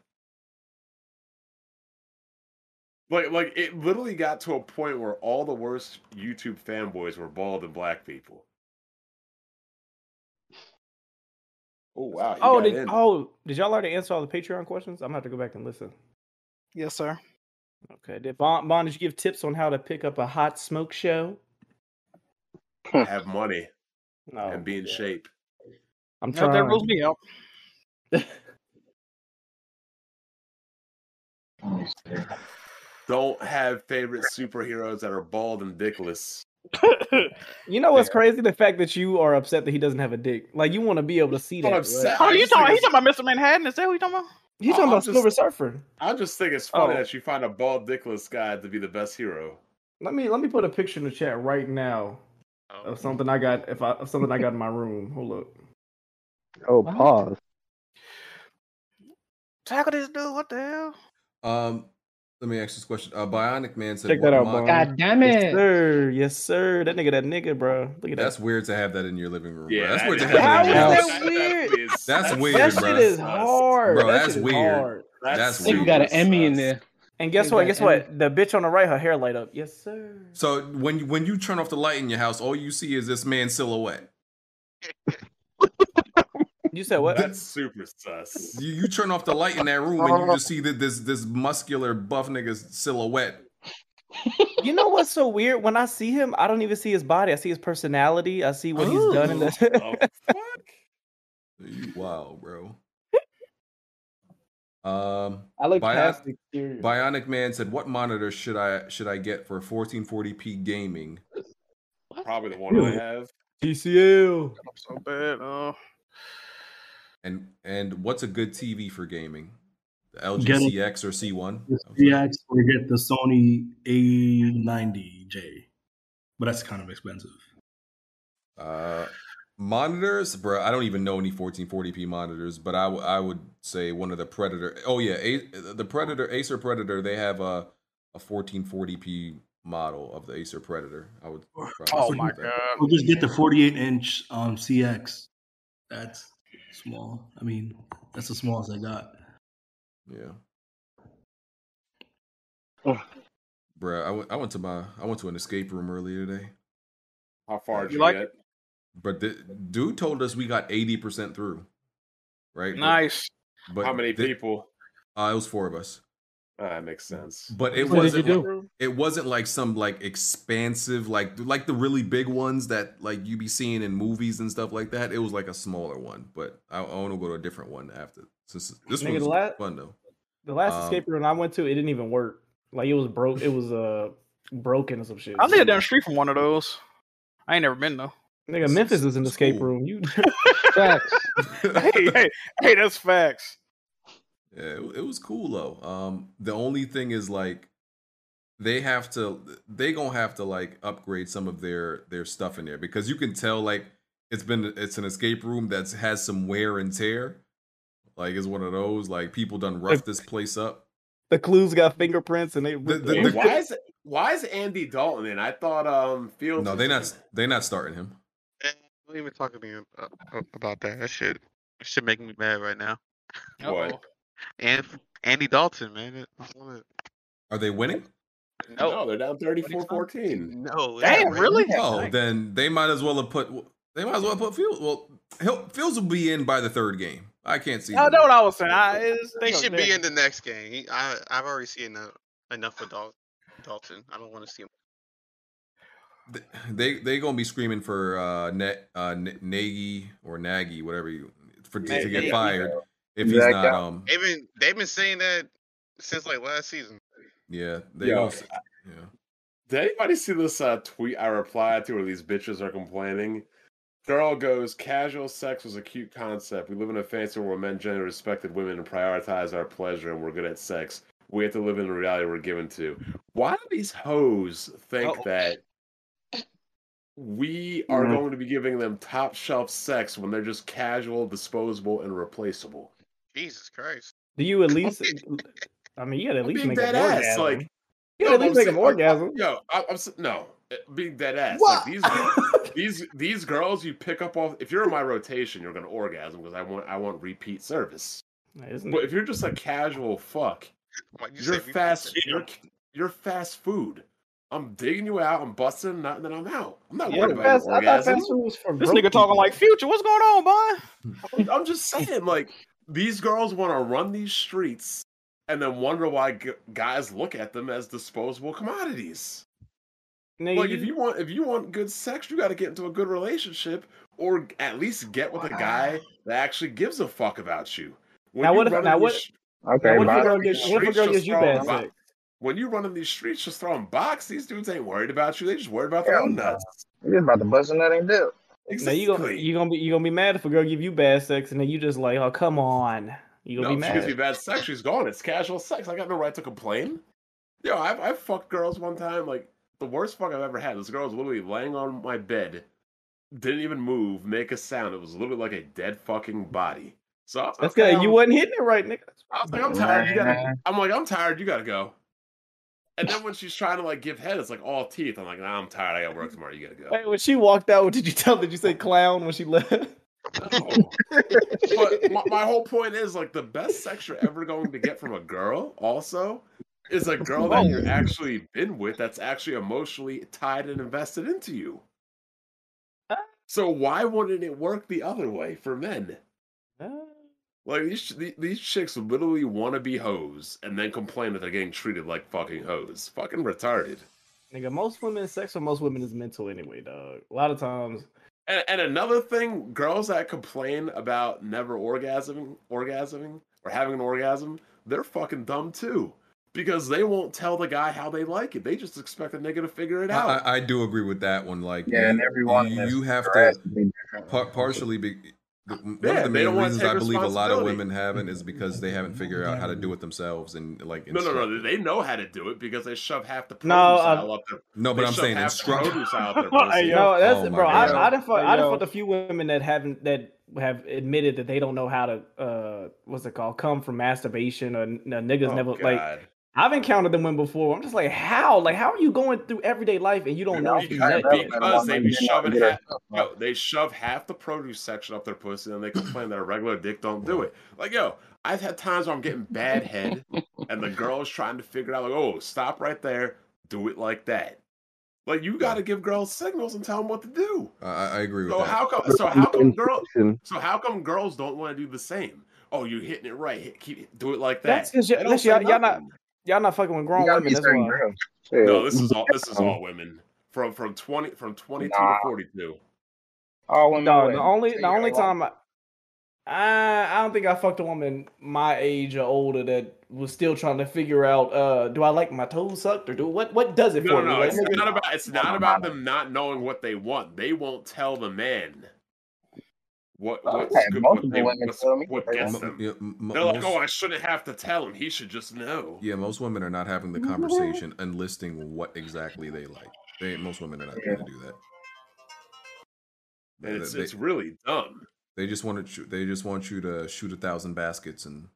Like like it literally got to a point where all the worst YouTube fanboys were bald and black people. Oh wow. he
Oh,
got
did,
in.
oh, did y'all already answer all the Patreon questions? I'm gonna have to go back and listen.
Yes, sir.
Okay. Did Bond, Bond did you give tips on how to pick up a hot smoke show?
have money
No.
and be in shape.
Oh, I'm
That, that rules me out.
Don't have favorite superheroes that are bald and dickless.
You know what's crazy? The fact that you are upset that he doesn't have a dick. Like you want to be able to see that.
Well,
right?
upset.
Oh, you
just
talking?
think
He talking oh, about Mr. Manhattan? Is that who you talking about?
He's talking
I'm
about
just-
Silver Surfer.
I just think it's funny
Oh.
that you find a bald dickless guy to be the best hero.
Let me let me put a picture in the chat right now
Oh.
of something I got if I of something I got in my room. Hold up.
Oh, pause.
Tackle this dude. What the hell?
Um, let me ask this question. Uh, Bionic Man said,
Check that
"What mon-
out, Bond. Yes, sir. Yes, sir. That nigga, that nigga, bro. Look at that.
That's weird to have that in your living room. bro.
Yeah,
that's
that
weird to
is-
have that in your
How is
house.
that weird?
That's,
That
weird,
shit
bro.
is hard.
Bro,
That
that's
shit is
weird.
hard.
That's
Nigga
weird.
got an Emmy in there.
And guess
Nigga
what?
got
Guess
an
what? The bitch on the right, her hair light up. Yes, sir.
So when you- when you turn off the light in your house, all you see is this man's silhouette.
You said what?
That's super sus.
You, you turn off the light in that room and you just see that this this muscular buff nigga's silhouette.
You know what's so weird? When I see him, I don't even see his body. I see his personality. I see what he's done. In
Oh,
the-
You Wow, bro. Um,
I like
Bion-
past exterior.
Bionic Man said, "What monitor should I should I get for 1440p gaming?"
Probably the one I
Dude.
have.
TCL.
So bad. Uh,
And and what's a good TV for gaming? The LG
Get it.
CX or C1?
DX or get the Sony A90J, but that's kind of expensive.
Uh, monitors, bro. I don't even know any 1440p monitors, but I w- I would say one of the Predator. Oh yeah, a- the Predator Acer Predator. They have a a 1440p model of the Acer Predator. I would. probably
Oh
oh
say that.
Or just get the 48 inch um, CX. That's small. I mean, that's the smallest I got.
Yeah. Bruh, I went. I went to my. I went to an escape room earlier today.
How far did
You
you,
like
get?
But the dude told us we got eighty percent through. Right. But-
Nice.
But
How many
thi-
people? Ah,
Uh, it was four of us.
that makes sense.
But it
What did
wasn't.
you
like-
do?
it wasn't like some like expansive like like the really big ones that like you be seeing in movies and stuff like that. It was like a smaller one. But I, I want to go to a different one after. Since this
Nigga,
one's
the la-
fun though.
the last
Um,
escape room I went to, it didn't even work. Like it was broke. It was uh broken or some shit.
I live down the street from one of those. I ain't never been though.
Nigga, Memphis is an escape room. You
hey, hey, hey, that's facts.
Yeah, it, it was cool though. Um, the only thing is like they have to they gonna have to like upgrade some of their their stuff in there because you can tell like it's been it's an escape room that's has some wear and tear. Like it's one of those. Like people done rough this place up.
The clues got fingerprints and they.
the- the-
why is why is Andy Dalton in? I thought um Fields.
No,
was
they
in.
not they not starting him.
Don't even talk to me ab- ab- about that. That shit, that shit making me mad right now.
What?
And Andy Dalton, man. it- I wanna-
Are they winning?
No,
they're down 34-14.
No,
Damn, really? Oh, then they might as well have put. They might as well put Fields. Well, he'll, Fields will be in by the third game. I can't see.
I
them.
know what I was saying. I, it's,
he should be in the next game. He, I, I've already seen enough, enough of Dal- Dalton. I don't want to see him.
They they gonna be screaming for uh, Net uh, N- Nagy or Nagy, whatever you for to
Nagy.
get fired if he's
Zach
not.
out.
Um,
They've been, they've been saying that since like last season.
yeah, they
Yo.
gonna, yeah.
Did anybody see this uh, tweet I replied to where these bitches are complaining? Girl goes, casual sex was a cute concept. We live in a fancy world where men generally respected women and prioritize our pleasure and we're good at sex. We have to live in the reality we're given to. Why do these hoes think that we are
Mm.
Mhm.
going to be giving them top shelf sex when they're just casual, disposable, and replaceable?
Jesus Christ.
Do you at least? I mean, you gotta at least
being
make an
dead ass,
orgasm.
like
you gotta
no,
at least
I'm
make an
saying- I'm- I'm-
orgasm.
Yo, I, I'm s- no eh, being dead ass.
What?
Like these these these girls you pick up off. If you're in my rotation, you're gonna orgasm because I want I want repeat service.
Isn't
But if you're just a casual fuck, you are fast. You're, you're fast food. I'm digging you out. I'm busting, and then I'm out. I'm not
Yeah,
worried about
fast-
your
I thought
orgasm.
fast food was for
this
broke
nigga talking
people.
like future. What's going on, boy? I'm just saying, like these girls want to run these streets and then wonder why g- guys look at them as disposable commodities.
Now
like
you-
if you want if you want good sex, you got to get into a good relationship or at least get with a guy that actually gives a fuck about you.
Now
you
what if-
running
now
these
what-
sh-
Okay, now what if a
running
girl
these
gives- what if a
streets
girl
just
gives you
throwing
bad
bo-
sex?
When you run in these streets just throwing box, these dudes ain't worried about you. They just worried about their own nuts.
You're just about to bust and that ain't do.
Now you gonna you gonna be you gonna be mad if a girl give you bad sex and then you just like, oh come on, you
No,
gonna be
she gives me
mad.
bad sex. She's gone. It's casual sex. I got no right to complain. Yo, I've, I've fucked girls one time. Like the worst fuck I've ever had. This girl was literally laying on my bed, didn't even move, make a sound. It was literally like a dead fucking body. So I was
That's
like,
good.
I'm-
You wasn't hitting it right, nigga.
I was like, I'm tired. You gotta. I'm like, I'm tired. You gotta go. And then when she's trying to like give head, it's like all teeth. I'm like, nah, I'm tired. I got work tomorrow. You gotta go.
Wait, when she walked out, what did you tell? Did you say clown when she left?
but my, my whole point is like the best sex you're ever going to get from a girl also is a girl that you've actually been with that's actually emotionally tied and invested into you so why wouldn't it work the other way for men like these ch- the- these chicks literally want to be hoes and then complain that they're getting treated like fucking hoes fucking retarded
Nigga, most women sex for most women is mental anyway, dog. A lot of times.
And, and another thing, girls that complain about never orgasming, orgasming, or having an orgasm, they're fucking dumb too. Because they won't tell the guy how they like it. They just expect the nigga to figure it
I,
out.
I, I do agree with that one. Like,
Yeah, and
you-
everyone
you,
is-
you have
their
to
ass
par- partially be. the- One
Yeah,
of the
they
main
don't wanna
reasons
take
I believe a lot of
responsibility.
women haven't is because they haven't figured out how to do it themselves and like.
no, no,
instruct-
no. They know how to do it because they shove half the produce
No,
um,
aisle
uh,
up their.
No, but
they
I'm
shove
saying
half the
instruct-
produce aisle up their
Hey,
pussy.
yo, that's
Oh
it,
my
bro.
God.
I, I done fuck,
Hey,
I done
yo.
fucked a few women that haven't that have admitted that they don't know how to uh what's it called come from masturbation or n- no, niggas
Oh,
never
God.
like. I've encountered them women before. I'm just like, how? Like, how are you going through everyday life and you don't know? if you
Because,
nut yet?
because they be shoving half, yo, they shove half the produce section up their pussy and they complain that a regular dick don't do it. Like yo, I've had times where I'm getting bad head and the girl's trying to figure out like, oh, stop right there, do it like that. Like you got to give girls signals and tell them what to do.
I,
Uh,
I I agree with
So
that.
how come? So how come girls? So how come girls don't want to do the same? Oh, you're hitting it right. Hit, keep do it like that.
That's because
They
y'all,
don't
that's
say
y'all, y'all
nothing.
not y'all not fucking with grown
gotta
women.
be
That's
certain
why.
girls. No, this is all. This is all women from from twenty from twenty two to
Nah.
forty two.
All women.
Dog,
win.
the only
Take
the
it
only
alone.
time I, I I don't think I fucked a woman my age or older that was still trying to figure out uh do I like my toes sucked or do what what does it
No,
for me?
no,
Like,
it's
nigga,
not about it's not about them not knowing what they want. They won't tell the man what what's
Okay,
good,
multiple
what, they,
women
what's,
tell me
what
what they
gets
want.
them.
Yeah, m- m-
They're like,
most-
oh, I shouldn't have to tell him. He should just know.
Yeah, most women are not having the conversation and listing what exactly they like. They most women are not going to do that.
And it's
They-
it's really dumb.
They just want to. They just want you to shoot a thousand baskets and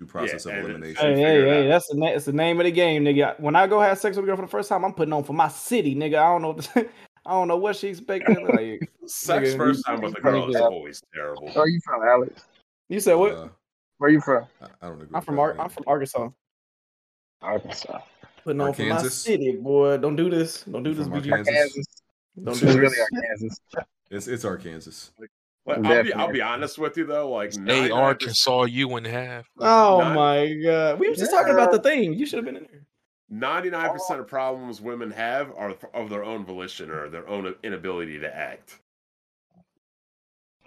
do process
and
of
it's-
elimination.
Hey, hey, hey, that's the, na- that's the name of the game, nigga. When I go have sex with a girl for the first time, I'm putting on for my city, nigga. I don't know, I don't know what she expected. Like,
Sex
nigga,
first
you-
time with a
you
girl is
crazy.
always terrible.
Where are you from, Alex?
You said what?
Uh,
Where you from?
I don't agree.
I'm from Ar- I'm from Arkansas.
Arkansas.
Putting
Or
on for my
Kansas?
city, boy. Don't do this. Don't do this, BG.
Kansas.
Don't
It's
do
really
this.
Kansas.
It's it's Arkansas.
But I'll be, I'll be honest with you though, like
Hey,
nine out of-
Arkansas, you in half.
Oh
None.
my god, we were just talking about the thing. You should have been in there.
99% of problems women have are of their own volition or their own inability to act.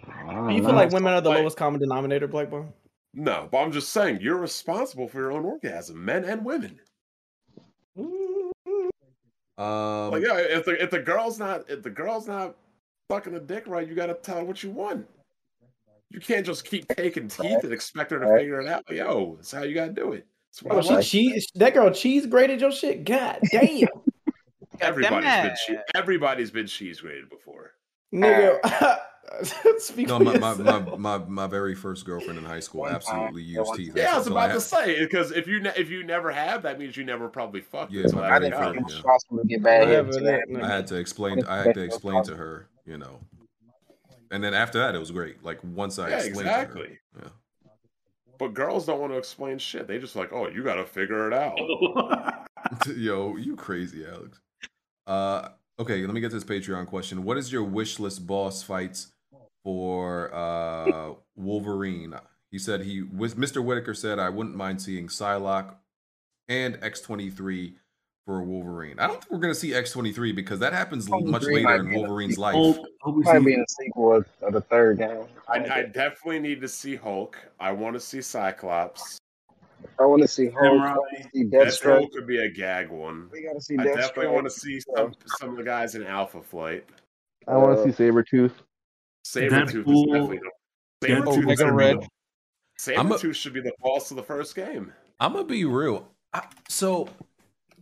Do you feel like women are the lowest common denominator, Black Ball?
No, but I'm just saying you're responsible for your own orgasm, men and women.
Um,
like, yeah, if the if the girl's not if the girl's not fucking a dick right, you gotta tell her what you want. You can't just keep taking teeth and expect her to figure it out. Yo, that's how you gotta do it. That's what I
Oh, she,
like.
she, that girl cheese grated your shit. God damn,
everybody's been
that.
che- everybody's been cheese graded before.
nigga. Speak
No,
for
my, my,
yourself.
my, my, my very first girlfriend in high school absolutely used teeth.
Yeah, I was
until
about
had-
to say because if you ne- if you never have, that means you never probably fucked.
Yeah,
until
my
after
very
college.
first. yeah.
get
back
I,
here
had,
to that,
I had to explain. I had to explain to her, you know. And then after that, it was great. Like once I
Yeah,
explained to
exactly. But girls don't want to explain shit. They just like, oh, you got to figure it out.
her, yo, you crazy, Alex. Uh, okay, let me get this Patreon question. What is your wish list boss fights for uh, Wolverine? He said he with Mr. Whitaker said I wouldn't mind seeing Psylocke and X twenty three for Wolverine. I don't think we're gonna see X twenty three because that happens l- much
Wolverine
later
might
in
be in a
Wolverine's
sequel.
life.
Might be in the sequel of- of the third game.
I, I definitely need to see Hulk. I want to see Cyclops.
I want to see Hulk. I
Samurai.
want to see
Deathstroke
Deathstroke.
could be a gag one.
We gotta see
I definitely
Deathstroke.
want to see some some of the guys in Alpha Flight.
I want to see Sabretooth.
Sabretooth is definitely the
Deadpool.
Sabretooth should be
Red.
the- Sabretooth should be the boss of the first game.
I'm gonna be real. I, so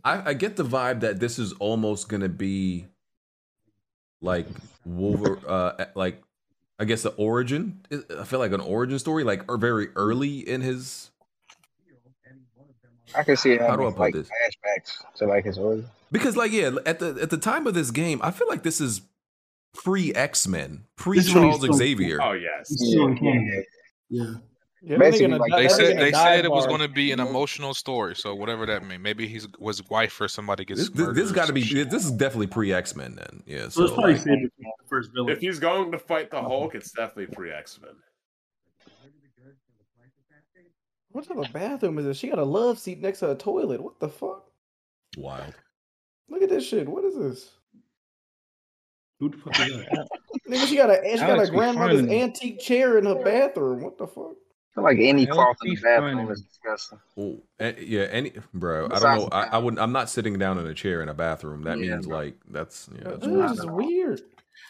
I, I get the vibe that this is almost gonna be like Wolver, uh, like I guess the origin. I feel like an origin story, like or very early in his.
I can see it.
How do I
having,
put
like,
this?
Flashbacks to like his origin.
Because like yeah, at the at the time of this game, I feel like this is pre X Men, pre
This is when he's
Charles
still-
Xavier.
Oh yes.
He's still in Canada.
Yeah.
Yeah,
Basically, like,
They
that
said
nigga
they
died
said it was
hard.
going to be an emotional story, so whatever that means. Maybe he's was wife or somebody gets
This, this,
murdered or
got to be
some shit.
this is definitely pre X Men then. Yeah.
So
So,
it's probably
like-
Saber-
First villain.
If he's going to fight the Hulk, it's definitely pre X Men.
What type of bathroom is this? She got a love seat next to a toilet. What the fuck?
Wild.
Look at this shit. What is this?
Who the fuck is that?
Nigga, she got a she got
Alex,
a
we
grandmother's
finally-
antique chair in her bathroom. What the fuck?
I feel like any
That would
cloth in
be
the bathroom is disgusting.
Oh, a- yeah, any bro. I
Besides
don't know. I, I wouldn't. I'm not sitting down in a chair in a bathroom. That
Yeah,
means like that's yeah.
This
That's
is just weird.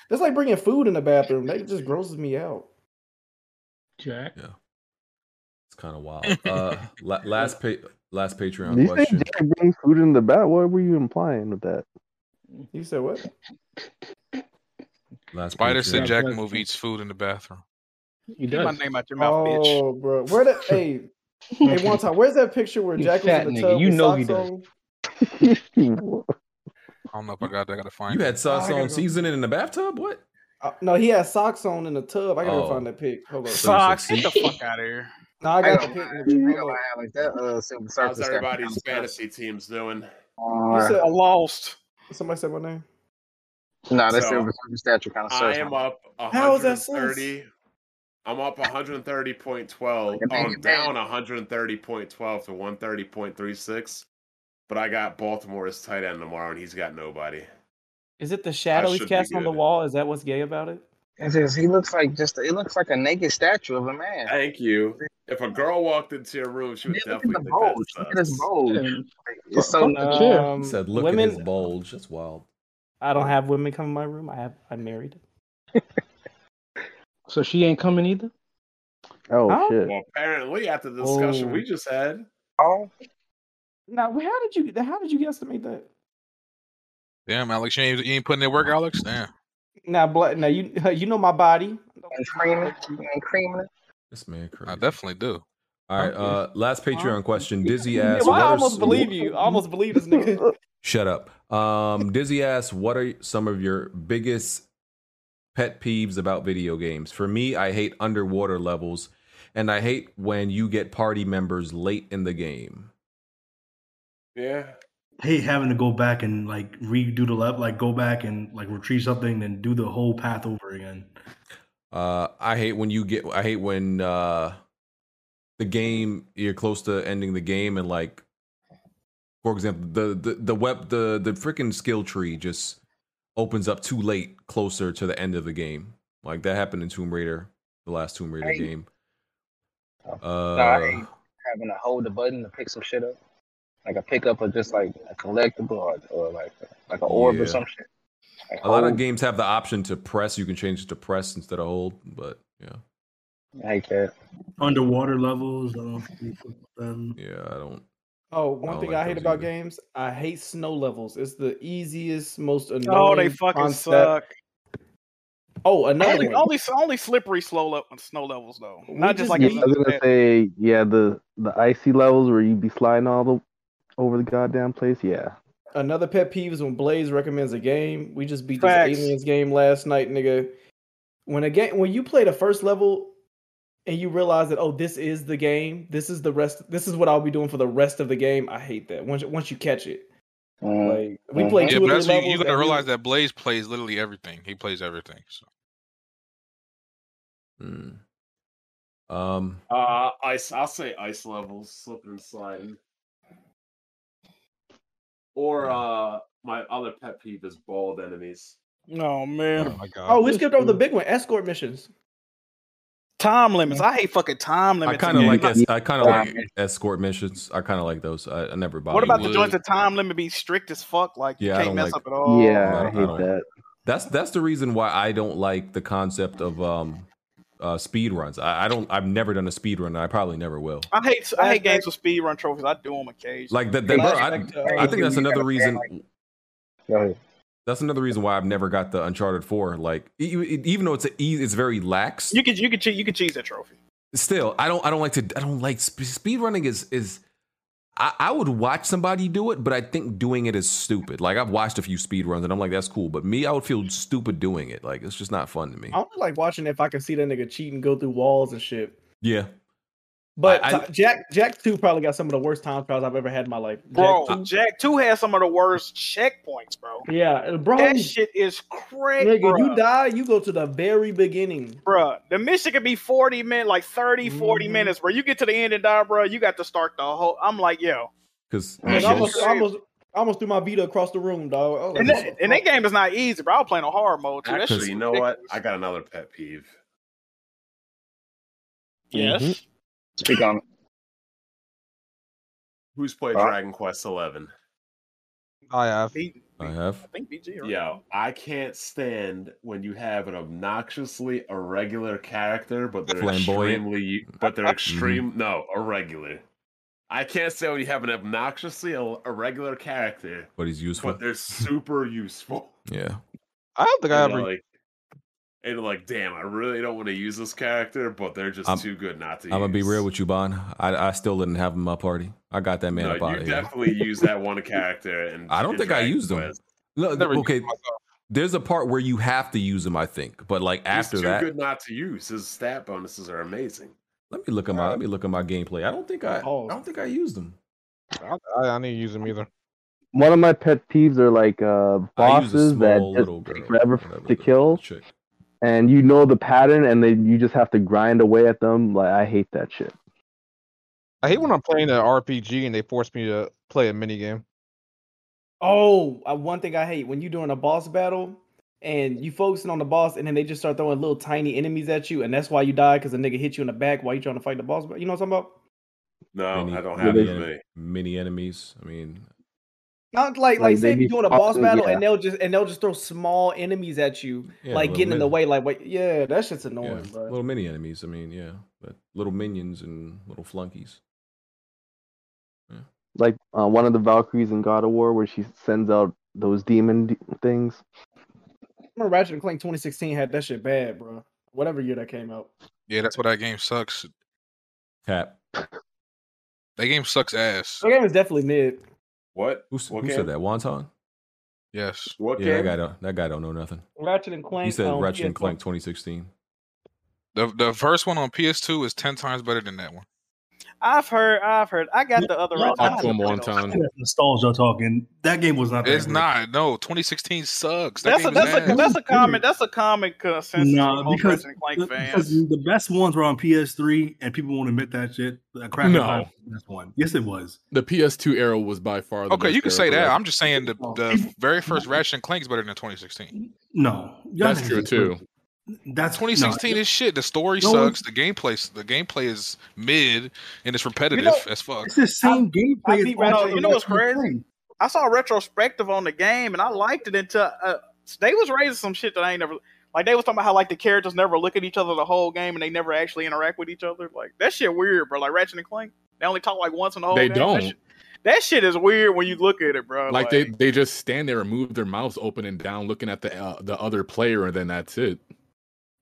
That's like bringing food in the bathroom. That just grosses me out.
Jack.
Yeah. It's kind of wild. Uh, la- last pa- last Patreon
You said
question.
Jack brings food in the bat. What were you implying with that?
You said what?
Last
Spider said
Patreon.
Jack move eats food in the bathroom.
You
Keep my does. name out your mouth, bitch.
Oh, bro, where the hey, hey, one time, where's that picture where
You
Jack was
fat
in the
nigga.
tub?
You
with
know he
socks
does.
on?
I don't know if I got that. I gotta find.
You had sauce
I gotta
on
go.
seasoning in the bathtub. What?
Uh, no, he had socks on in the tub. I gotta
Oh.
go find that pic. Hold
So
on.
you said Socks? Get the
fuck out of here.
No, I got the
ain't
pic.
gonna lie, I
nigga.
ain't
Hold
gonna
on.
lie, Alex, that uh, Silver Surfer
How's
stuff
everybody's
sounds
fantasy teams doing?
Uh,
You said-
I
lost. Somebody said my name.
Nah, that
So,
Silver Surfer statue kind of
I
sucks.
am up
How is that
130. I'm up 130.12. Oh, I'm down 130.12 to 130.36. But I got Baltimore as tight end tomorrow, and he's got nobody.
Is it the shadow he's
should be
casting on the
good.
wall? Is that what's gay about it?
It says he looks like just it looks like a naked statue of a man.
Thank you. If a girl walked into your room, she would definitely think that's
Look at his bulge.
Yeah.
Like, It's so
Um,
He said, look
women-
at his bulge. That's wild.
I don't have women come in my room. I have I'm married.
So she ain't coming either.
Oh
shit.
Well, apparently, after the discussion
Oh.
we just had,
Oh,
Now, how did you how did you guesstimate that?
Damn, Alex, you ain't, you ain't putting in work, Alex. Damn.
Now, bla now you you know my body.
and creaming and creaming.
This man crazy.
I definitely do.
All right, uh, last Patreon question. Dizzy
Yeah,
asks,
well, I
what are
almost
s-
believe you. I almost believe this nigga.
Shut up. Um, Dizzy asks, what are some of your biggest pet peeves about video games? For me, I hate underwater levels, and I hate when you get party members late in the game.
Yeah.
I hate having to go back and like redo the level, like go back and like retrieve something, then do the whole path over again.
Uh, I hate when you get. I hate when uh, the game you're close to ending the game and like, for example, the the the web the the freaking skill tree just opens up too late, closer to the end of the game. Like that happened in Tomb Raider, the last Tomb Raider
Hey.
game.
No, Oh, I
Uh,
hate having to hold the button to pick some shit up. Like a pickup or just like a collectible or, or like like an orb
Yeah.
or some shit. Like oh,
a lot of
hold.
games have the option to press. You can change it to press instead of hold, but yeah.
I hate that.
Underwater levels. I don't think them.
Yeah, I don't.
Oh,
I
one
don't
thing
like
I hate
those
about games, I hate snow levels. It's the easiest, most annoying.
Oh, they fucking
concept.
suck.
Oh, another
Only,
one.
only only slippery slow le- snow levels though. Not just, like
I was gonna
a-
say, yeah, the the icy levels where you'd be sliding all the over the goddamn place. Yeah,
Another pet peeve is when Blaze recommends a game. We just beat
Facts.
this aliens game last night, nigga. When a game, when you play the first level, and you realize that oh, this is the game. This is the rest. This is what I'll be doing for the rest of the game. I hate that. Once once you catch it, like we play
Yeah,
two
but
or
that's
three
you, you gotta
levels and we-
realize that Blaze plays literally everything. He plays everything. So.
Hmm. Um,
Uh, ice. I'll say ice levels, slipping and sliding. Or uh, my other pet peeve is bald enemies.
Oh man. Oh,
we skipped over the big one: escort missions.
Time limits. I hate fucking time
I
limits.
kind of
in
like
games.
es- I kind of like escort missions. I kind of like those. I, I never bought.
What about
those.
the joints? The time limit be strict as fuck. Like you
Yeah, I
can't
don't
mess
like-
up at all.
I don't- I don't- That's that's the reason why I don't like the concept of um uh speed runs. I, I don't. I've never done a speed run. and I probably never will.
I hate I hate games with speed run trophies. I do them occasionally.
Like that. that bro,
uh,
I, I think that's another reason. That's another reason why I've never got the Uncharted Four. Like e- e- even though it's a e- it's very lax.
You could you could che- you could cheese that trophy.
still i don't i don't like to i don't like sp- speed running is is I, I would watch somebody do it but i think doing it is stupid like i've watched a few speed runs and i'm like that's cool but me i would feel stupid doing it like it's just not fun to me
I only like watching if I can see that nigga cheat and go through walls and shit.
yeah
But
I- I-
Ti- Jack Jack Two probably got some of the worst time trials I've ever had in my life. Jack
Bro, Jack
2
two, has some of the worst checkpoints, bro.
yeah, uh, bro,
That shit is crazy.
nigga,
bro.
you die, you go to the very beginning.
Bruh, the mission could be 40 minutes, like 30, 40
Mm-hmm.
minutes, bro. You get to the end and die, bro. You got to start the whole. I'm like, yo.
because
Nigga, I almost, I almost, I almost threw my Vita across the room, dog. I was
And
like,
that, and that game is not easy, bro. I was playing on hard mode, too. That shit's
Actually, you know what? I got another pet peeve.
Yes.
Speak on. it.
Who's played
Huh?
Dragon Quest Eleven?
I
Uh,
have.
I have.
I think BG. Right?
Yo, I can't stand when you have an obnoxiously irregular character, but they're
Flamboyant. Mm-hmm.
extremely, but they're extreme. No, irregular. I can't stand when you have an obnoxiously il- irregular character,
but he's useful
but they're super useful.
yeah
I don't think I
And,
ever.
like, and like, damn, I really don't want to use this character, but they're just
I'm-
too good not to.
i'm gonna
use.
be real with you bon i, I still didn't have him in my party i got that man
no,
up out
you
of here
definitely use that one character, and
I don't think I used them. No, th- okay. There's a part where you have to use them, I think, but like after
too
that,
good not to use. His stat bonuses are amazing.
let me look at
Uh,
my let me look at my gameplay. I don't think I, I don't think I used them.
I, I, I need to use them either.
one of my pet peeves are like uh,
I use a
bosses that
small
just
little
take
girl,
forever to kill, and you know the pattern, and then you just have to grind away at them. Like I hate that shit.
I hate when I'm playing an RPG and they force me to play a mini game.
Oh, uh, one thing I hate when you doing a boss battle and you focusing on the boss and then they just start throwing little tiny enemies at you and that's why you die because the nigga hit you in the back while you trying to fight the boss. You know what I'm talking about?
No, I don't
Yeah,
have
they-
them. eh?
many enemies. I mean,
Not
Like,
like like,
they
say if
be
you're doing a boss
fucking-
battle
yeah.
and they'll just and they'll just throw small enemies at you,
Yeah,
like
little
getting in the
mini-
way, like wait, yeah, that shit's annoying,
yeah,
bro.
little mini enemies. I mean, yeah, but little minions and little flunkies.
Like uh, one of the Valkyries in God of War, where she sends out those demon d- things.
I remember Ratchet and Clank 2016 had that shit bad, bro. whatever year that came out.
Yeah, that's why that game sucks.
Tap.
That game sucks ass.
That game is definitely mid.
What?
Who, s- who said that? Wonton?
Yes.
What
Yeah, that
game?
guy don't. That guy don't know nothing.
Ratchet and Clank.
He said
um,
Ratchet and
PS4.
Clank 2016.
The the first one on PS2 is ten times better than that one.
I've heard. I've heard. I got the other. I had to play those.
That's nostalgia talking. That game was not. That
It's
good.
not. No, 2016 sucks. That
That's a
game is
that's a
ass.
that's a common that's a common consensus
Nah,
among whole
because-
Ratchet and Clank
Because
fans.
the best ones were on PS3, and people won't admit that shit. The crack
No.
no. best one. Yes, it was.
The PS2 era was by far. The
Okay,
best
you can
era
say
for
that.
Ratchet.
I'm just saying the, the very first Ratchet and Clank is better than 2016.
No, Y'all
that's
niggas
true
just-
too.
That's
2016
no,
is shit. The story
No one-
sucks. The gameplay the gameplay is mid and it's repetitive as fuck.
It's the same gameplay. as
You
all
know,
the
you know what's
Ratchet and
crazy?
Clank.
I saw a retrospective on the game and I liked it until uh, they was raising some shit that I ain't never like. They was talking about how like the characters never look at each other the whole game and they never actually interact with each other. Like that shit weird, bro. Like Ratchet and Clank, they only talk like once in the whole.
They
game.
don't.
That shit, that shit is weird when you look at it, bro.
Like they, they just stand there and move their mouths open and down, looking at the uh, the other player, and then that's it.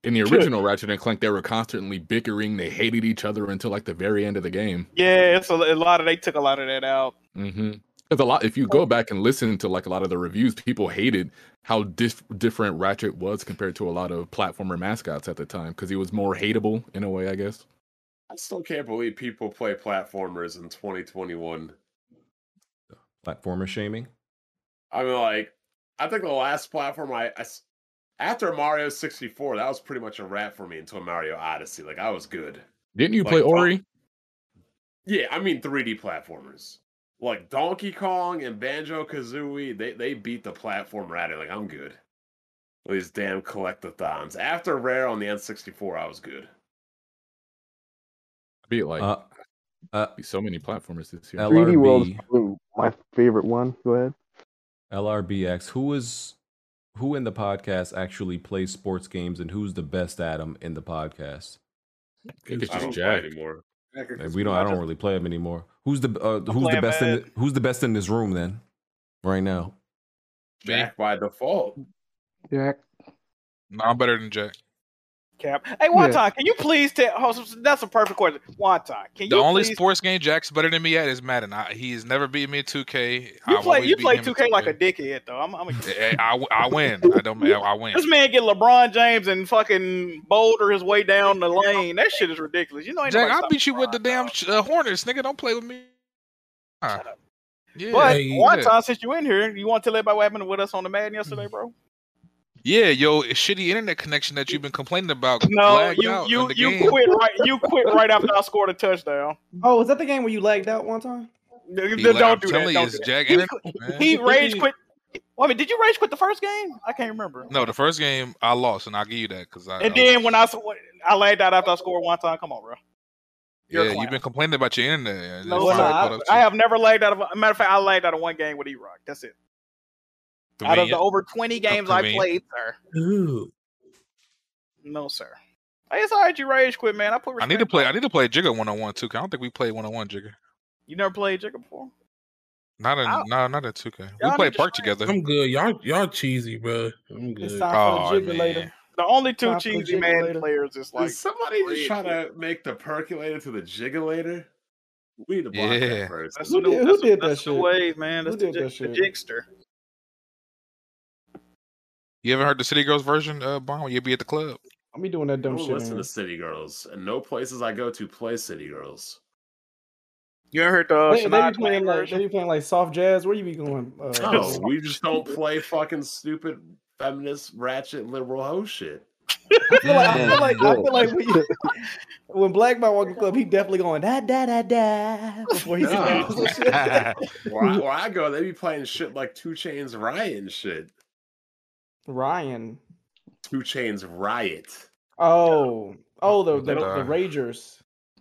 In the
Shit.
original Ratchet and Clank, they were constantly bickering. They hated each other until like the very end of the game.
yeah, it's a, a lot of they took a lot of that out.
Mm-hmm. Because a lot, if you go back and listen to like a lot of the reviews, people hated how dif- different Ratchet was compared to a lot of platformer mascots at the time. Because he was more hateable in a way, I guess.
I still can't believe people play platformers in 2021.
Platformer shaming.
I mean, like, I think the last platform I, I s- after Mario 64, that was pretty much a wrap for me until Mario Odyssey. Like, I was good.
Didn't you
Like,
play
Don-
Ori?
Yeah, I mean 3D platformers. Like Donkey Kong and Banjo Kazooie, they, they beat the platform right. Like, I'm good. These damn collectathons. After Rare on the N64, I was good.
Be like
uh,
so many platformers this year.
3D World is probably my favorite one. Go ahead.
LRBX. Who is who in the podcast actually plays sports games, and who's the best at them in the podcast?
think it's
I don't
just
play
Jack.
anymore.
Like, we don't. I don't really play them anymore. Who's the uh, who's the
playing
best in
bad.
who's the best in this room then? Right now,
Jack by default.
Jack.
No, I'm better than Jack.
Cap. Hey, Wonton,
Yeah.
can you please tell? oh, that's a perfect question. Wonton, can
The
you
only
please
sports game Jack's better than me at is Madden. I, he has never beaten me at 2K.
You
I've
play
always
you
beaten
play
him at
2K like a dickhead though. I'm, I'm a,
Eh, I, I- I win. I don't. I, I win.
this man get LeBron James and fucking boulder his way down the lane. That shit is ridiculous. You know, ain't
Jack,
nobody
I beat you with the damn uh, Hornets, nigga. Don't play with me. Ah. Yeah,
But
yeah.
one time since you in here, you want to tell everybody what happened with us on the Madden yesterday, bro?
Yeah, yo, shitty internet connection that you've been complaining about.
No,
lagged
you
out in
you
the
you
game.
quit right you quit right after I scored a touchdown.
Oh, was that the game where you lagged out one time?
Don't
lagged- I'm
do
telling
that.
you,
Don't
it's
do that.
Jack
He
Aaron-
qu-
man.
he rage quit. Well, I mean, did you rage quit the first game? I can't remember.
No, the first game I lost, and I'll give you that because I.
And
I-
then when I s- I laid out after I scored one time, come on, bro.
yeah, you've been complaining about your internet. and it's
No,
finally caught
I,
up to
I
you.
have never laid out of. A matter of fact, I laid out of one game with E-Rock. That's it. Out of the
Convenient.
over twenty games I played,
Convenient.
sir. No, sir. Hey, it's all right. You rage quit, man. I put.
I
Respect.
need to play. I need to play Jigga one on one too. 'cause I don't think we played one on one Jigga.
You never played Jacob before.
Not in,
I'll-
no, not at two K. We
Y'all need
played
to
Park together.
I'm good. Y'all y'all cheesy, bro. I'm good.
It's time
Oh,
for a jigger later. The only two
Time for
cheesy
Jigga
man
later.
players is like
Is somebody just trying to make the percolator to the jigulator? We need to block
Yeah.
that first.
That's Who the- did- who that's the- did that that's the shit? wave, man. That's Who the did that jig- the shit? jigster.
You ever heard the City Girls version? Uh, Bomb. You'll be at the club.
I'll be doing that
I
dumb
don't
shit.
listen
man.
to City Girls, and no places I go to play City Girls.
You ever heard the uh,
They- they,
Shania
be playing like they be playing like soft jazz. Where you be going? Uh,
No, we just don't play fucking stupid feminist, ratchet, liberal hoe shit.
I feel like, I feel like, I feel like when, you, when Black Man walk in the club, he definitely going da da da da before he
No.
no.
where, I, where I go, they be playing shit like Two Chains Riot and shit.
Ryan.
Two Chains Riot.
Oh, oh, the the, the
Uh,
Ragers.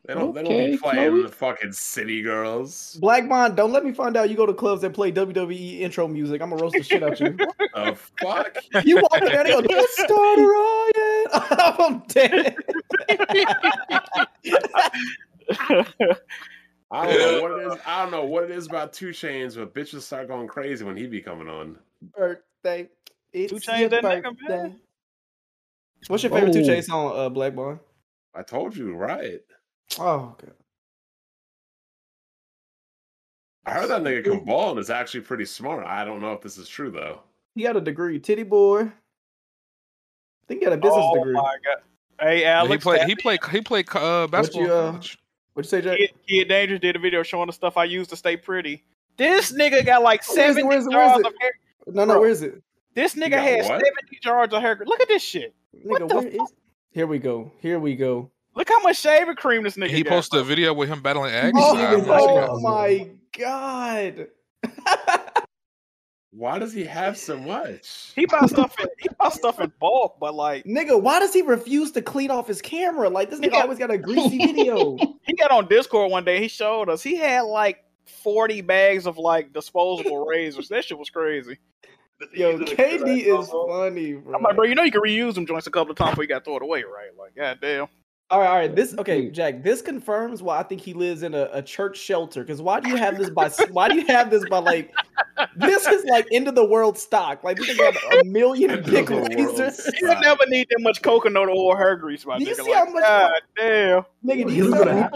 They don't. They don't
Okay,
be playing
Chloe.
the fucking City Girls.
Black Bond, don't let me find out you go to clubs that play WWE intro music. I'm gonna roast the shit out you.
The fuck.
You walk in there and they go, let's start a riot. I'm dead.
I don't know what it is. I don't know what it is about Two Chains, but bitches start going crazy when he be coming on.
Birthday. It's
Chainz
your
that nigga,
birthday. What's your favorite
Oh.
two Chase song, uh, Black Boy?
I told you, right?
Oh, God.
I heard that nigga can ball and is actually pretty smart. I don't know if this is true though.
He got a degree, Titty Boy. I think he got a business
Oh
degree.
my God. Hey, Alex.
he played.
tap
He
in.
played. He played uh, basketball. in
uh,
college.
What'd you say, Jay?
Kid, Kid Dangerous did a video showing the stuff I use to stay pretty. This nigga got like
Where is
seventy
it? Where is it? Where is
jars
it?
of hair.
No, no, where is it?
This nigga
got
had
what?
seventy jars of hair. Look at this shit.
Nigga, where is Here we go. Here we go.
Look how much shaving cream this nigga
He
got.
posted a video with him battling Axe.
Oh,
I-
niggas,
I-
oh,
my God.
Why does he have so much?
He bought stuff in he bought stuff in bulk, but like
Nigga, why does he refuse to clean off his camera? Like this nigga always got a greasy video.
he got on Discord one day. He showed us. He had like forty bags of like disposable razors. That shit was crazy.
Yo, KD is funny, bro.
I'm like, bro, you know you can reuse them joints a couple of times before you got throw it away, right? Like, goddamn.
All right, all right. This okay, Jack. This confirms why I think he lives in a, a church shelter. Because why do you have this by? why do you have this by like? This is like end of the world stock. Like this nigga got a million dick razors.
You would never need that much coconut or hair grease, my
Do you
nigga.
see
like,
how much-
God damn.
Nigga, do you, see how,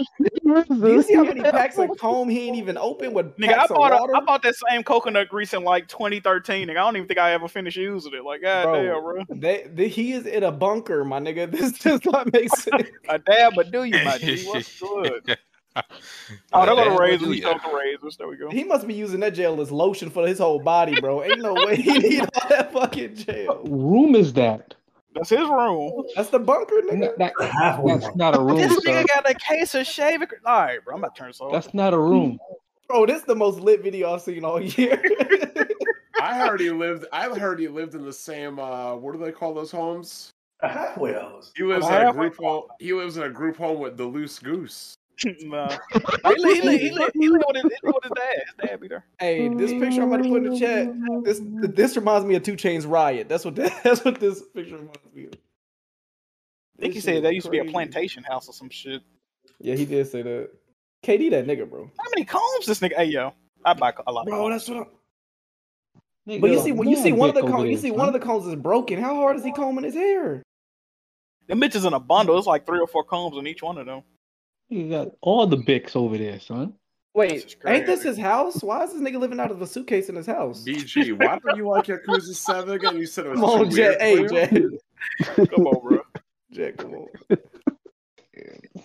do you see how many packs of comb he ain't even open with
Nigga, I
packs
bought,
of
a,
water?
I bought that same coconut grease in like 2013. Nigga, I don't even think I ever finished using it. Like, god damn,
bro,
bro.
they, they- he is in a bunker, my nigga. This does not make sense.
a dab, but do you, my G? What's good? Oh, they're
Damn,
gonna raise
do
the
ya?
razors. There we go.
He must be using that gel as lotion for his whole body, bro. Ain't no way he need all that fucking gel.
room is that?
That's his room.
That's the bunker, nigga.
That's not a room,
This
sir.
nigga got a case of shaving. cre- All right, bro. I'm about to turn this off.
That's not a room.
Bro, this is the most lit video I've seen all year.
I heard he lived. I heard he lived in the same. uh What do they call those homes?
halfway house.
He lives
A
in a
halfway
group home. He lives in a group home with the loose goose.
nah. He li- he li- he li- he li- what is- what is that? His dad be there.
Hey, this picture I'm about to put in the chat. This this reminds me of Two Chains Riot. That's what that, that's what this picture reminds me of.
I think he
This
said
shit
that used to be a
crazy.
plantation house or some shit.
Yeah, he did say that. KD, that nigga, bro.
How many combs this nigga? Hey, yo, I buy a lot.
Bro, that's what. I'm...
Nigga,
But you see, you see
damn
one of the
dick over
combs. You
there,
see one of the combs is broken. How hard is he combing his hair?
The bitches in a bundle. It's like three or four combs in each one of them.
You got all the bics over there, son.
Wait, ain't this
crazy.
his house? Why is this nigga living out of a suitcase in his house?
BG, why don't you like Yakuza Seven again? You said it was
Come on,
too
Jay.
weird
Hey,
for
Jay.
you? Come on, bro.
Jack, come on.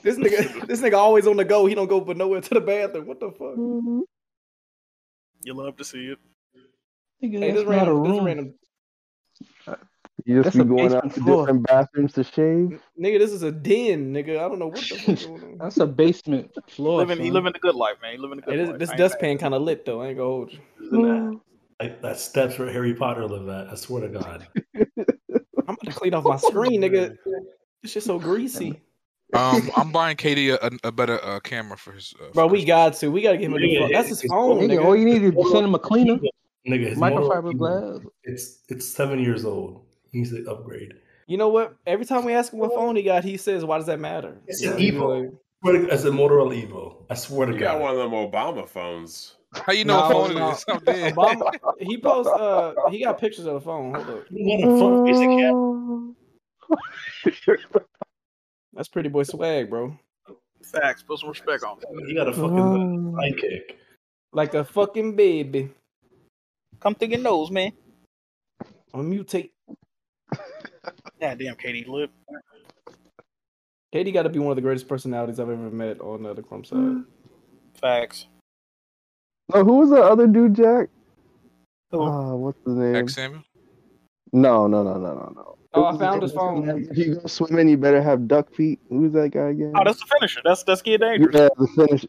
This nigga, this nigga always on the go. He don't go but nowhere to the bathroom. What the fuck?
Mm-hmm.
You love to see it.
Nigga,
Hey, this
that's not a
random, this
room.
random
You just
That's
be
a
going out
basement
to
floor.
different bathrooms to shave.
nigga. This is a den, nigga. I don't know what the fuck going on.
That's a basement floor.
Living, he
son.
living the good life, man. He living the good
Hey,
life.
this,
I
this dustpan
ain't
kind of lit though. I ain't gonna hold you.
Like that steps where Harry Potter lived at. I swear to God.
I'm about to clean off my screen, nigga. This shit's so greasy,
um, I'm buying Katie a, a better uh, camera for his. Uh,
bro. We got to, we gotta give him a new
Yeah,
phone. That's
it's-
his phone,
Nigga,
nigga.
all you need is send him a cleaner.
Nigga, his
Microfiber
Motorola-
glass.
It's it's seven years old. He needs to upgrade.
You know what? Every time we ask him what phone he got, he says, "Why does that matter?"
It's
You
an
know, he's
Evo.
like-
Swear to- It's a Motorola Evo. I swear to
You got
God.
one of them Obama phones.
How you
know what No,
phone it no. is? I'm
Obama, he posts. Uh, he got pictures of the phone. Hold up.
You want a phone? It's a cat.
That's pretty boy swag, bro.
Facts. Put some respect on.
You got a
Uh-huh.
fucking sidekick.
Like uh, a fucking baby.
Come through your nose, man.
I'm mutate.
Goddamn, Katie lip.
KD got to be one of the greatest personalities I've ever met on uh, the Crump side.
Facts.
No, Oh, who was the other dude, Jack? Uh, what's his name?
X Samuel.
No, no, no, no, no, no.
Oh, I found his phone.
If you go swimming, you better have duck feet. Who's that guy again?
Ah,
Oh, that's the finisher. That's that's kid
yeah,
dangerous.
the finish.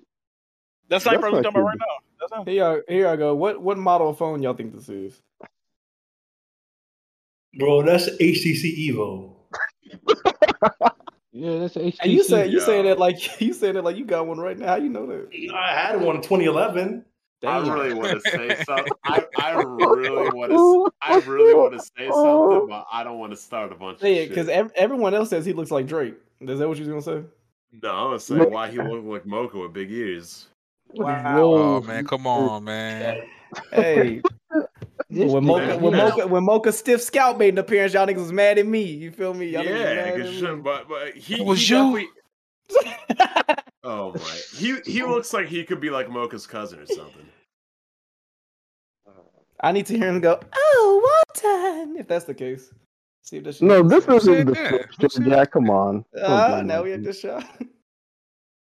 That's not
That's
we're talking
not
about right
Kid.
now. That's him.
Here, I- here I go. What what model of phone y'all think this is?
Bro, that's HTC Evo.
Yeah, that's HTC.
And you say you saying that like you saying it like you got one right now. How you know that?
I had one in 2011.
I
Damn.
really want to say something. I, I really want to. I really want to say something, but I don't want to start a bunch
Say
of
it
shit.
because ev- everyone else says he looks like Drake. Is that what you was gonna say?
no, I'm gonna say why he looked like Mocha with big ears.
Wow.
Oh man, come on, man.
Hey, When Mocha, when Mocha, when Mocha Stiff Scout made an appearance, y'all niggas was mad at me. You feel me? Y'all niggas was mad
yeah,
at
'cause
me.
shit, but, but he
It was
he
you.
definitely- oh my, he he looks like he could be like Mocha's cousin or something.
I need to hear him go, oh, Walton, if that's the case. See if that's
No, this isn't the first Jack. Come on. Don't
Ah,
blame
now
me.
we at the shop.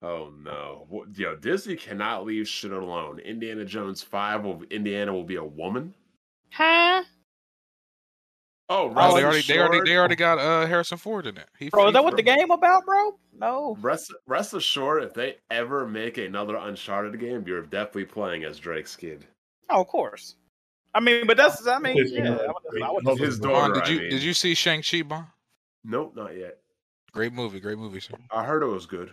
Oh no, What- yo, Disney cannot leave shit alone. Indiana Jones Five will Indiana will be a woman.
Huh?
Oh,
Oh, Rest
they already, they already,
assured-
they already got uh, Harrison Ford in it. He,
Bro,
he-
is that what the game about, bro? No.
Rest, rest assured, if they ever make another Uncharted game, you're definitely playing as Drake's kid.
Oh, of course. I mean, but that's I mean,
It's
yeah.
not
I would- I would-
great. His daughter,
Bond, did
I
you
mean.
did you see Shang Chi, Bond?
Nope, not yet.
Great movie, great movie. Sir.
I heard it was good.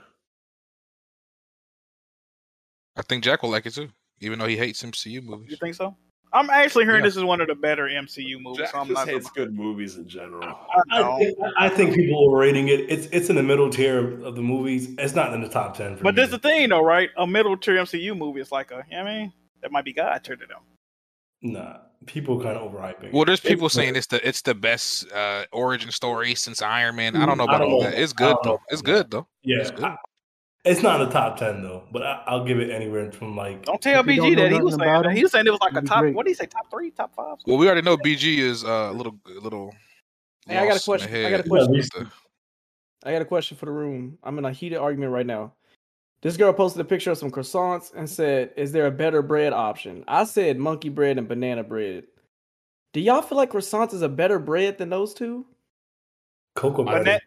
I think Jack will like it too, even though he hates MCU movies.
You think so? I'm actually hearing
Yeah.
this is one of the better MCU movies. so I'm
Just
not Uh,
hates good movies in general.
I
I think, I think people are rating it. It's it's in the middle tier of, of the movies. It's not in the top ten for
But
me.
this is the thing, though, right? A middle tier MCU movie is like a, you know what I mean, that might be God tier to them.
Nah, people kind of overhyping.
Well, there's
it.
people saying it's the it's the best uh, origin story since Iron Man. I don't know
Mm, I
about
don't
all
know.
that. It's
I
good
don't know
though. It's good though.
Yeah,
it's good.
I- It's not in the top ten though, but I, I'll give it anywhere from like.
Don't tell
If you don't
BG
know
that he was
nothing
saying
about
that.
him,
He was saying it was like a
it'd be
top.
great.
What do you say? Top three, top five?
well, we already know BG is uh, a little little.
Hey, I got a
lost in
question.
the
I got a
head
question.
with the-
I got a question for the room. I'm in a heated argument right now. This girl posted a picture of some croissants and said, "Is there a better bread option?" I said monkey bread and banana bread. Do y'all feel like croissants is a better bread than those two?
Cocoa
But
bread.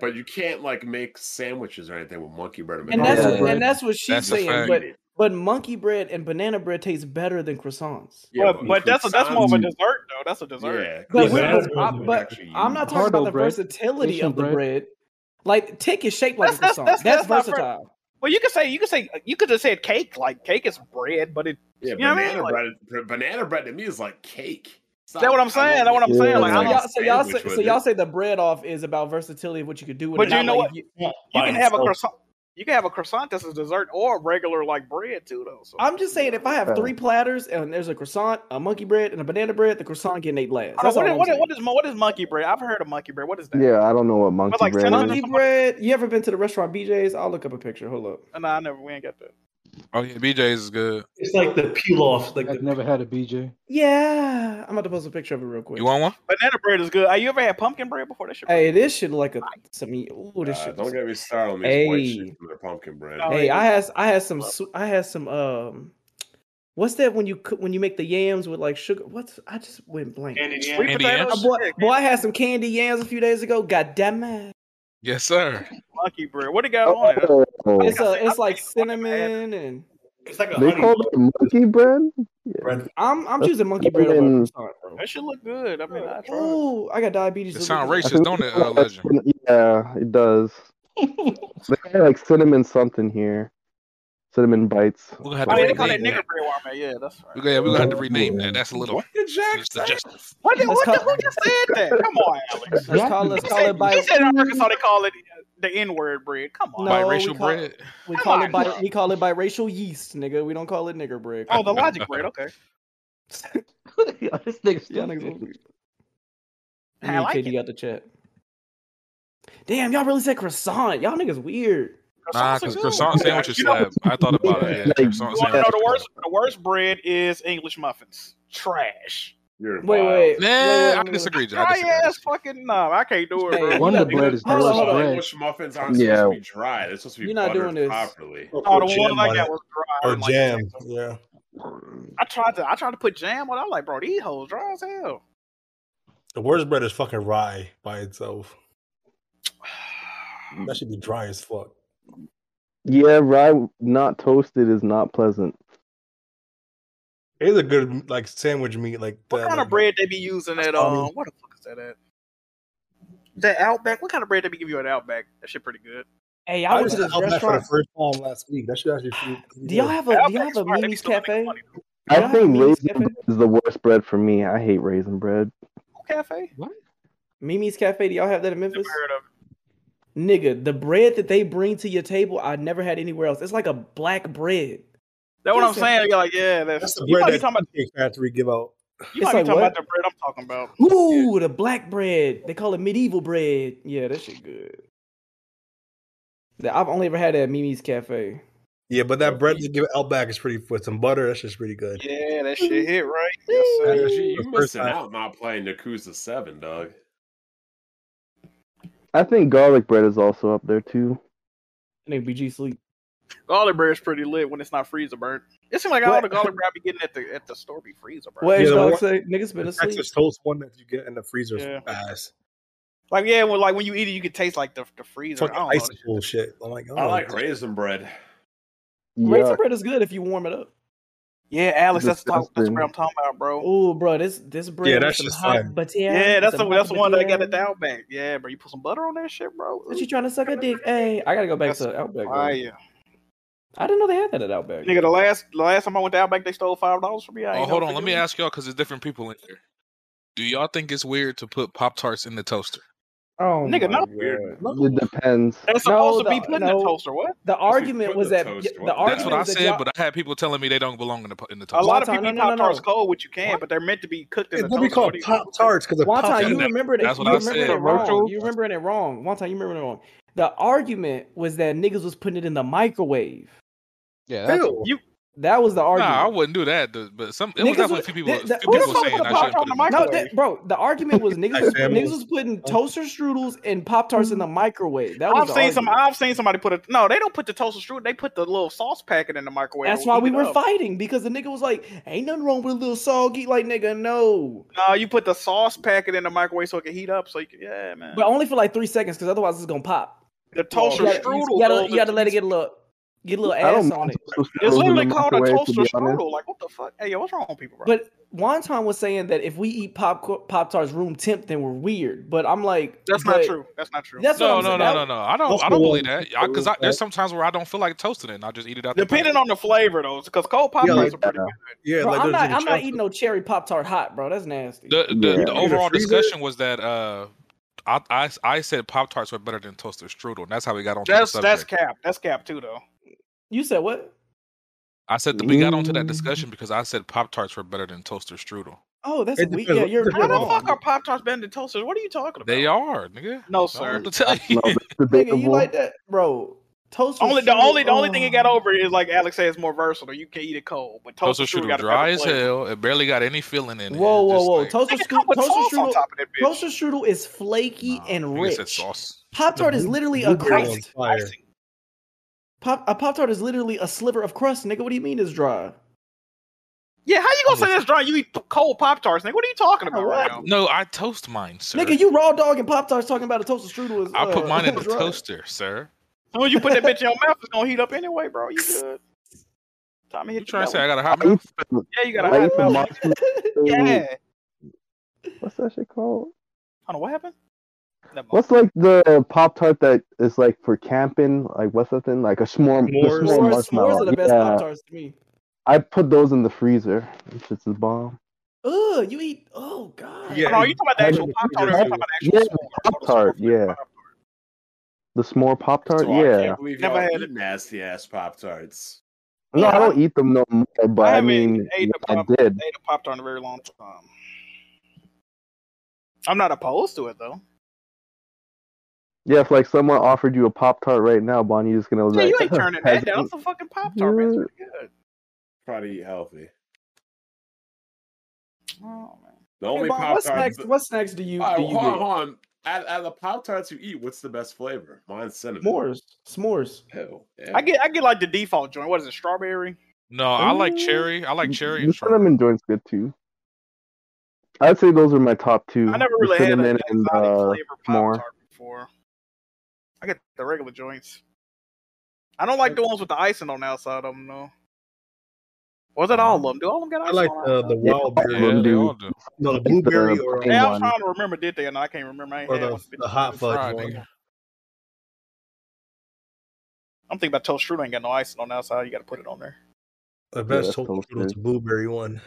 But you can't like make sandwiches or anything with monkey bread.
And that's and that's what she's
a
saying.
fact.
But but monkey bread and banana bread tastes better than croissants.
Yeah,
but but that's a, that's more of a
croissants-
dessert though. That's a dessert.
Yeah,
But, we're-
croissants
I-
are
but
actually
I'm not talking about the versatility of the bread. Like tick is shaped like a croissant. That's,
not fair.
versatile.
Well, you could say you could say uh, you could have said cake. Like cake is bread, but it.
Yeah,
you know what I
banana
mean? Like,
bread. br- Banana bread to me is like cake. It's
That's what I'm saying, that's what I'm saying, like, I
so
don't-
y'all, so y'all, say,
sandwich with
so y'all
it.
say the bread off is about versatility of what you could do with
But
it.
you
not
know
like
what?
you-
you can have a croissant. You can have a croissant that's a dessert or regular like bread too, though. So.
I'm just saying, if I have
Fair.
three platters and there's a croissant, a monkey bread, and a banana bread, the croissant getting eight last.
I
That's
don't
all
know,
I'm
what, is-
saying.
what is mo- what is monkey bread? I've heard of monkey bread. What is that?
Yeah, I don't know what monkey
like,
bread
monkey
is.
bread. You ever been to the restaurant BJ's? I'll look up a picture. Hold up.
No, I never. We ain't got that.
Oh yeah, BJ's is good.
It's like the peel off. Like
I've never had a BJ.
Yeah, I'm about to post a picture of it real quick.
You want one?
Banana bread is good. Have you ever had pumpkin bread before? That shit.
Hey, this shit look like a some. e, Ooh, this
Uh,
shit.
don't get me started on these white shit from their pumpkin bread.
Hey, I had I had some su- I had some um, what's that when you cook when you make the yams with like sugar? What's I just went blank.
Candy yams? Candy yams?
Uh, Boy, boy, I had some candy yams a few days ago. God damn it!
Yes, sir.
Monkey bread. What do you got on it?
Oh.
It's a, it's like cinnamon and
it's like
They call it monkey bread.
bread.
I'm I'm choosing monkey bread
Cinnamon.
over a croissant, bro.
That should look good. I mean, I tried.
Ooh, I got diabetes.
It sound
Lucas.
racist, don't it, uh, Legend?
Yeah, it does. they got like cinnamon something here. Cinnamon bites.
We're gonna have
I
to
mean, they call that
rename
nigger
that.
bread. Where I'm at. Yeah, that's right.
We're gonna, we're gonna have to rename that. That's a little. What
did Jack
What, the, what the, who just said that? Come on, Alex.
Let's call- let's
He
call
said-
it by-
He said in Arkansas they call it uh, the N word bread. Come on.
No, we call, We
Come
call
on,
it bi-
bro.
we call it biracial yeast, nigga. We don't call it nigger bread.
Oh, the logic bread. Okay.
this nigga's yeah, niggas.
I like
KD got the chat. Damn, y'all really said croissant. Y'all niggas weird.
Nah, because croissant sandwiches slap. I thought about it. Yeah,
Like,
croissant
you wanna
No,
sandwich.
the worst. The worst bread is English muffins. Trash.
You're
Wait, wait,
Nah,
wait,
I disagree. Jay. I
Dry
disagree.
ass fucking no. I can't do it. bro.
Wonder bread is
Hold on,
delicious
hold on.
bread.
English muffins aren't
Yeah.
supposed to be dry. They're supposed to be
You're not
buttered
doing this.
properly.
Oh, the one I got was dry. I
or
didn't like the
jam.
taste of it.
Yeah.
I tried to. I tried to put jam on. it. I'm like, bro, these hoes dry as hell.
The worst bread is fucking rye by itself. That should be dry as fuck.
Yeah, rye not toasted is not pleasant.
It's a good like sandwich meat like
What kind of bread they be using at
funny.
um? What the fuck is that at? That Outback. What kind of bread they be giving you at Outback? That shit pretty good.
Hey,
I,
I went
was
to
just
this
out back for the
restaurant.
first time last week. That should actually. feel pretty
Do y'all
good.
have a do y'all have a Mimi's cafe?
I
Yeah, I
think
mean,
raisin
if it-
bread is the worst bread for me. I hate raisin bread.
Cafe.
What? Mimi's cafe. Do y'all have that in Memphis?
heard of
Nigga, the bread that they bring to your table, I never had anywhere else. It's like a black bread.
That's what I'm
Listen.
saying. You're like, yeah, that's,
That's the
you
bread
might be
that
talking about.
Cheesecake Factory give out.
You
It's
might
like
be talking
what?
about the bread I'm talking about.
Ooh, the black bread. They call it medieval bread. Yeah, that shit good. That- I've only ever had it at Mimi's Cafe.
Yeah, but that bread they give out back is pretty with some butter. That's just pretty good.
Yeah, that shit hit right. Yes,
Hey,
sir.
G, you
The first
missing
time.
out not playing Yakuza Seven, dog.
I think garlic bread is also up there too.
I think BG sleep.
Garlic bread is pretty lit when it's not freezer burnt. It seems like all the garlic bread I be getting at the at the store be freezer burnt.
What is
the
dog
one-
say? Niggas been
the
asleep.
Texas toast one that you get in the freezer is
Yeah.
ass.
Like yeah, well, like when you eat it, you can taste like the, the freezer. I
Fucking
don't know.
icicle shit. I'm like, oh,
I like raisin bread.
Raisin bread is good if you warm it up.
Yeah, Alex, that's the talk- that's
Disgusting.
what I'm talking about, bro.
Oh, bro, this this bread.
Yeah,
with
that's
some
just
hot
fine.
butter,
Yeah, that's the
some
that's
hot
the one that
butter.
got it down back. Yeah, bro, you put some butter on that shit, bro.
What you trying to suck a dick? Hey, I gotta go back to Outback. bro.
Fire.
I didn't know they had that at Outback.
Nigga, the last the last time I went to Outback, they stole five dollars from me. I
Oh,
ain't
hold
never
on. Let me
forget
ask y'all because there's different people in here. Do y'all think it's weird to put Pop Tarts in the toaster?
Oh,
Nigga,
my
no.
God.
It depends.
That's
No,
supposed to be
the-
put in
no.
the toaster. What?
The argument was that the
That's
argument
what I
was that
said,
y'all-
but I had people telling me they don't belong in the po- in the
A
toaster.
lot of people
no,
eat
no, no,
pop tarts
no.
cold, which you can, but they're meant to be cooked in the toaster. What do you-
Pop Tarts because
One
Pop-Tart.
time you
That-
remembered it.
that's what
you
I
remembered
said.
it wrong.
Virtual?
You remembering it wrong. One time you remembered it wrong. The argument was that niggas was putting it in the microwave.
Yeah,
that's-
you.
That was the argument.
Nah, I wouldn't do that. th- But some it
Niggas
was definitely
was-
a few people,
the- the-
few people
who the fuck
saying
put
I
Pop-Tart
shouldn't put
in
it.
the microwave? No, that- bro, the argument was niggas,
Like
was,
family.
niggas was putting toaster strudels and Pop Tarts in
Mm-hmm.
the microwave. That was
I've
the
seen some.
argument.
I've seen somebody put a no. They don't put the toaster strudel. They put the little sauce packet in the microwave.
That's
and
why
heat
we
it
were
up.
fighting because the nigga was like, "Ain't nothing wrong with a little soggy." Like, nigga, no,
No, you put the sauce packet in the microwave so it can heat up. So you can, yeah, man.
but only for like three seconds because otherwise it's gonna pop.
The toaster
you gotta,
strudel.
You gotta,
goes
you gotta
in-
let it get a little, get a little
I don't
ass on
mind
it.
toaster
It's
strudels in
literally
the
called a
microwave, to
toaster
be honest.
strudel. Like what the fuck? Hey, yo, what's wrong with people, bro?
But Wonton was saying that if we eat pop pop tarts room temp, then we're weird. But I'm like,
that's not
but-
true. That's not true.
That's what
no,
I'm
no,
saying.
no, no,
That-
no. I don't.
That's
I don't
the
believe
one.
that. Because there's some times where I don't feel like toasting it. and I just eat it out. the
Depending on the flavor though, because cold pop
Yeah,
tarts are
like-
pretty good.
Yeah,
Bro,
like
I'm
those
not.
little
I'm not
chocolate-
eating no cherry pop tart hot, bro. That's nasty.
The the,
Yeah.
the
You need a
overall
freezer?
discussion was that uh, I I, I said Pop Tarts were better than toaster strudel, and that's how we got onto
That's
the
that's
subject.
cap. That's cap too though.
You said what?
I said that we got onto that discussion because I said Pop Tarts were better than toaster strudel.
Oh, that's
It
weak.
depends
Yeah,
what-
you're.
it
How
depends
the
on-
fuck are pop tarts better than toasters? What are you talking about?
They are, nigga. I
No,
don't
sir.
have to tell you.
Nigga, you like that, bro? Toast.
Only the only the only thing it got over is like Alex said, it's more versatile. You can eat it cold, but toaster
Toaster
strudel got
strudel
a
dry
better
as
flavor.
hell. It barely got any filling in it.
Whoa, whoa,
Just
whoa!
like-
Toaster strudel.
put
Toaster
sauce on
strudel.
top of that bitch.
Toaster strudel is flaky and
nigga said
rich.
sauce.
Pop tart
The
is
blue-
literally a
blueberry
crust.
on fire.
Pop a pop tart is literally a sliver of crust, nigga. What do you mean it's dry?
Yeah, how you gonna say that's dry? You eat p- cold pop tarts, nigga. What are you talking about right now?
No, I toast mine, sir.
Nigga, you raw dog and pop tarts talking about a toaster strudel is.
I put
uh,
mine in the
dry.
toaster, sir.
As soon as you put that bitch in your mouth, it's gonna heat up anyway, bro. You good? Tommy hit you
trying to say I got a
hot
hot mouth?
Yeah, you got a
I ate
hot
some
mouth.
mushroom-
Yeah.
What's that shit called?
I don't know what happened.
What's like the pop tart that is like for camping? Like what's that thing? Like a s'more. the
S'mores.
s'more
S'mores-
marshmallow.
s'mores are the best
yeah.
Pop-Tarts to me.
I put those in the freezer. It's just the bomb.
Ugh, you eat. Oh god.
Yeah, No, you talking about the actual
Pop-Tart or you talking about
Yeah, pop tart. Yeah. The s'more pop tart.
So Oh, I
yeah.
can't believe y'all
Never had
eat nasty ass Pop Tarts.
No, I don't eat them no more. But I, mean,
ate a
I
pop
did.
ate a pop tart in a very long time. I'm not opposed to it though.
Yeah, if like someone offered you a pop tart right now, Bonnie, you're just gonna
Yeah,
like.
you ain't turning that down.
peasant.
It's a fucking pop tart, man. It's
Yeah.
pretty good.
Try to eat healthy.
Oh, man.
The
Hey,
only
Bob,
Pop
what
Tarts.
snacks? What snacks do you do you
hold on,
get?
hold on. Out, out of the Pop Tarts you eat, what's the best flavor? Mine's cinnamon.
S'mores. S'mores.
Hell, yeah.
I get I get like the default joint. What is it? Strawberry?
No, I like cherry. I like cherry
The
and strawberry.
cinnamon joint's good too. I'd say those are my top two.
I never
the
really had a
cinnamon and uh, more.
Before I get the regular joints. I don't like the ones with the icing on the outside of them though. Was it all of them? Do all of them got
Um, I like
icing on
the, the
outside?
wild
Yeah,
berry.
all of them do.
No, the
It's the
blueberry or,
plain
Yeah, I
uh,
was trying to remember did they or not. I can't remember. I ain't
or
had
the,
one since
the hot
Friday.
fudge one.
I'm thinking about toast strudel. Ain't got no icing on the outside. You got to put it on there.
The
Yeah,
best
that's
total strudel is the blueberry one.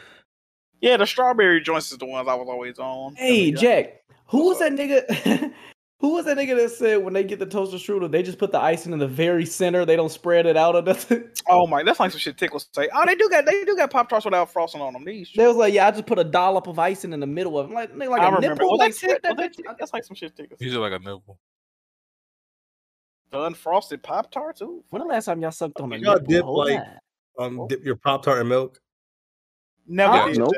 Yeah, the strawberry joints is the ones I was always on.
Hey Jack, who was that nigga? Who was that nigga that said when they get the toaster strudel, they just put the icing in the very center, they don't spread it out or nothing?
Oh my, that's like some shit Tickle say. Oh, they do got they do got pop tarts without frosting on them. These.
They was like, yeah, I just put a dollop of icing in the middle of it. I'm like, nigga, like
I
a
remember. Oh,
nipple.
Was
like,
that
spread
Tick-
that
was that
bitch
Tick- That's like some shit Tickle.
These are like a nipple.
The unfrosted pop tarts. Ooh.
When the last time y'all sucked on a
Y'all
nipple?
dip
Hold
like
on.
um dip your pop tart in milk.
Never
Yeah.
did
Nope.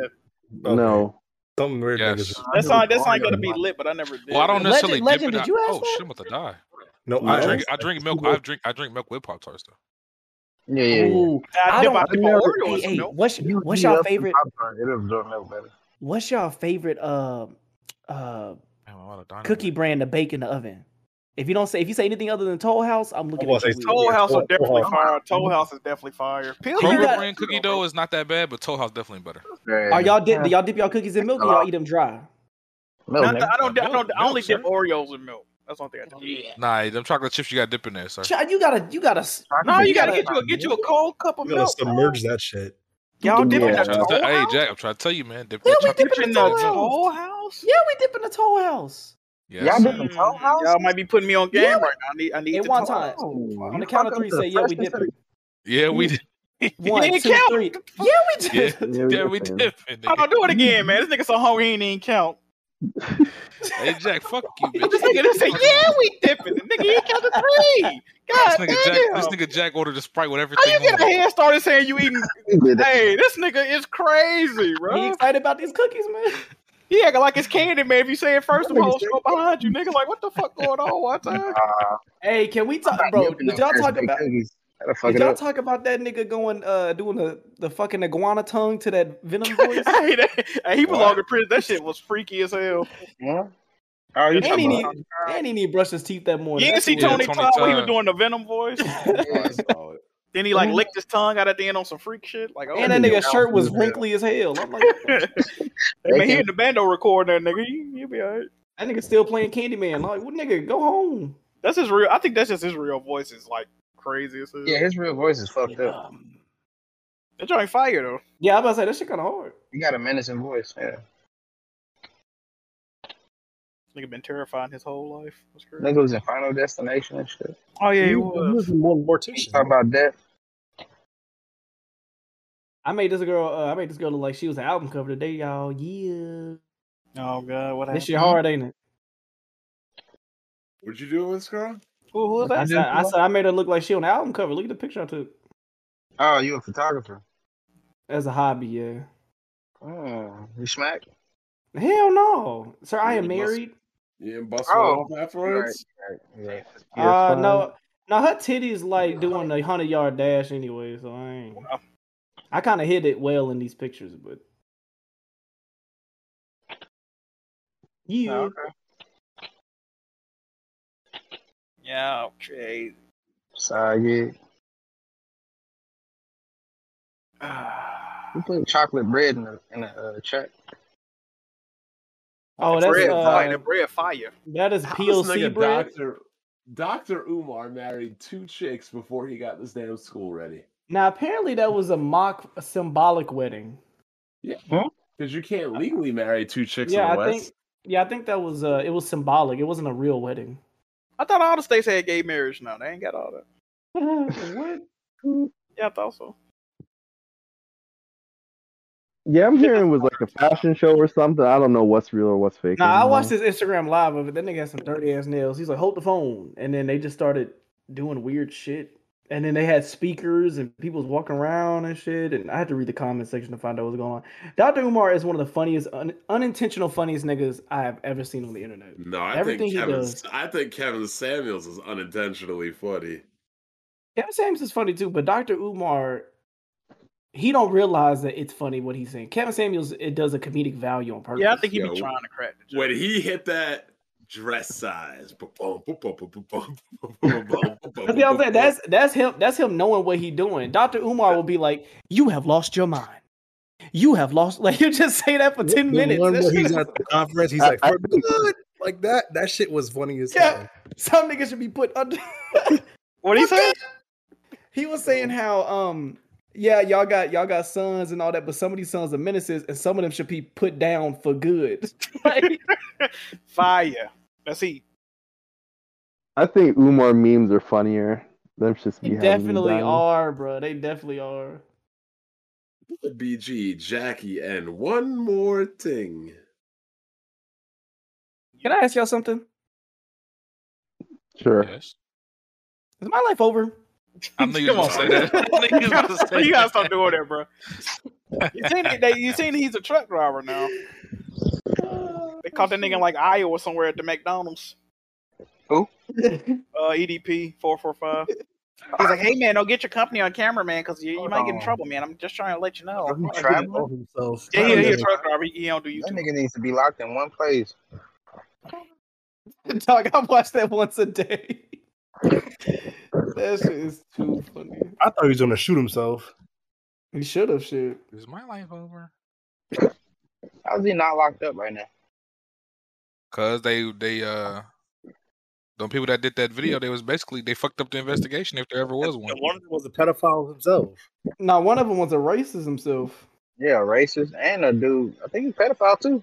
that.
No.
Some weird
yes.
That's not that's not gonna be lit, but I never did.
Well, I don't
that.
necessarily dip it. out- oh shit, I'm about to die.
No,
I
I-
drink. I drink milk. I drink. I drink milk with pop tarts though.
Yeah, yeah, yeah.
Ooh, I
dip-
don't
dip my
know.
Oreo in
Hey,
some
hey,
milk.
what's-
You
what's
heat
y'all
up the
favorite-
Pop-Tart, It'll absorb milk better.
What's y'all favorite uh uh
dynamite.
cookie brand to bake in the oven? If you don't say if you say anything other than Toll House, I'm looking
gonna
at you.
say
weird. Mm-hmm.
Toll House
Toll-
are definitely
Toll
fire.
House.
Toll House is definitely fire.
Kroger
Pillsbury
brand cookie dough is not that bad, but Toll House definitely better.
Are y'all dip? Do y'all dip y'all cookies in milk or y'all eat them dry?
Not the- I don't. I don't. I only dip Oreos in milk. That's one thing
Oh,
I do. Yeah.
Nah, them chocolate chips you got to dip in there, sir.
Ch- You gotta, you gotta. s-
No, you gotta get you a get you a cold cup of
You gotta
milk.
submerge that shit.
Y'all dip in
I'm
the
trying to
Toll
tell- hey
House.
Jack, I'm trying to tell you, man. Dip
Yeah,
that
we
chocolate
dip
chip
in
in
the
there.
Toll
House. Mm-hmm.
Yeah, we dip in the Toll House.
Yes.
Y'all dip in Toll House?
Y'all might be putting me on game
Yeah,
right now. I need. I need
At
to
one
Toll
time,
House.
on the count of three, say yeah, we dip. it.
Yeah, we did.
One,
didn't
two,
count.
three. Yeah, we
Yeah,
did.
yeah, we dip in there.
I don't do it again, man. This nigga so hungry he didn't even count.
Hey Jack, fuck you, bitch.
This nigga just say, "Yeah, we dipping." The nigga he counted three. God
This
damn!
nigga Jack, this nigga Jack ordered a sprite with
How
everything.
you get a
on it.
head started saying you eating?
did that.
hey, this nigga is crazy, bro.
He excited about these cookies, man.
He acting like it's candy, man. If you say it first,
That
the
nigga
whole
said-
show behind you, nigga. Like, what the fuck going on? What
Uh,
the?
Hey, can we talk,
not
bro?
dipping
Did
no
y'all
fresh
talk
baked
about?
cookies. That'll fuck
Did
it
y'all
up.
talk about that nigga going uh doing the the fucking iguana tongue to that venom voice?
hey, that, hey, he belonged in prison. That shit was freaky as hell.
Oh, you
and, he
talking
need,
about?
and he need to brush his teeth that
You
morning.
didn't
That's
see
what-
Tony, Todd when he was doing the Venom voice. then he like
Mhm.
licked his tongue out at the end on some freak shit. Like, oh,
And that nigga's shirt was wrinkly as hell. I'm like,
Hey, man, he in the bando recording that nigga. You, will be alright.
that nigga still playing Candyman. Like, what nigga, go home.
That's his real. I think that's just his real voice is like crazy as hell.
Yeah, his real voice is fucked up.
That joint fire though.
Um, Yeah, I'm about to say that shit kind of hard.
He got a menacing voice. Yeah,
This nigga been terrifying his whole life. That's crazy.
nigga was in Final Destination and shit.
Oh yeah, he
He
was.
more
Talk about that.
I made this girl. Uh, I made this girl look like she was an album cover today, y'all. Yeah,
Oh god, what happened?
this shit hard, ain't it?
What'd you do with this girl?
Who, who was
I
that?
said, I said I made her look like she on the album cover. Look at the picture I took.
Oh, you a photographer?
As a hobby, yeah.
Oh, you smack?
Hell no, sir. I
You
am
must-
married.
You didn't bust
Oh,
one off afterwards?
Right, right.
Uh, no, no. Her titties like doing the hundred yard dash anyway, so I ain't. I kind of hit it well in these pictures, but yeah.
Yeah, okay.
Sorry, yeah. Who put chocolate bread in the in the uh, chat?
Oh, that's
bread fire.
uh,
That bread fire.
that is
How this
PLC
nigga
bread.
Doctor, Dr. Umar married two chicks before he got this damn school ready.
Now apparently that was a mock a symbolic wedding.
Yeah. Because you can't legally marry two chicks
yeah,
in the
I
West.
think yeah, I think that was uh it was symbolic. It wasn't a real wedding.
I thought all the states had gay marriage now. They ain't got all that.
what?
Yeah, I thought so.
Yeah, I'm hearing it was like a fashion show or something. I don't know what's real or what's fake.
Nah, I
anymore.
watched
Mm-hmm.
his Instagram live of it. That nigga had some dirty ass nails. He's like, hold the phone. And then they just started doing weird shit. And then they had speakers and people was walking around and shit. And I had to read the comment section to find out what was going on. Dr. Umar is one of the funniest, un- unintentional funniest niggas I have ever seen on the internet.
No, I think
Everything he
Kevin.
does.
I think Kevin Samuels is unintentionally funny.
Kevin Samuels is funny too, but Dr. Umar, he don't realize that it's funny what he's saying. Kevin Samuels, it does a comedic value on purpose.
Yeah, I think he
Yo,
be trying to crack.
When he hit that dress size, ba-bum, ba-bum, ba-bum, ba-bum, ba-bum, ba-bum, ba-bum,
That's, what I'm saying. that's that's him. That's him knowing what he doing. Doctor Umar will be like, "You have lost your mind. You have lost." Like you just say that for ten
The
minutes.
one
That
where
shit
he's
is-
at the conference, he's
I-
like,
I-
"For good," like that. That shit was funny as hell.
yeah, some niggas should be put under.
what he say?
He was saying how um. Yeah, y'all got y'all got sons and all that, but some of these sons are menaces, and some of them should be put down for good.
Fire. That's he.
I think Umar memes are funnier. Them just be
They definitely are, bro. They definitely are.
BG, Jackie, and one more thing.
Can I ask y'all something?
Sure.
Is my life over?
I knew you was gonna say that. I knew you was gonna say
you
that.
gotta stop doing that, bro. You seen it? They, you seen he's a truck driver now. They caught that nigga in like Iowa somewhere at the McDonald's.
Who?
Uh, EDP four four five. He's like, hey man, don't get your company on camera, man, because you, you might
Oh.
get in trouble, man. I'm just trying to let you know.
Travel himself.
Yeah, yeah, he's a truck driver. He, he don't do
That nigga needs to be locked in one place.
Dog, I watch that once a day. that shit is too funny.
I thought he was gonna shoot himself.
He should have shit.
Is my life over?
How's he not locked up right now?
Cause they they uh, the people that did that video, they was basically they fucked up the investigation if there ever was one.
One was a pedophile himself.
Now one of them was a racist himself.
Yeah, racist and a dude. I think he's pedophile too.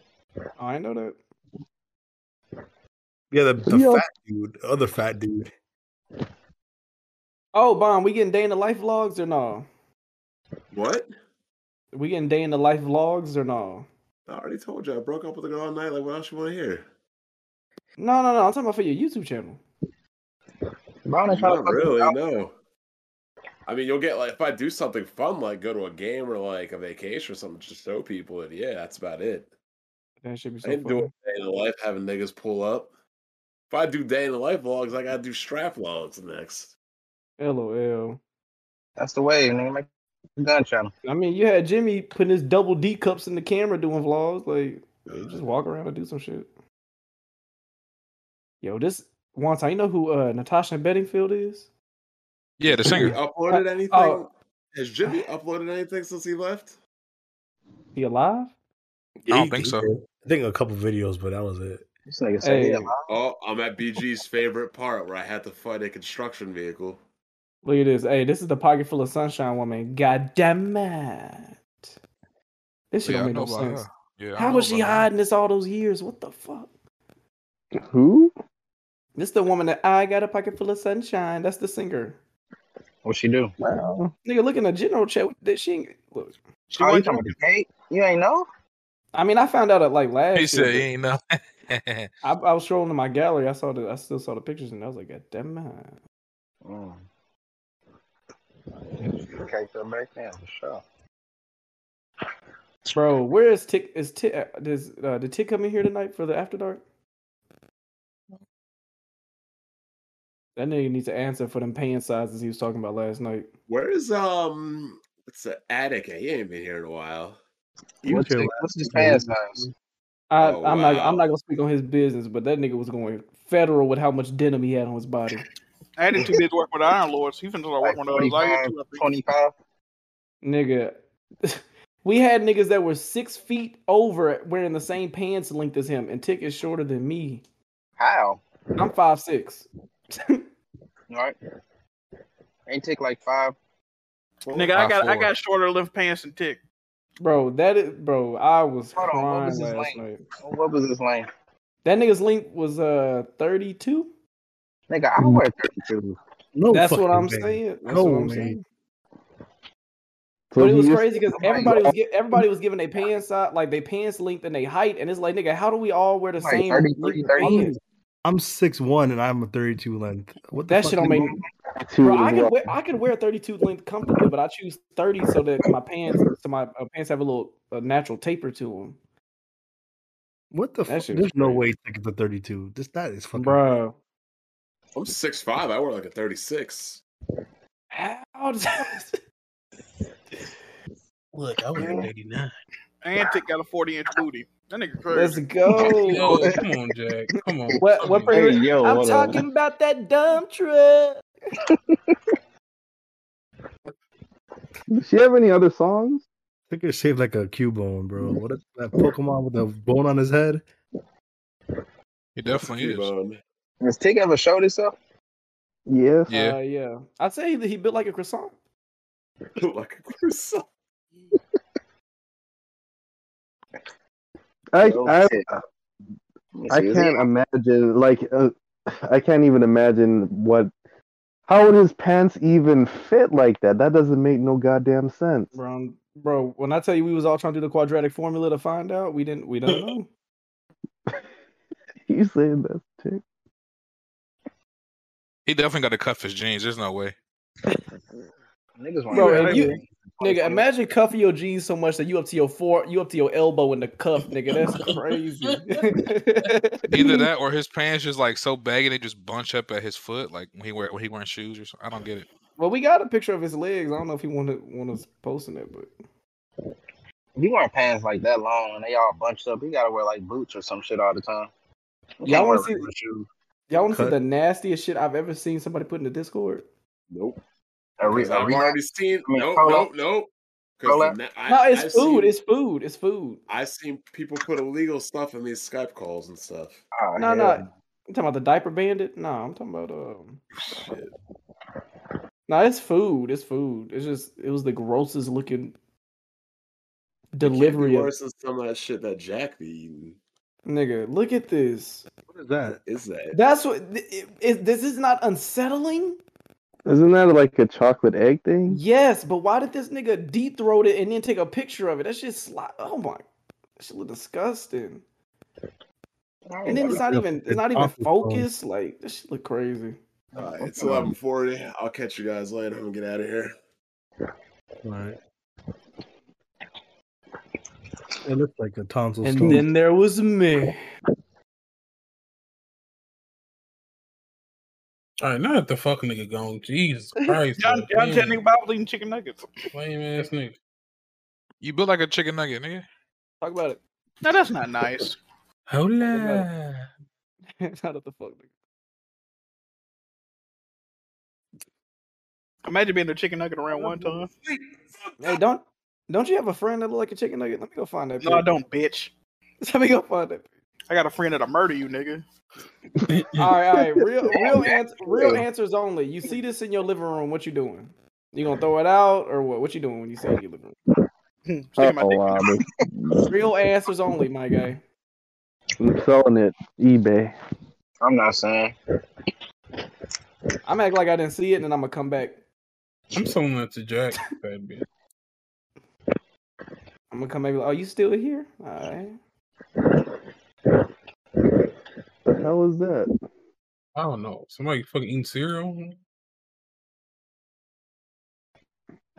I know that.
Yeah, the, the
Yeah.
fat dude, the other fat dude.
Oh, Bon, we getting day in the life vlogs or no?
What?
We getting day in the life vlogs or no?
I already told you I broke up with a girl all night. Like, what else you want to hear?
No, no, no. I'm talking about for your YouTube channel.
Not really, no. I mean, you'll get like if I do something fun, like go to a game or like a vacation or something, just show people it. Yeah, that's about it.
That should be
I
so
ain't doing
funny.
day in the life having niggas pull up. If I do day in the life vlogs, I gotta do strap vlogs next.
LOL.
That's the way, nigga. Make a gun channel.
I mean, you had Jimmy putting his double D cups in the camera doing vlogs. Like, you just walk around and do some shit. Yo, this one time, you know who uh, Natasha Bedingfield is?
Yeah, the singer.
He uploaded anything?
oh.
Has Jimmy uploaded anything since he left?
He alive?
I don't think so.
I think a couple videos, but that was it.
This nigga
Oh, I'm at BG's favorite part where I had to fight a construction vehicle.
Look at this. Hey, this is the pocket full of sunshine woman. God damn it. This shit
Yeah, I
don't make
know
no
about her.
sense.
Yeah, I
How
know
was she
about her.
hiding this all those years? What the fuck?
Who?
This the woman that I got a pocket full of sunshine. That's the singer.
What she do?
Wow. Nigga, look in the general chat. What did She ain't- look.
She oh, you talking about the cake? You ain't know?
I mean, I found out at like last.
He
year,
said
but
he ain't know.
I, I was scrolling in my gallery. I saw the. I still saw the pictures, and I was like, God damn it.
Mm. The cake up back down for sure.
Bro, where is Tick? Is Tick? uh, Does uh, did Tick come in here tonight for the after dark? That nigga needs to answer for them pants sizes he was talking about last night.
Where is um? It's an attic. He ain't been here in a while.
What's, the, what's his pants size?
I,
Oh,
I'm not. I'm
wow.
not gonna speak on his business, but that nigga was going federal with how much denim he had on his body.
I had him too busy working with Iron Lords. He finna start working with those. I get two, I think.
Nigga, we had niggas that were six feet over wearing the same pants length as him, and Tick is shorter than me.
How?
I'm five six.
Right? Ain't take like five.
Nigga, I got I got shorter length pants and tick.
Bro, that is bro. I was
Hold on, what
crying
was his
last
length?
night.
What was his length?
That nigga's length was uh thirty two.
Nigga, I wear 32.
No That's what
fucking
I'm
way.
saying. That's
No
what I'm
way.
saying.
So
but it was
he is-
crazy
Oh
because everybody was gi- everybody was giving their pants out like their pants length and their height, and it's like nigga, how do we all wear the
Like
same?
33,
length pants?
I'm six one and I'm a thirty two length. What the
That
fuck
shit don't
do you
make.
want?
Bro, I could wear I could wear 32 length comfortably, but I choose 30 so that my pants so my uh, pants have a little a natural taper to them.
What the
That
fuck?
shit
There's
was
no
crazy.
way Tick is a thirty two. This that is fucking
bro.
I'm six five. I wear like a thirty six.
How does
Look, I was at 89.
And tick got a forty inch booty. That nigga crazy.
Let's go.
Yo,
come on, Jack. Come on.
Come
What what
on.
pretty-
Hey, yo,
I'm
hold on.
talking about that dump truck.
Does she have any other songs?
Tick is shaped like a Cubone, bro. What is that Pokemon with a bone on his head?
He definitely is.
Does Tig ever show this up?
Yes.
Uh, yeah. I'd say that he built like a croissant.
like a croissant.
I
Oh,
I,
shit. Let me
I
see, is
can't
he-
imagine like uh, I can't even imagine what. How would his pants even fit like that? That doesn't make no goddamn sense.
Bro, I'm- bro, when I tell you we was all trying to do the quadratic formula to find out, we didn't. We don't know.
You saying that's tick?
He definitely got to cuff his jeans. There's no way.
Niggas want
Bro, and you, nigga, imagine cuffing your jeans so much that you up to your four, you up to your elbow in the cuff, nigga. That's crazy.
Either that or his pants just like so baggy they just bunch up at his foot, like when he wear when he wearing shoes or something. I don't get it.
well, we got a picture of his legs. I don't know if he wanted want us posting it, but
you wear pants like that long and they all bunched up. You gotta wear like boots or some shit all the time. You
Y'all
can't
wanna
wear
see-
regular shoes.
y'all want to see
Cut.
the nastiest shit I've ever seen somebody put in the Discord?
Nope. A re-
Because
a
I've
re-
already seen.
mean,
Nope,
Polo.
nope, nope. 'Cause
Polo.
the na- I-
no, it's
I've seen-
food. It's food. It's food.
I've seen people put illegal stuff in these Skype calls and stuff.
No, no. You talking about the diaper bandit? No, I'm talking about um. No, it's food. It's food. It's just it was the grossest looking
Delivery
delivery of
worse than some of that shit that Jack be eating.
nigga. Look at this.
What is that? Is that?
That's what th- it, it, this is not unsettling.
Isn't that like a chocolate egg thing?
Yes, but why did this nigga deep throat it and then take a picture of it? That shit slide. Oh my, that shit look disgusting. And then it's not even it's not even focused. Like this shit look crazy.
All right, it's eleven forty. I'll catch you guys later. I'm gonna get out of here.
All right. It looks like a tonsil
And
stone.
then there was me.
All right, now that the fuck nigga gone, Jesus Christ!
John,
man.
John
Damn.
Channing Bob eating chicken nuggets.
Lame ass nigga.
You built like a chicken nugget, nigga.
Talk about it.
No, that's not nice.
Hola.
Shout out the fuck.
Imagine being a chicken nugget around one time.
Hey, don't don't you have a friend that look like a chicken nugget? Let me go find that.
No, I don't, bitch.
Let me go find that.
I got a friend that'll murder you, nigga.
All right, all right. Real, real, ans- real
Yeah.
answers only. You see this in your living room? What you doing? You gonna throw it out or what? What you doing when you see it in your living room?
Oh, wow, this-
real answers only, my guy.
I'm selling it eBay.
I'm not saying.
I'm acting like I didn't see it, and then I'm gonna come back.
I'm selling that to Jack. Bad bitch.
I'm gonna come back. Like, oh, you still here? All right.
The hell is that?
I don't know. Somebody fucking eating cereal.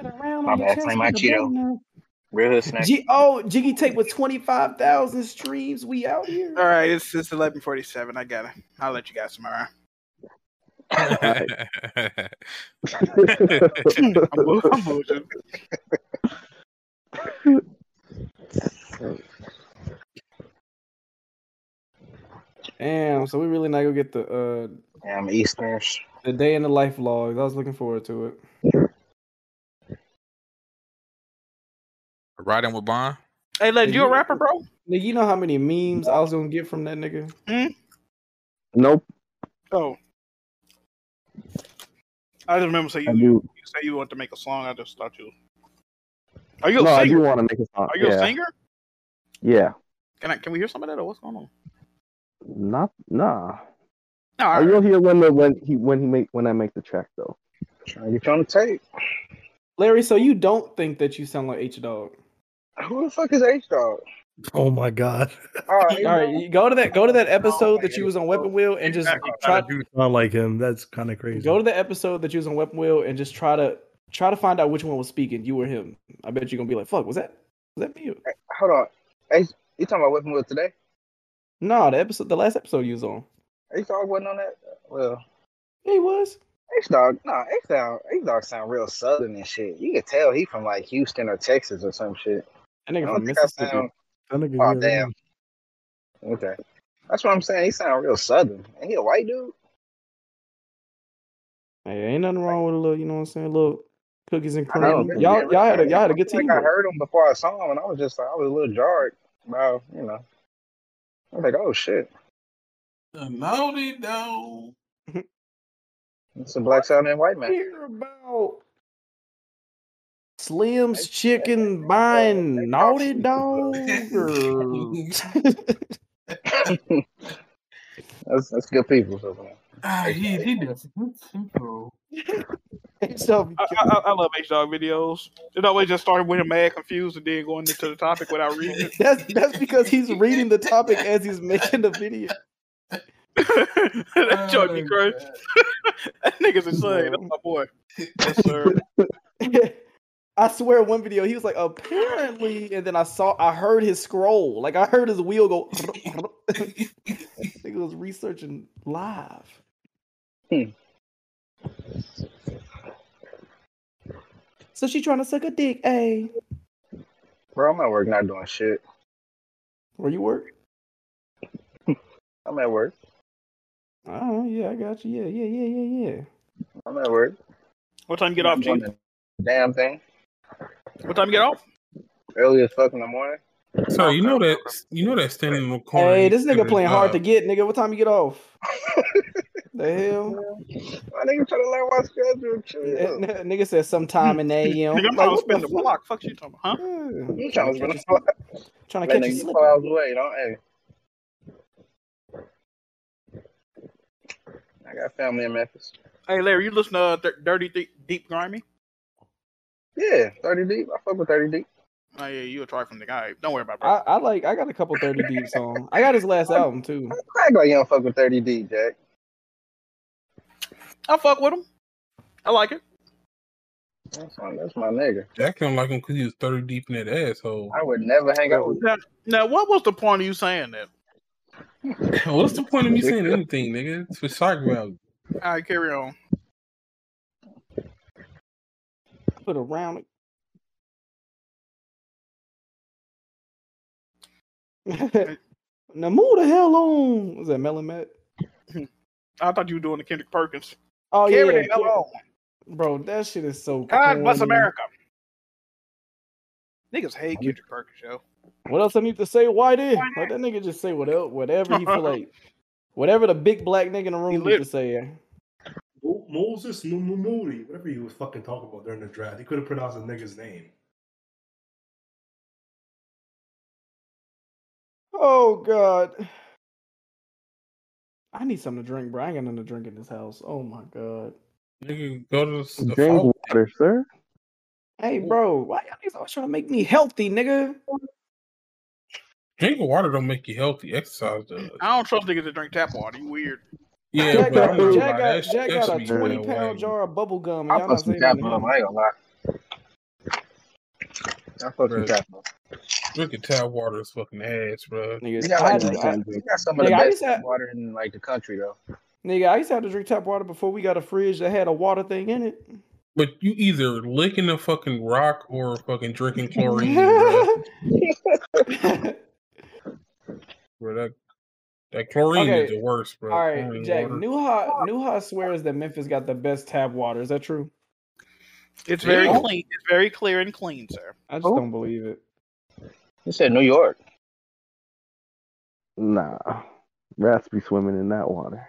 My bad, clean my Cheeto. Real hood snack.
G- oh, Jiggy Tape with twenty five thousand streams. We out here.
All right, it's it's eleven forty seven. I gotta. I'll let you guys tomorrow. I'm bull- I'm bullshitting.
Damn. So we really not gonna get the uh.
Damn Easterners.
The day in the life logs. I was looking forward to it.
Riding with Bond.
Hey, Len, you a rapper, bro?
Nigga, you know how many memes I was gonna get from that nigga?
Hmm?
Nope.
Oh, I just remember say you,
I do.
you say you want to make a song. I just thought you. Are you a
no, I do
singer?
want to make a song.
Are you
yeah.
a singer?
Yeah.
Can I? Can we hear some of that? Or what's going on?
Not nah.
No,
I will hear when the, when he when he make when I make the track though.
You trying to tape?
Larry, so you don't think that you sound like H Dog?
Who the fuck is H Dog?
Oh my god.
All
All right, you go to that go to that episode that you was on Weapon Wheel and just try
I do sound like him. That's kind of crazy.
go to the episode that you was on Weapon Wheel and just try to try to find out which one was speaking, you or him. I bet you're gonna be like, "Fuck, was that was that me?"
Hold on. H- you talking about Weapon Wheel today?
No, the episode, the last episode you was on.
H Dog wasn't on that. Well,
he was.
H Dog, nah, H Dog, H Dog sound real southern and shit. You could tell he from like Houston or Texas or some shit.
That nigga
I don't
from
think I
Mississippi.
sound-
That nigga
Oh
here,
damn. Okay, that's what I'm saying. He sound real southern. And he a white dude.
Hey, ain't nothing wrong with a little, you know what I'm saying? Little cookies and
I don't
cream.
know,
Y'all,
man.
y'all had a y'all had a good
Like
team.
I heard him before I saw him, and I was just like, I was a little jarred. Wow, you know. I was like, oh shit,
Naughty dog.
it's a black Southern white man.
Hear about Slim's chicken
uh,
buying Naughty Dog. or-
That's, that's good people. So
Ah, he he does good simple.
So I, I, I love H Dog videos. It always just started with him mad, confused, and then going into the topic without reading. it.
That's that's because he's reading the topic as he's making the video.
that joint
Oh,
me crazy. that nigga's insane. That's my boy. Yes, sir.
I swear, one video he was like, apparently, and then I saw, I heard his scroll, like I heard his wheel go. I think it was researching live. So she trying to suck a dick, hey.
Bro, I'm at work not doing shit.
Where you work?
I'm at work.
Oh yeah, I got you. Yeah, yeah, yeah, yeah, yeah.
I'm at work.
What time you get off, G?
Damn thing.
What time you get off?
Early as fuck in the morning.
So you know that you know that standing in the corner.
Hey, this nigga playing hard to
get.
get, nigga. What time you get off? the hell?
My nigga trying to learn my schedule. Chill.
N- n- nigga said sometime in the AM.
Nigga,
Like,
I'm trying
what
to spin the
fuck?
block. Fuck you talking about, huh?
You trying to spend a
Trying
That
to catch you
nigga
slipping.
four hours away, don't hey. I got family in Memphis.
Hey, Larry, you listen to uh, Dir- Dirty Deep, Deep Grimy?
Yeah, thirty deep. I fuck with thirty deep.
Oh, yeah, you a try from the guy. Don't worry about it, bro.
I, I like. I got a couple thirty deep songs. I got his last album too.
I act like you don't fuck with thirty deep, Jack.
I fuck with him. I like it.
That's my, that's my nigga.
Jack don't like him because he was thirty deep in that asshole.
I would never hang out with
Now, now, what was the point of you saying that?
What's the point of me saying anything, nigga? It's for shock value.
All right, carry on.
Put around it. now move the hell on. Was that Melon Matt?
I thought you were doing the Kendrick Perkins.
Oh
carry
yeah,
the hell on.
bro. That shit is so.
God bless
corny.
America. Niggas hate Kendrick Perkins, yo.
What else I need to say? Why did let that nigga just say whatever, whatever he feel like, whatever the big black nigga in the room need to say.
Mo- Moses Mo- Mo- Moody, whatever he was fucking talking about during the draft. He could have pronounced a nigga's name.
Oh god. I need something to drink, bro. I ain't got nothing to drink in this house. Oh my god.
Nigga, go to the, the
Drink
phone.
water, sir.
Hey, bro, why y'all niggas always trying to make me healthy, nigga?
Drink water don't make you healthy. Exercise does.
I don't trust niggas that drink tap water. You weird.
Yeah,
Jack
but I
got,
don't know
Jack
about
got,
that. That
Jack got a
should be
20
real
pound
lame.
jar of bubble gum.
I
Y'all not
fuck
saying
with Tap
nothing.
Bum. I ain't gonna lie. I fuck with Tap Bum.
Drinking tap water is fucking ass, bro.
Nigga,
You got, like, the- you got some of the
Nigga, I
best
used to have-
water in like the country though.
Nigga, I used to have to drink tap water before we got a fridge that had a water thing in it.
But you either licking a fucking rock or fucking drinking chlorine, bro. Bro, that, that chlorine is
Okay.
the worst, bro.
All right,
Chlorine
Jack.
water.
Newha Newha swears that Memphis got the best tap water. Is that true?
It's very
Yeah.
clean. It's very clear and clean, sir.
I just don't believe it.
You said New York.
Nah, rats be swimming in that water.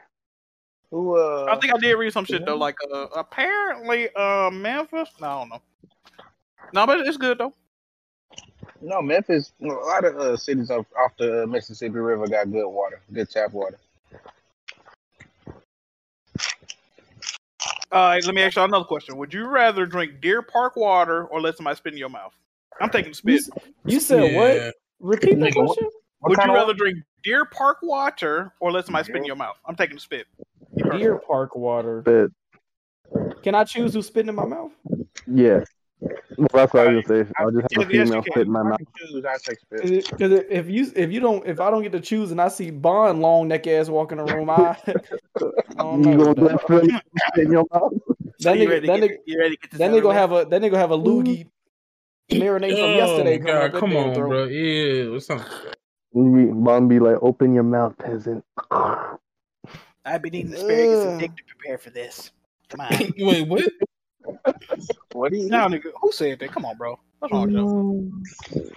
Who? Uh,
I think I did read some shit though. Like uh, apparently, uh, Memphis. No, I don't know. No, but it's good though.
No, Memphis. A lot of uh, cities off, off the uh, Mississippi River got good water, good tap water.
All right, let me ask y'all another question. Would you rather drink Deer Park water or let somebody spit in your mouth? I'm taking spit.
You said
Yeah.
what? Repeat the question.
Would you rather drink Deer Park water or let somebody spit in your mouth? I'm taking spit.
Deer Park water.
But
Can I choose who's spitting in my mouth?
yeah, well, that's what I was gonna say. I'll just have a
Yes, yes, you
female
can.
fit in my mouth.
Because if you if you don't if I don't get to choose and I see Bond long neck ass walking the room, I, I don't
You
know.
gonna let them in your mouth?
That
You
nigga,
ready
that
to
nigga,
get- you ready to get this
that
out of
nigga
the
gonna have a that nigga gonna have a loogie marinade from yesterday.
Oh,
coming up
God,
that
come
nigga
on,
throat.
bro. Yeah, what's up?
You be- Mom be like, open your mouth, peasant.
I've been eating asparagus and dick to prepare for this. Come on.
Wait, what?
What do you?
No, nigga. Who said that? Come on, bro. What's wrong with you?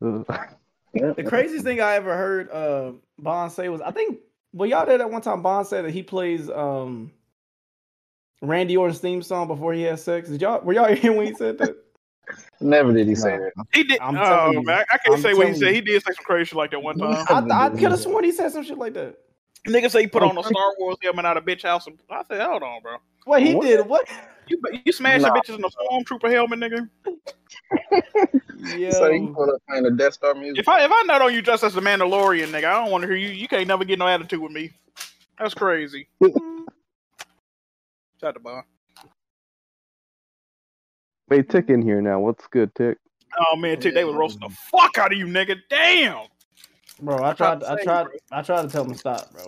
The craziest thing I ever heard uh, Bond say was, I think, well, y'all did that one time. Bond said that he plays um, Randy Orton's theme song before he has sex. Did y'all were y'all here when he said that?
Never did he say that.
He did.
I'm
oh
telling you.
man, I can't
I'm
say what he
telling
said.
you.
He did say some crazy shit like that one time.
I, I could have sworn he said some shit like that.
Nigga say he put on a Star Wars helmet out of bitch house. And I said, hold on, bro.
What he did? What?
You you smash
Nah.
your bitches in a stormtrooper helmet, nigga.
So you put up playing the Death Star music.
If I if I nut on you just as the Mandalorian, nigga, I don't want to hear you. You can't never get no attitude with me. That's crazy. Shut the bar.
Wait, Tick in here now. What's good, Tick?
Oh man, too, they was roasting the fuck out of you, nigga. Damn.
Bro, I tried. I tried. I tried to tell him to stop, bro.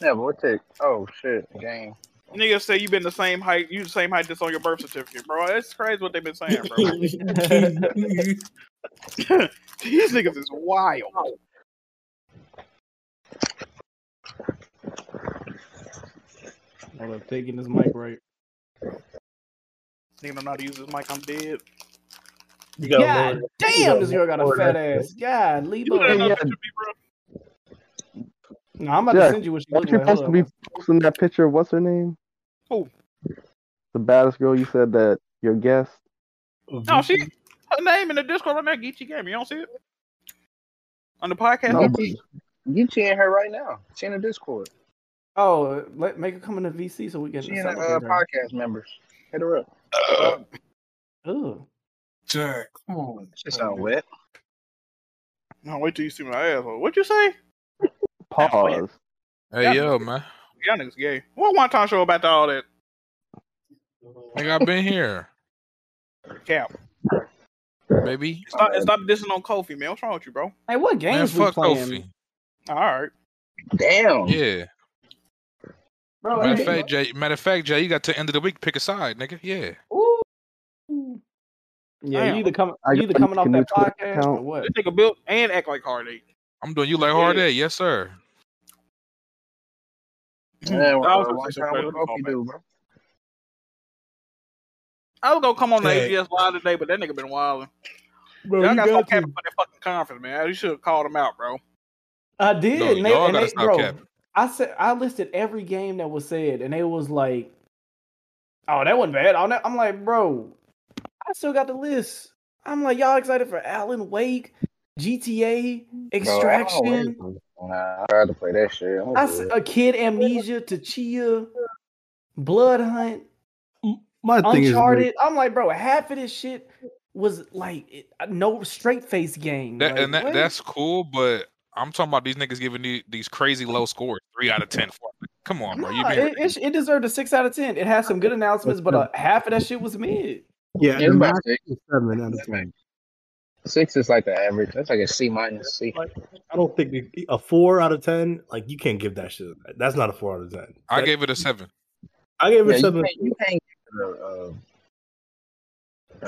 Yeah, but what the? Oh shit, game.
Niggas say you been the same height, you the same height that's on your birth certificate, bro. That's crazy what they've been saying, bro. These niggas is wild.
Hold up, taking this mic right.
Nigga don't know how to use this mic, I'm dead.
You
got
God
lower- you
damn,
got
this girl got a
lower
fat
left.
ass. God, leave
You better
her.
not
No, I'm about
Yeah,
to send you what she
aren't
looks
you
like. Hold
supposed
up.
to be posting that picture of what's her name?
Who?
The baddest girl you said that your guest.
No, she her name in the Discord right now, Geechee Game. You don't see it? On the podcast?
No, but you cheating her right now. She in the Discord.
Oh, let make her come into VC so we can.
She in the
celebrate
uh,
her.
podcast members. Hit her up.
Ooh.
Jack,
come on.
She sound wet.
No, wait till you see my asshole. What'd you say?
Pause.
Hey yo, man.
Y'all niggas gay. What one time show about all that
Nigga, I've been here,
cap?
baby.
Stop, stop dissing on Kofi, man. What's wrong with you, bro?
Hey, what
Man,
games we
fuck
playing?
Kofi.
All right.
Damn.
Yeah.
Bro,
matter
hey,
of fact, Jay. Matter of fact, Jay, you got to end of the week. Pick a side, nigga. Yeah.
Yeah,
Damn.
you either coming,
I
you either
got
coming
a
off
new
that
Twitter
podcast or
account.
what?
This nigga built and act like Harley.
I'm doing you like hard day. Yes, sir.
Yeah,
I was
uh,
gonna
one
say
time
something
what
about
Kofi do, bro.
I was gonna come on the
Hey.
AGS live today, but that nigga been wilding.
Bro,
Y'all
you
got, so
got to.
capping for that fucking conference, man. You should have called him out, bro.
I did.
No,
and they,
y'all
and
gotta
they-
stop
bro,
capping.
I said I listed every game that was said, and they was like, "Oh, that wasn't bad." I'm, not, I'm like, bro, I still got the list. I'm like, y'all excited for Alan Wake, GTA,
Bro, I
Extraction.
don't wait. Nah, I tried to play that shit. I'm
I
good.
s- a kid amnesia to Chia, Blood Hunt,
My thing is,
Uncharted.
like-
I'm like, bro, half of this shit was like it, uh, no straight face game.
That,
Like,
and that,
what?
that's cool, but I'm talking about these niggas giving you these crazy low scores, three out of ten. Four. Come on, bro. You
Nah,
be
it, it, it deserved a six out of ten. It had some good announcements, but uh, half of that shit was mid.
yeah,
it's
the
about
max
six.
is seven out of ten.
Six is like the average. That's like a C minus C.
I don't think we- a four out of ten. Like you can't give that shit. That's not a four out of ten.
I gave it a seven.
I gave it
Yeah, you
seven.
can't- You can't get a,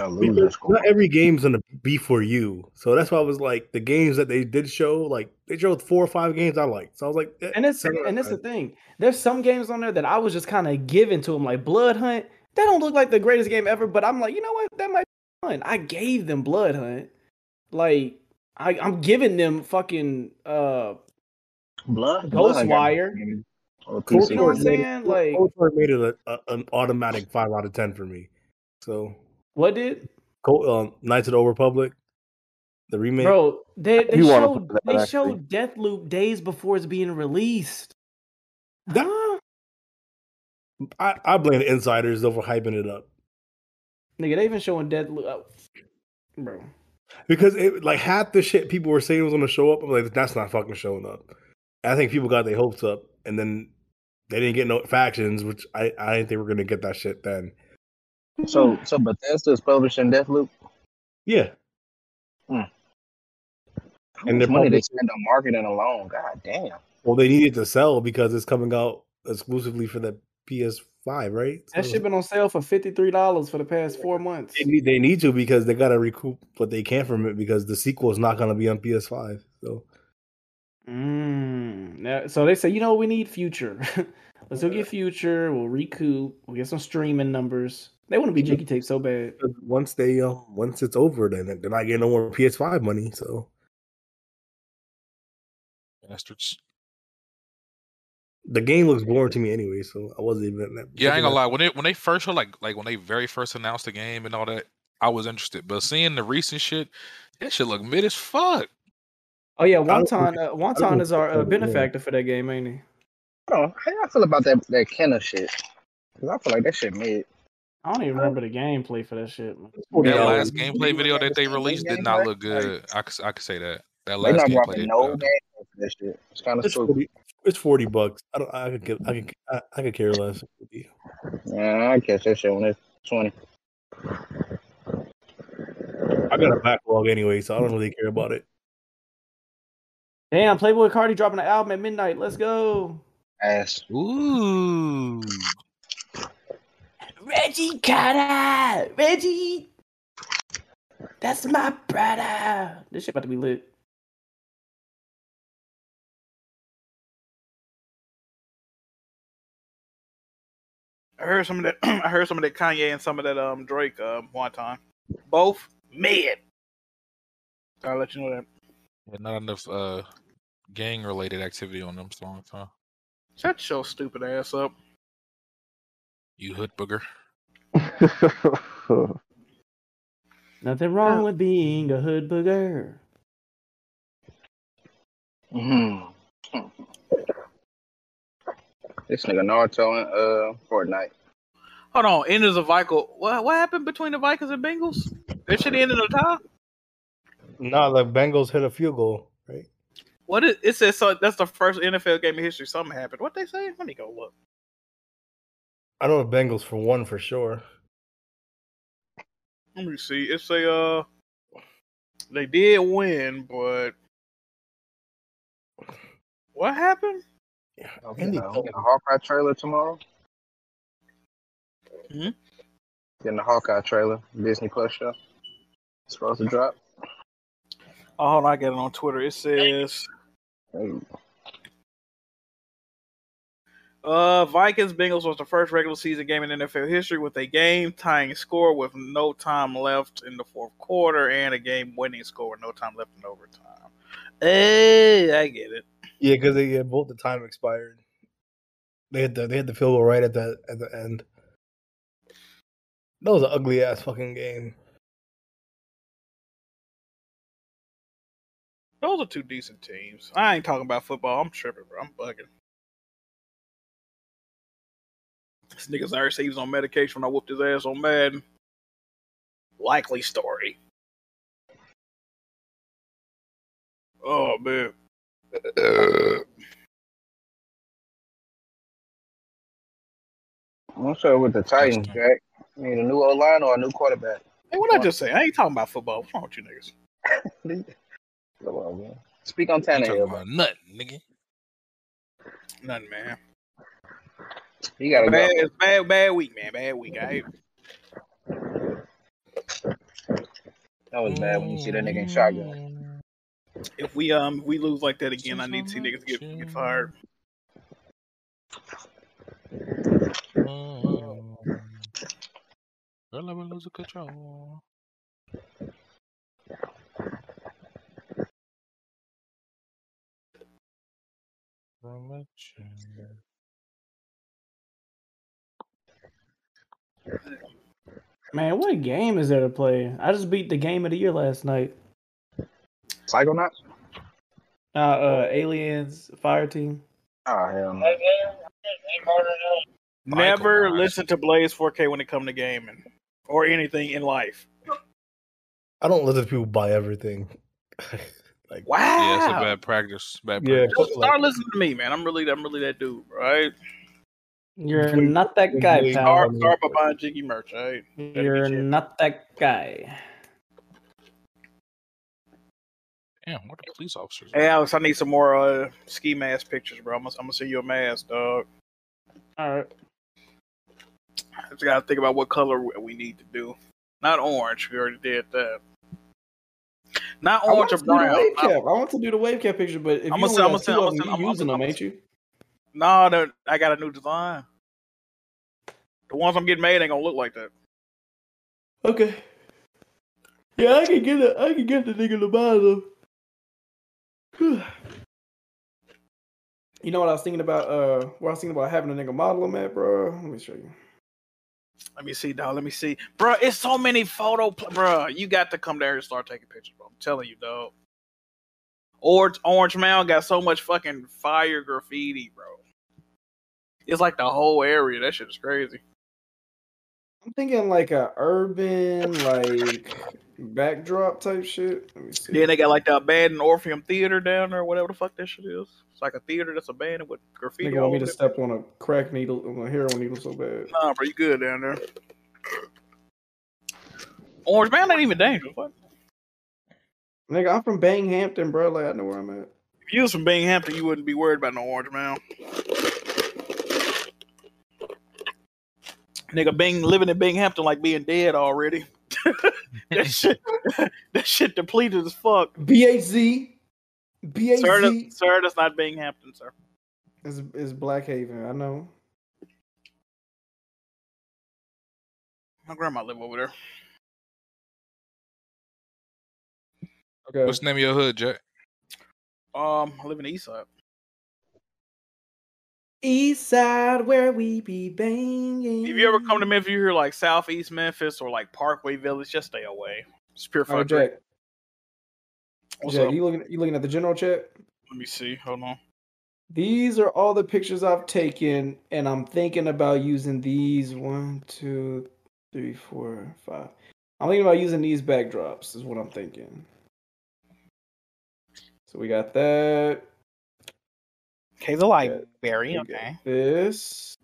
a, a loser
because
score.
Not every game's gonna be for you. So that's why I was like, the games that they did show, like they showed four or five games I liked. So I was like, eh,
And it's
seven out of
and it's the
ten.
thing. There's some games on there that I was just kind of given to them, like Blood Hunt. That don't look like the greatest game ever, but I'm like, you know what? That might be fun. I gave them Blood Hunt. Like I, I'm giving them fucking uh
Blood
Ghostwire.
uh,
Cool, you know what I'm
made it-
saying? Like
Coldplay made it a, a- an automatic five out of ten for me. So
what did
Cold, um, Knights of the Old Republic, the remake.
bro? They they
You wanna
showed
play that,
they
actually.
showed Deathloop days before it's being released. Huh?
I, I blame the insiders over hyping it up
Nigga, they even showing Deathloop, oh, bro.
because it like half the shit people were saying was going to show up. I'm like, that's not fucking showing up. I think people got their hopes up, and then they didn't get no factions, which I I didn't think we are going to get that shit then.
So, so Bethesda's publishing Deathloop.
Yeah,
Hmm. How
And
much
they're
money they
publishing-
spend on marketing alone? God damn.
well, they needed to sell because it's coming out exclusively for the PS5, right?
That
So
shit been on sale for fifty three dollars for the past four months.
they need, they need to because they got to recoup what they can from it because the sequel is not going to be on PS5. So
Mm, now- so they say, you know, we need future. Let's go get future. We'll recoup. We'll get some streaming numbers. They want to be jiggy tape so bad.
once they um once it's over, then they're not getting no more PS5 money. So
bastards.
the game looks boring to me anyway, so I wasn't even.
Yeah, I ain't gonna lie. When they when they first show like like when they very first announced the game and all that, I was interested, but seeing the recent shit, that shit look mid as fuck.
Oh yeah,
I don't-
Wonton. Uh, Wonton is our
I
uh,
don't-
benefactor for that game, ain't he?
Hold on, how y'all feel about that that Kenna shit? Cause I feel like that shit mid.
I don't even remember the gameplay for that shit. Man.
Oh,
That last gameplay video that they released did not look good. I could, I could say that.
They
That last
not
gameplay.
dropping
did
no
not-
game for that shit. It's kind of
It's
stupid.
forty. It's forty bucks. I don't. I could. Get, I could. I, I could care less.
Yeah, I catch that shit when it's twenty.
I got a backlog anyway, so I don't really care about it.
Damn, Playboy Cardi dropping an album at midnight. Let's go.
Ass.
Ooh.
Reggie Carter, Reggie. That's my brother.
This shit about to be lit.
I heard some of that. I heard some of that Kanye and some of that um Drake um one time. Both mid. I'll let you know that.
Yeah, not enough uh, gang related activity on them songs, huh?
Shut your stupid ass up.
You hood booger.
Nothing wrong with being a hood booger.
Mm-hmm.
This nigga Naruto and uh Fortnite.
Hold on, Enders of Vikings. What what happened between the Vikings and Bengals? That should end in a tie.
No, the Bengals hit a field goal, right?
What is, it says? So that's the first NFL game in history. Something happened. What they say? Let me go look.
I know the Bengals for one for sure.
Let me see. It say uh they did win, but what happened?
Okay, Andy, uh, we getting a Hawkeye trailer tomorrow.
Hmm?
Getting the Hawkeye trailer, Disney Plus show. It's supposed to drop.
Oh, hold on, I got it on Twitter. It says Uh, Vikings Bengals was the first regular season game in NFL history with a game tying score with no time left in the fourth quarter and a game winning score with no time left in overtime. Hey,
Eh,
I get it.
Yeah, because they yeah, both the time expired. They had the they had the field goal right at the at the end. That was an ugly ass fucking game.
Those are two decent teams. I ain't talking about football. I'm tripping, bro. I'm bugging. This nigga's already said he was on medication when I whooped his ass on Madden. Likely story. Oh man.
What's up with the Titans, Jack? Need a new O line or a new quarterback?
Hey, what I just say? I ain't talking about football. What's wrong with you niggas?
Come on, man. Speak on Tannehill. bro.
Nothing, nigga.
Nothing, man.
You gotta
bad,
go.
It's bad, bad week, man. Bad week. I hate it.
That was bad when you see that nigga in shotgun.
if we um we lose like that again. I need to see niggas get, get fired.
Girl, I will lose control.
Man, what game is there to play? I just beat the game of the year last night.
Psychonauts?
Uh, uh Aliens Fire Team.
Oh hell no.
Never listen to Blaze 4K when it come to gaming or anything in life.
I don't let those people buy everything. like
wow,
Yeah, it's a
Wow.
bad practice. Bad
Yeah,
practice.
Just start listening to me, man. I'm really, I'm really that dude, right?
You're not that guy,
Start,
pal.
start by buying Jiggy merch, right?
You're not that guy.
Damn, what the police officers?
Hey, Alex, I need some more uh, ski mask pictures, bro. I'm gonna, I'm gonna send you a mask, dog.
All right.
I just gotta think about what color we- we need to do. Not orange. We already did that. Not
I want
orange
to
or
do the
brown.
wave cap. I want to do the wave cap picture, but if
I'ma
you only
say- I'ma
got
say-
two
I'ma
of
say-
them, you
I'ma-
using them, ain't you?
No, no, I got a new design. The ones I'm getting made ain't gonna look like that.
Okay. Yeah, I can get a, I can get the nigga to buy them. You know what I was thinking about? Uh, what I was thinking about having a nigga model them at, bro. Let me show you.
Let me see, dog. Let me see, bro. It's so many photo, pl- bro. You got to come there and start taking pictures, bro. I'm telling you, dog. Orange Orange Mound got so much fucking fire graffiti, bro. It's like the whole area. That shit is crazy.
I'm thinking like a urban like backdrop type shit. Let me see.
Then they got like the abandoned Orpheum Theater down there, whatever the fuck that shit is. It's like a theater that's abandoned with graffiti.
Nigga
all
want me to
over it.
step on a crack needle, on a heroin needle so bad.
Nah, bro, you good down there. Orange Mound ain't even dangerous. What?
Nigga, I'm from Banghampton, bro. Like I know where I'm at.
If you was from Binghamton, you wouldn't be worried about no Orange Mound. Nigga, Bing living in Binghamton like being dead already. that shit, that shit depleted as fuck.
BHZ. BHZ.
Sir, that- sir, that's not Binghamton, sir.
It's, it's Blackhaven. I know.
My grandma lived over there.
Okay.
What's the name of your hood, Jack?
Um, I live in the East Side.
East side where we be banging.
If you ever come to Memphis, you hear like Southeast Memphis or like Parkway Village, just stay away. It's pure
Oh,
fuckery.
Jack.
What's
Jack,
up?
you looking you looking at the general chat?
Let me see. Hold on.
These are all the pictures I've taken, and I'm thinking about using these one, two, three, four, five. I'm thinking about using these backdrops, is what I'm thinking. So we got that.
Okay, the library.
we
Okay.
This.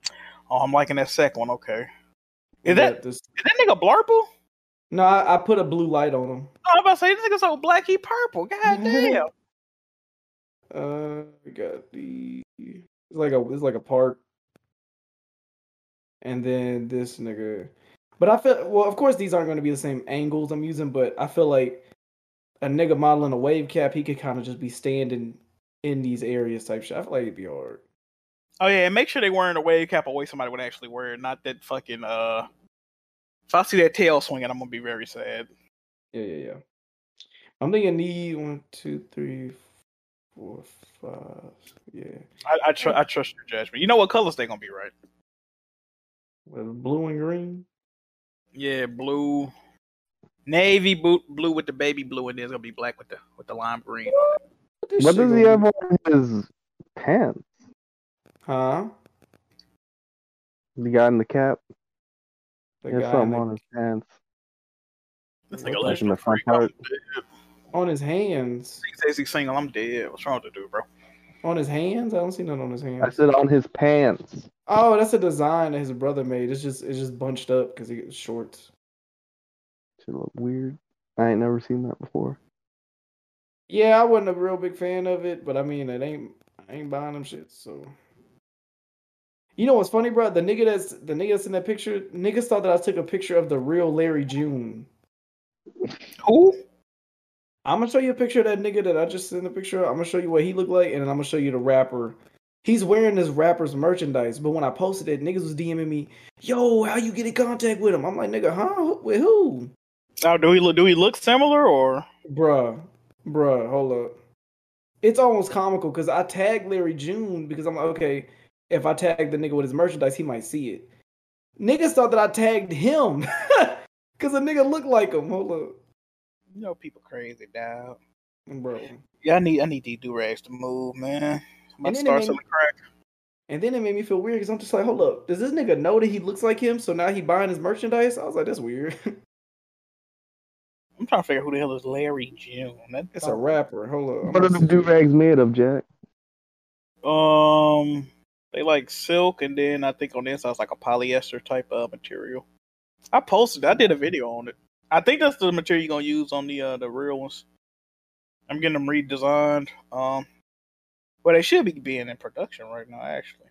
Oh, I'm liking that second one. Okay.
We
Is that
got this.
is that nigga Blarple?
No, I, I put a blue light on them.
Oh, I'm about to say this nigga so black he purple. God damn.
Uh, we got the. It's like a it's like a park. And then this nigga. But I feel well. Of course, these aren't going to be the same angles I'm using, but I feel like a nigga modeling a wave cap, he could kind of just be standing in these areas type shit. I feel like it'd be hard.
Oh yeah, and make sure they wearing a wave cap away somebody would actually wear it, not that fucking uh. If I see that tail swinging, I'm gonna be very sad.
Yeah, yeah, yeah. I'm thinking need one, two, three, four, five. Yeah,
I I, tr- I trust your judgment. You know what colors they gonna be, right?
with blue and green.
Yeah, blue, navy boot blue with the baby blue, and then it's gonna be black with the with the lime green. on it.
What does he have on his pants?
Huh?
The guy in the cap.
The
He has
guy in
something
the-
on his pants.
This
Like
nigga
in
last
the front part.
On his hands.
He says he's single. I'm dead. What's wrong with the dude, bro?
On his hands? I don't see none on his hands.
I said on his pants.
Oh, that's a design that his brother made. It's just it's just bunched up because he gets shorts.
Should look weird. I ain't never seen that before.
Yeah, I wasn't a real big fan of it, but I mean, it ain't I ain't buying them shit. So, you know what's funny, bro? The nigga that's the nigga that's in that picture, niggas thought that I took a picture of the real Larry June.
Who?
I'm gonna show you a picture of that nigga that I just sent a picture. of. I'm gonna show you what he looked like, and then I'm gonna show you the rapper. He's wearing this rapper's merchandise, but when I posted it, niggas was DMing me, "Yo, how you get in contact with him?" I'm like, "Nigga, huh? Who- With who?"
Oh, do he look? Do he look similar or?
Bruh, bruh, hold up. It's almost comical because I tagged Larry June because I'm like, okay, if I tag the nigga with his merchandise, he might see it. Niggas thought that I tagged him because a nigga looked like him. Hold up,
You know people crazy, dog.
bro.
Yeah, I need I need these do rags to move, man. I'm about
And
to
then it
start
made-
selling crack.
And then it made me feel weird because I'm just like, hold up, does this nigga know that he looks like him? So now he buying his merchandise? I was like, that's weird.
I'm trying to figure out who the hell is Larry June. That,
it's a rapper. Hold up. I'm
What are
gonna
the do rags made of, Jack?
Um, they like silk, and then I think on the inside it's like a polyester type of material. I posted. I did a video on it. I think that's the material you're gonna use on the uh, the real ones. I'm getting them redesigned. Um, well, they should be being in production right now. Actually,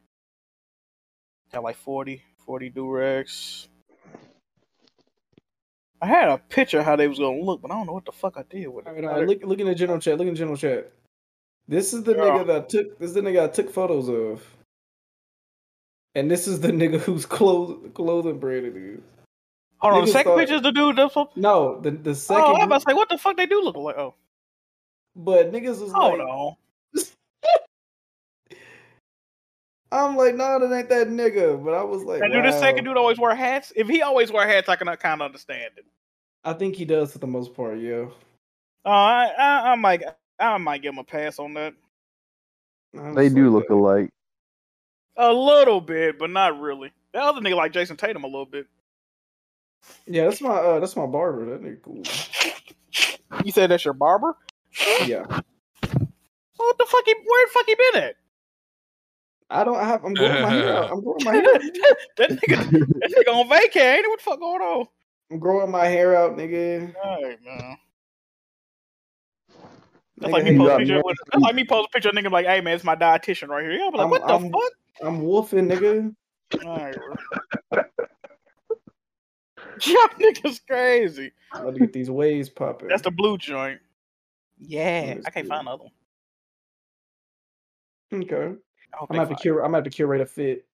got like 40, 40 durags. I had a picture of how they was gonna look, but I don't know what the fuck I did with it.
All right, all right, look, look in the general chat. Look in the general chat. This is the nigga that I took. This is the nigga I took photos of. And this is the nigga whose clothes clothing brand it is.
Hold on, the
Niggas
second
thought-
picture is the dude. That's what,
No, the the second.
oh, I'm about to say, what the fuck they do look like? Oh,
But niggas was
Hold
like,
on.
I'm like, nah, that ain't that nigga. But I was like,
Now, do this
wow.
second dude always wear hats? If he always wear hats, I can kind of understand it.
I think he does for the most part, yeah.
Uh, I, I, I might, I might give him a pass on that.
They do look alike.
A little bit, but not really. The other nigga like Jason Tatum a little bit.
Yeah, that's my uh, that's my barber. That nigga cool.
You said that's your barber?
Yeah.
What the fuck? He, where the fuck he been at?
I don't have. I'm growing my hair. out. I'm growing my hair.
that nigga, that nigga on vacay. Ain't it? What the fuck going on?
I'm growing my hair out, nigga.
All right, man.
Nigga
That's like, me
hate
post a
me.
picture with, that's like me post a picture of nigga like, hey man, it's my dietitian right here. Yeah, but like,
I'm-
what the
I'm-
fuck?
I'm wolfing, nigga.
Alright, bro. Y'all niggas crazy.
About to get these waves popping.
That's the blue joint. Yeah,
That's
I can't
good.
find another one.
Okay. I'm
they
gonna have to
Oh, fire.
curate. I'm gonna have to curate a fit.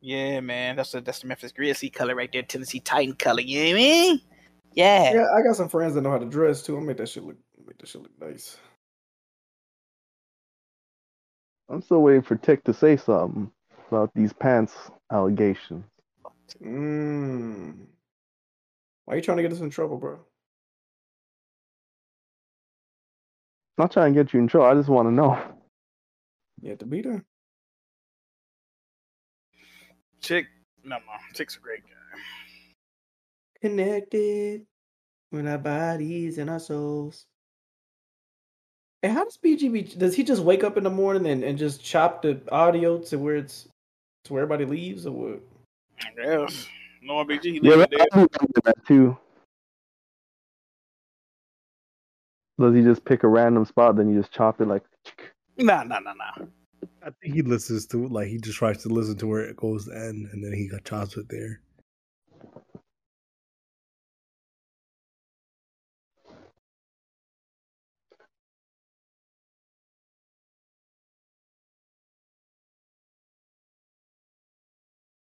Yeah, man, that's the that's the Memphis Grizzly color right there, Tennessee Titan color. You know what I mean? Mm, Yeah.
Yeah, I got some friends that know how to dress too. I'll make that shit look make that shit look nice.
I'm still waiting for Tick to say something about these pants allegations.
Mm. Why you trying to get us in trouble, bro?
Not trying to get you in trouble. I just want to know.
You have to be there.
Chick, no, no, Chick's a great guy.
Connected with our bodies and our souls. And how does BGB does he just wake up in the morning and, and just chop the audio to where it's to where everybody leaves or what?
Yes. No BG, he
Yeah,
living
that,
there.
I do wonder that too. Does he just pick a random spot, then you just chop it like?
Nah, nah, nah, nah.
I think he listens to it. Like he just tries to listen to where it goes to end, and then he got chops it there.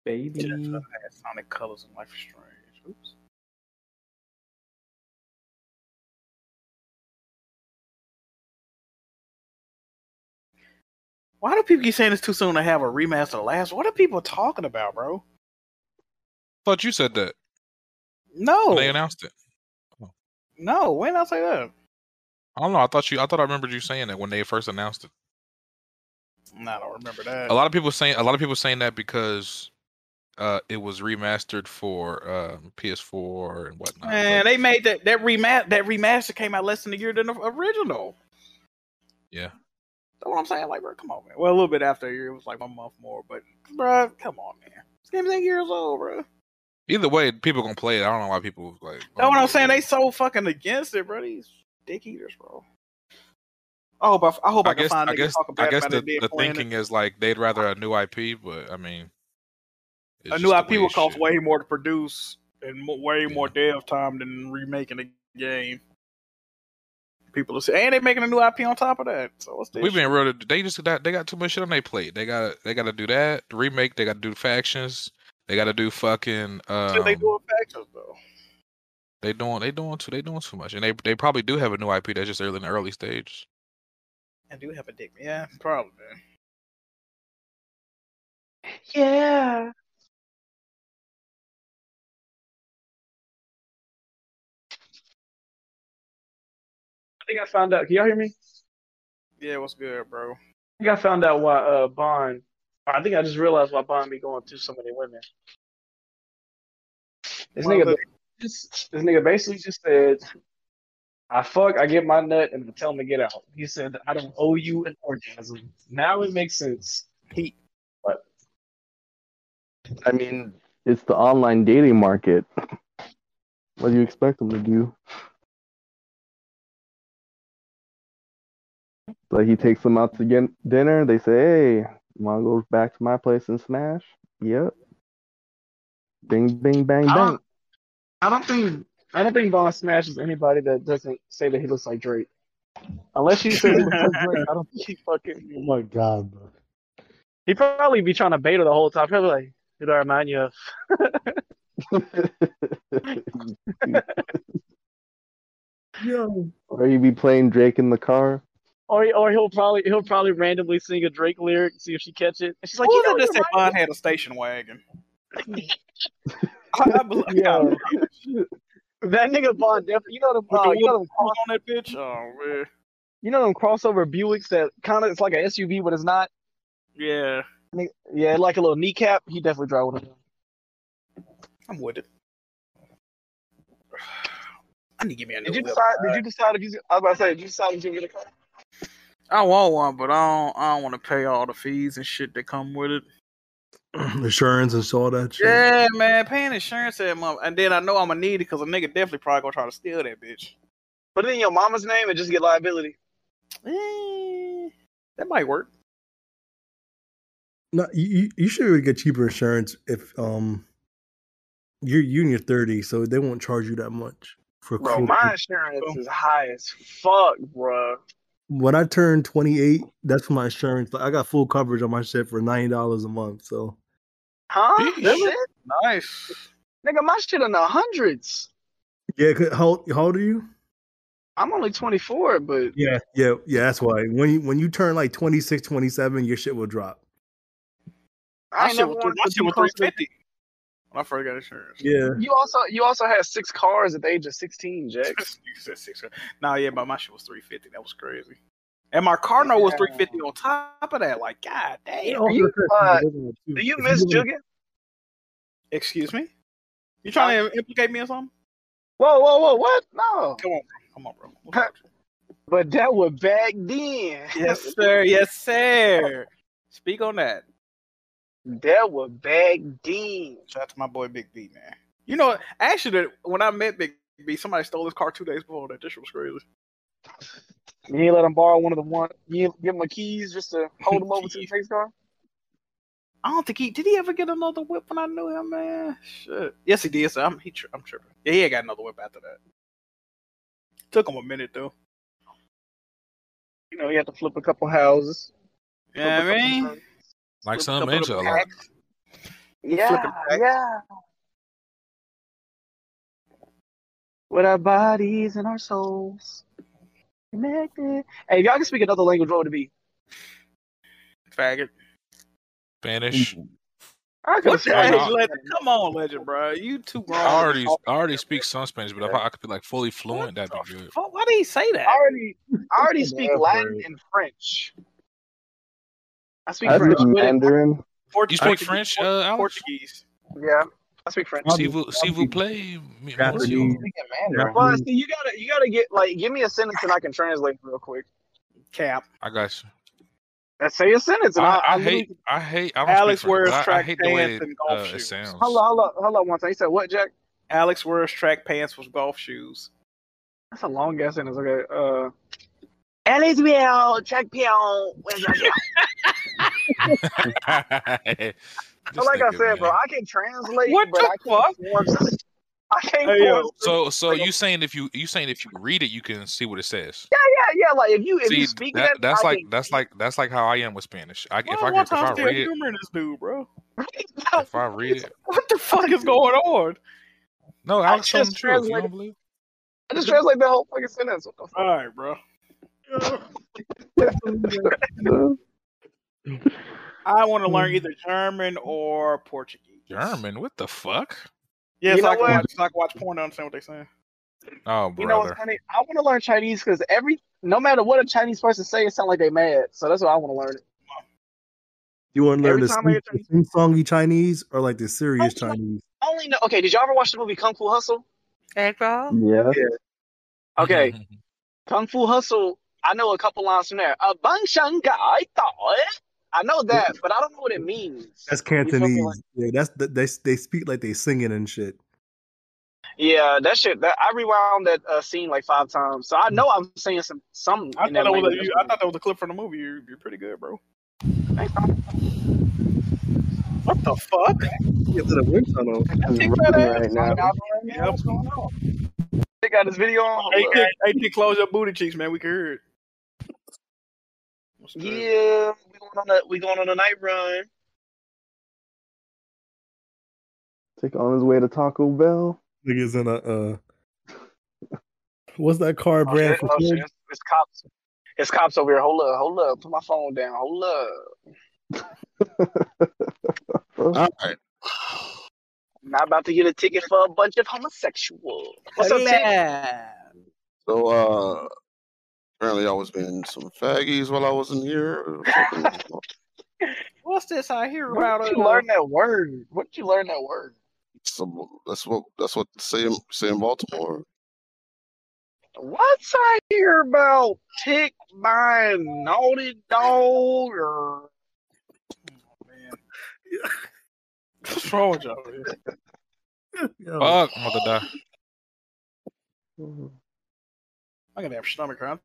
Baby.
Sonic Colors and Life is Strange. Oops. Why do people keep saying it's too soon to have a remaster of last? What are people talking about, bro?
Thought you said that.
No,
When they announced it. Oh.
no. When I say that?
I don't know. I thought you. I thought I remembered you saying that when they first announced it.
Nah, I don't remember that.
A lot of people saying. A lot of people saying that because uh, it was remastered for um, PS4 and whatnot.
Man, they made that that remat that remaster came out less than a year than the original.
Yeah.
That's what I'm saying. Like, bro, come on, man. Well, a little bit after a year, it was like one month more, but bro, come on, man. This game's eight years old, bro.
Either way, people gonna play it. I don't know why people like.
That's what I'm saying. They so fucking against it, bro. These dick eaters, bro. Oh, I hope I, I hope I,
I
can
guess.
find
I
niggas
guess.
talking bad
I guess
about it
the,
being
the
playing
thinking is like they'd rather a new IP, but I mean,
it. A new IP would cost way more to produce and mo- way more dev time than remaking a game. People are saying, and they making a new IP on top of that. So what's this?
we've been real. They just got. They got too much shit on their plate. They got. They got to do that the remake. They got to do factions. They got to do fucking. Um,
shit? they doing factions though.
They doing they doing too they doing too much, and they they probably do have a new IP that's just early in the early stage.
I do have a dick. Yeah, probably. man.
Yeah.
I think I found out. Can y'all hear me?
Yeah, what's good, bro?
I think I found out why uh Bond. I think I just realized why Bond be going through so many women. This
Well,
nigga,
the-
ba- just, this nigga basically just said, "I fuck, I get my nut, and I tell him to get out." He said, "I don't owe you an orgasm." Now it makes sense. He, but
I mean, it's the online dating market. What do you expect them to do? Like he takes them out to get dinner. They say, "Hey, wanna go back to my place and smash?" Yep. Bing, bing, bang,
I
bang.
don't, I don't think I don't think Bond smashes anybody that doesn't say that he looks like Drake. Unless you say he looks like Drake, I don't think he fucking.
Oh my god, bro.
He probably be trying to bait her the whole time. Probably like, "Did I remind you of?"
Or you be playing Drake in the car.
or or he'll probably he'll probably randomly sing a Drake lyric, see if she catch it. And she's like,
Who
you know,
did this say
you're right.
Bond had a station wagon? I, I believe,
Yo. that nigga Bond definitely. You know them.
With
Uh, you
the
know
wood
them. Cross,
on that bitch. Oh man.
you know them crossover Buicks that kind of it's like an SUV, but it's not.
Yeah.
Ni- Yeah, like a little kneecap. He definitely drive one of them.
I'm with it. I need to give me a new
Did you
whip,
decide?
man.
Did you decide if you? I was about to say, did you decide if you get a car?
I want one, but I don't. I don't want to pay all the fees and shit that come with it.
Insurance and all that shit.
Yeah, man, paying insurance that month, and then I know I'm gonna need it because a nigga definitely probably gonna try to steal that bitch.
Put it in your mama's name and just get liability.
Eh, That might work.
No, you you- you should be able to get cheaper insurance if um you're you and you're thirty, so they won't charge you that much for
Bro,
cool-
my insurance is high as fuck, bro.
When I turned twenty eight, that's when my insurance. Like, I got full coverage on my shit for ninety dollars a month. So
Huh? Really?
Nice.
Nigga, my shit in the hundreds.
yeah, 'cause how old- how old are you?
I'm only 24, but
Yeah, yeah, yeah. That's why when you when you turn like 26, 27, your shit will drop.
I
My
ain't
shit
never
was,
wanted
my
to
shit
be
was
close to-
350 when I first got insurance.
Yeah.
You also you also had six cars at the age of 16, Jax.
you said six. Nah, yeah, but my shit was 350. That was crazy. And my car note was
Yeah.
350 on top of that. Like, god damn.
Do you, uh, do you miss Juggin?
Excuse me? You trying to implicate me or something?
Whoa, whoa, whoa, what? No.
Come on, bro. Come on, bro.
But that was back then.
Yes, sir. Yes, sir. Speak on that.
That was back then.
Shout out to my boy Big B, man. You know, actually, when I met Big B, somebody stole his car two days before that. This shit was crazy.
You ain't let him borrow one of the one. You ain't give him a keys just to hold him over to the next car.
I don't think he did. He ever get another whip when I knew him, man? Shit. Yes, he did. So I'm he, tri- I'm tripping. Yeah, he ain't got another whip after that. Took him a minute though.
You know, you have to flip a couple houses.
You know what I mean?
Like
Flip
some
couple
into a
of
lot.
packs.
Yeah,
Flipping
yeah. With our bodies and our souls connected. Hey, if y'all can speak another language, what would it be?
Faggot.
Spanish.
Mm-hmm.
I
What
could've
the
said-
hell?
Legend, come on, legend, bro. You too wrong.
I already I already speak some Spanish, but if I, I could be like fully fluent, that'd be good.
Fuck, why did he say that?
I already, I already
Yeah,
speak
I've
Latin
heard.
and French. I speak
I
French.
speak Mandarin.
You speak French, uh, Alex?
Portuguese.
Yeah, I speak French.
Si vous, si vous plaît, mi-
Japanese.
monsieur.
Well, see, you gotta, you gotta get like, give me a sentence and I can translate real quick.
Cap.
I got you.
Let's say a sentence and
I,
I,
I hate, I hate, I don't
Alex
speak French,
wears
but I, I
track
hate the way
pants
it,
and golf
uh, it
shoes.
sounds.
Hold on, hold on, hold on. One second. You said what, Jack?
Alex wears track pants with golf shoes.
That's a long ass sentence. Okay. Uh, Alice will check pion.
Just
like I
nigga,
said, bro,
man.
I can translate.
What
but
the
I can't form- I can't form-
So, so you saying if you you saying if you read it, you can see what it says.
Yeah, yeah, yeah. Like if you if
See,
you speak
that,
that,
that's
I
like
can-
that's like that's like how I am with Spanish. I, if I
Why
can,
one
if I
time still
read it,
humoring this dude, bro?
if I read it,
What the fuck is going on?
no,
I
Alex telling the
just
truth. You don't
translated.
believe?
I just translate the whole fucking sentence. What the fuck?
All right, bro. I want to learn either German or Portuguese.
German? What the fuck?
Yes,
You know
I, can
what?
watch, I can watch porn to understand what they're saying.
Oh,
You know what's
brother.
funny? I want to learn Chinese because every no matter what a Chinese person say, it sound like they mad. So that's what I want to learn.
You want to learn the
Every time I Oh, hear
sing- the sing-songy Chinese or like the serious Chinese?
I only know. Okay, did y'all ever watch the movie Kung Fu Hustle?
Yeah.
Okay. Kung Fu Hustle. I know a couple lines from there. A bang shang gai dao. I know that, but I don't know what it means.
That's
You feel me?
Cantonese. yeah, that's the, they they speak like they singing and shit.
Yeah, that shit. That I rewound that uh, scene like five times, so I know I'm saying some some.
I
in that
thought, that was a,
language.
you, I thought that was a clip from Oh, the movie. You're, you're pretty good, bro. What the fuck?
Get to the wind tunnel.
It's
Kick that
running
ass.
right now.
Yep.
They got this video on.
Hey, Dick, hey, Dick, close your booty cheeks, man. We can hear it.
Yeah, we going on a we going on a night run.
Take on his way to Taco Bell.
Niggas in a uh, what's that car brand?
Oh, shit,
for
it's, it's cops. It's cops over here. Hold up, hold up. Put my phone down. Hold up.
All right.
I'm not about to get a ticket for a bunch of homosexuals. What's up, Tim?
So, uh, apparently I was being some faggies while I was in here.
What's this I hear
Where
about?
did
uh,
you learn that word? Where did you learn that word?
so that's what that's what they say in, say in Baltimore.
What's I hear about tick by naughty dog or
What's wrong with y'all?
Fuck, mother die.
I'm gonna have stomach cramp.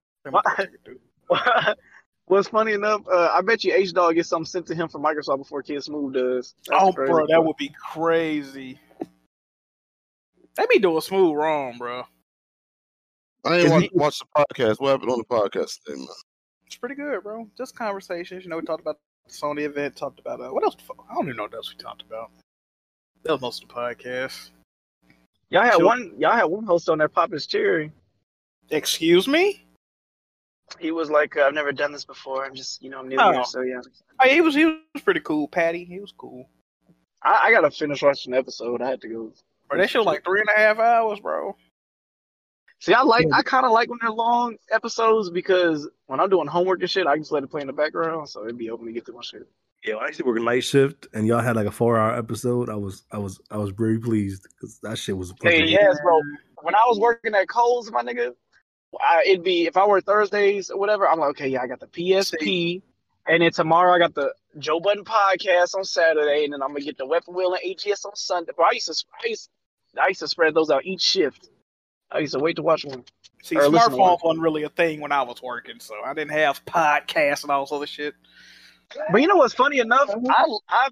What's funny enough, uh, I bet you H Dog gets something sent to him from Microsoft before Kid Smooth does. That's
Oh,
crazy.
bro, that would be crazy. They be doing smooth wrong, bro.
I ain't watch, watch the podcast. What happened on the podcast today, man?
It's pretty good, bro. Just conversations. You know, we talked about the Sony event. Talked about uh, what else? the fuck- I don't even know what else we talked about. That was most of the podcast.
Y'all had
Sure.
one. Y'all had one host on there popping his cherry.
Excuse me?
He was like, uh, "I've never done this before. I'm just, you know, I'm new
Oh.
here." So yeah,
Hey, he was he was pretty cool, Patty. He was cool.
I, I gotta finish watching the episode. I had to go.
Bro, that shit was like three and a half hours, bro.
See, I like. I kind of like when they're long episodes because when I'm doing homework and shit, I can just let it play in the background, so it'd be open to get to my shit.
Yeah, when I used to work a night shift, and y'all had like a four-hour episode. I was, I was, I was very pleased because that shit was.
Hey,
fucking-
yes, bro. When I was working at Coles, my nigga, I, it'd be if I were Thursdays or whatever. I'm like, okay, yeah, I got the PSP, and then tomorrow I got the Joe Budden podcast on Saturday, and then I'm gonna get the Weapon Wheel and AGS on Sunday. Bro, I used to, I used, I used to spread those out each shift. I used to wait to watch one.
See,
Or listen to one.
smartphone wasn't really a thing when I was working, so I didn't have podcasts and all this other shit.
But you know what's funny enough? I, I,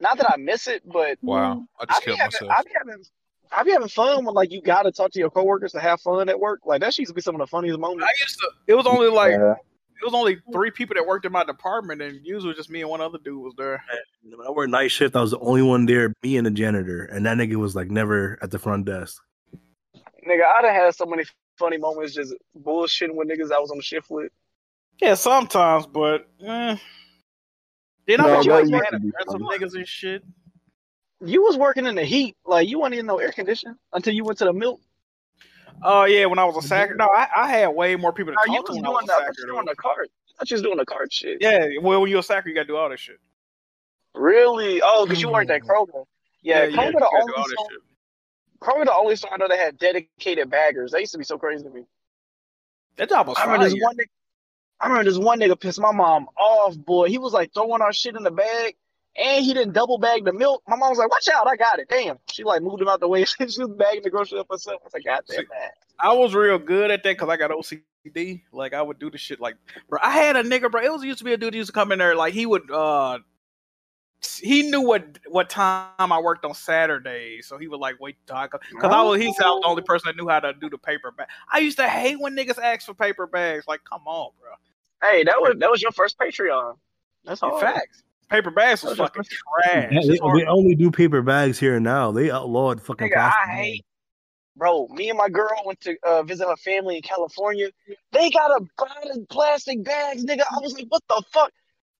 not that I miss it, but
Wow, I just killed
having-
myself.
I be having, I be having fun when like you gotta talk to your coworkers to have fun at work. Like that used to be some of the funniest moments.
I used to. It was only like
Yeah.
it was only three people that worked in my department, and usually it was just me and one other dude was there.
When I worked night shift, I was the only one there, me and the janitor, and that nigga was like never at the front desk.
Nigga, I done had so many funny moments just bullshitting with niggas I was on the shift with.
Yeah, sometimes, but eh. then
No,
I was
that
like,
used
man,
to be fun.
aggressive niggas and shit.
You was working in the heat, like you wasn't in no air conditioning until you went to the milk.
Oh yeah, when I was a sacker, no, I, I had way more people to
Nah,
talk
you
to
was
when I
doing
was a
the- I
sacker.
was doing the card. I just doing the card shit.
Yeah, well, when you're a sacker, you gotta do all that shit.
Really? Oh, because you weren't that Kroger. Yeah,
Yeah, yeah,
Kroger
you
the
gotta do all
only
that
store, Kroger the only store I know that had dedicated baggers. That used to be so crazy to me.
That job was
I remember this
fire.
one nigga. I remember this one nigga pissed my mom off, boy. He was like throwing our shit in the bag, and he didn't double bag the milk. My mom was like, "Watch out, I got it." Damn, she like moved him out the way. she was bagging the grocery up herself. I was like, "God damn, man."
I was real good at that because I got OCD. Like I would do the shit like, bro. I had a nigga, bro. It was used to be a dude that used to come in there. Like he would, uh he knew what what time I worked on Saturdays, so he would like wait till I because I was he's the only person that knew how to do the paper bag. I used to hate when niggas asked for paper bags. Like, come on, bro.
Hey, that was that was your first Patreon. That's
In
hard.
fact, paper bags was fucking trash.
They, they only do paper bags here and now. They outlawed fucking
Nigga,
plastic.
I hate. Bro, me and my girl went to uh, visit her family in California. They got a lot of plastic bags, nigga. I was like, what the fuck?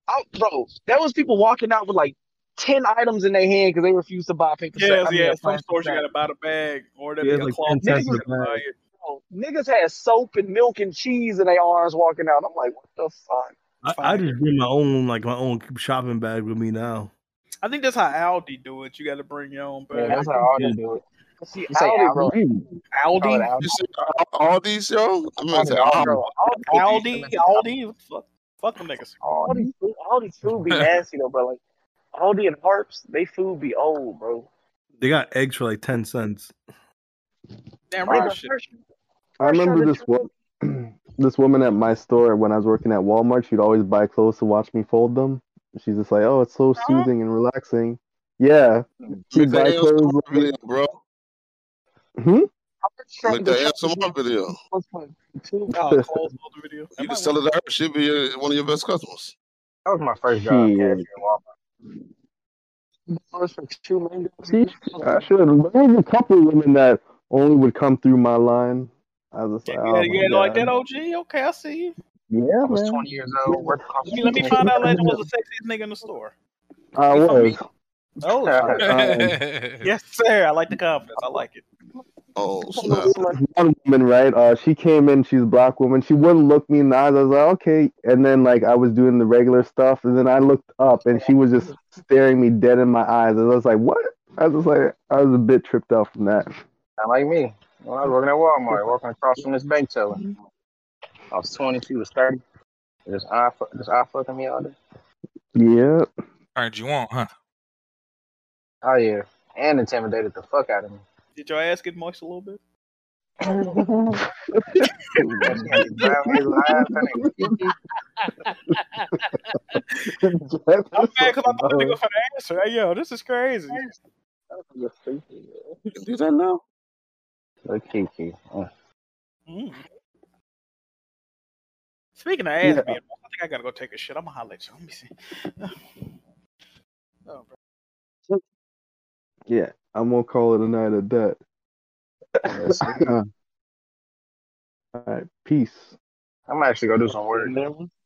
I, bro, that was people walking out with like 10 items in their hand because they refused to buy paper
Yes,
sa- I mean,
yeah.
uh,
Some
plastic
stores you
bags.
gotta buy the bag or they
Yeah,
got
like
cloth.
10 cents
You
a
gotta buy it.
Bro, niggas had soap and milk and cheese in their arms walking out. I'm like, what the fuck?
I, I just bring my own like my own shopping bag with me now.
I think that's how Aldi do it. You got to bring your own bag.
Yeah, that's how Aldi
do it.
See,
You say
Aldi, bro.
Aldi?
Oh,
Aldi?
You say Al- Aldi's, yo? I'm gonna say
Aldi,
Aldi.
Aldi, Aldi, fuck, fuck them niggas.
Aldi, food- Aldi food be nasty though, bro. Like, Aldi and Harps, they food be old, bro.
They got eggs for like ten cents.
Damn
right.
I remember this wo- this woman at my store when I was working at Walmart. She'd always buy clothes to watch me fold them. She's just like, "Oh, it's so soothing and relaxing." Yeah,
Make
she'd
that
buy
ASMR
clothes.
video, bro.
Hmm?
Make that ASMR video.
Oh, close the video.
You can sell it to her. She'll be uh, one of your best customers. Hmm.
That was my first
job,
Shit.
cashier
Dollars for two mangoes.
See, I should. There was a couple of women that only would come through my line. I was just like,
Yeah,
"Oh
yeah,
my
like
God."
that OG. Okay, I see you.
Yeah,
I was
man.
20 years old. working off- Let me, let me find out Legend was the sexiest nigga in the store.
I was.
Oh,
Uh,
yes, sir. I like the confidence. I like it.
Oh,
One woman, right? Uh, she came in. She's a black woman. She wouldn't look me in the eyes. I was like, okay. And then like I was doing the regular stuff, and then I looked up, and she was just staring me dead in my eyes. And I was like, what? I was just like, I was a bit tripped out from that.
Not like me. When I was working at Walmart, walking across from this bank teller. I was 20, she was 30. This eye, fu- this eye fucking me all day.
Yeah.
Turned you on, huh?
Oh, yeah. And intimidated the fuck out of me.
Did your ass get moist a little bit? I'm mad because I thought nigga for the answer. Hey, yo, this is crazy.
Do that now?
Look, Kiki. Uh,
Mm. Speaking of ass
Yeah.
being, I think I gotta go take a shit. I'm gonna holler at you. Let me see. Oh, bro.
Yeah, I'm gonna call it a night of that. All right, peace.
I'm actually gonna do some work.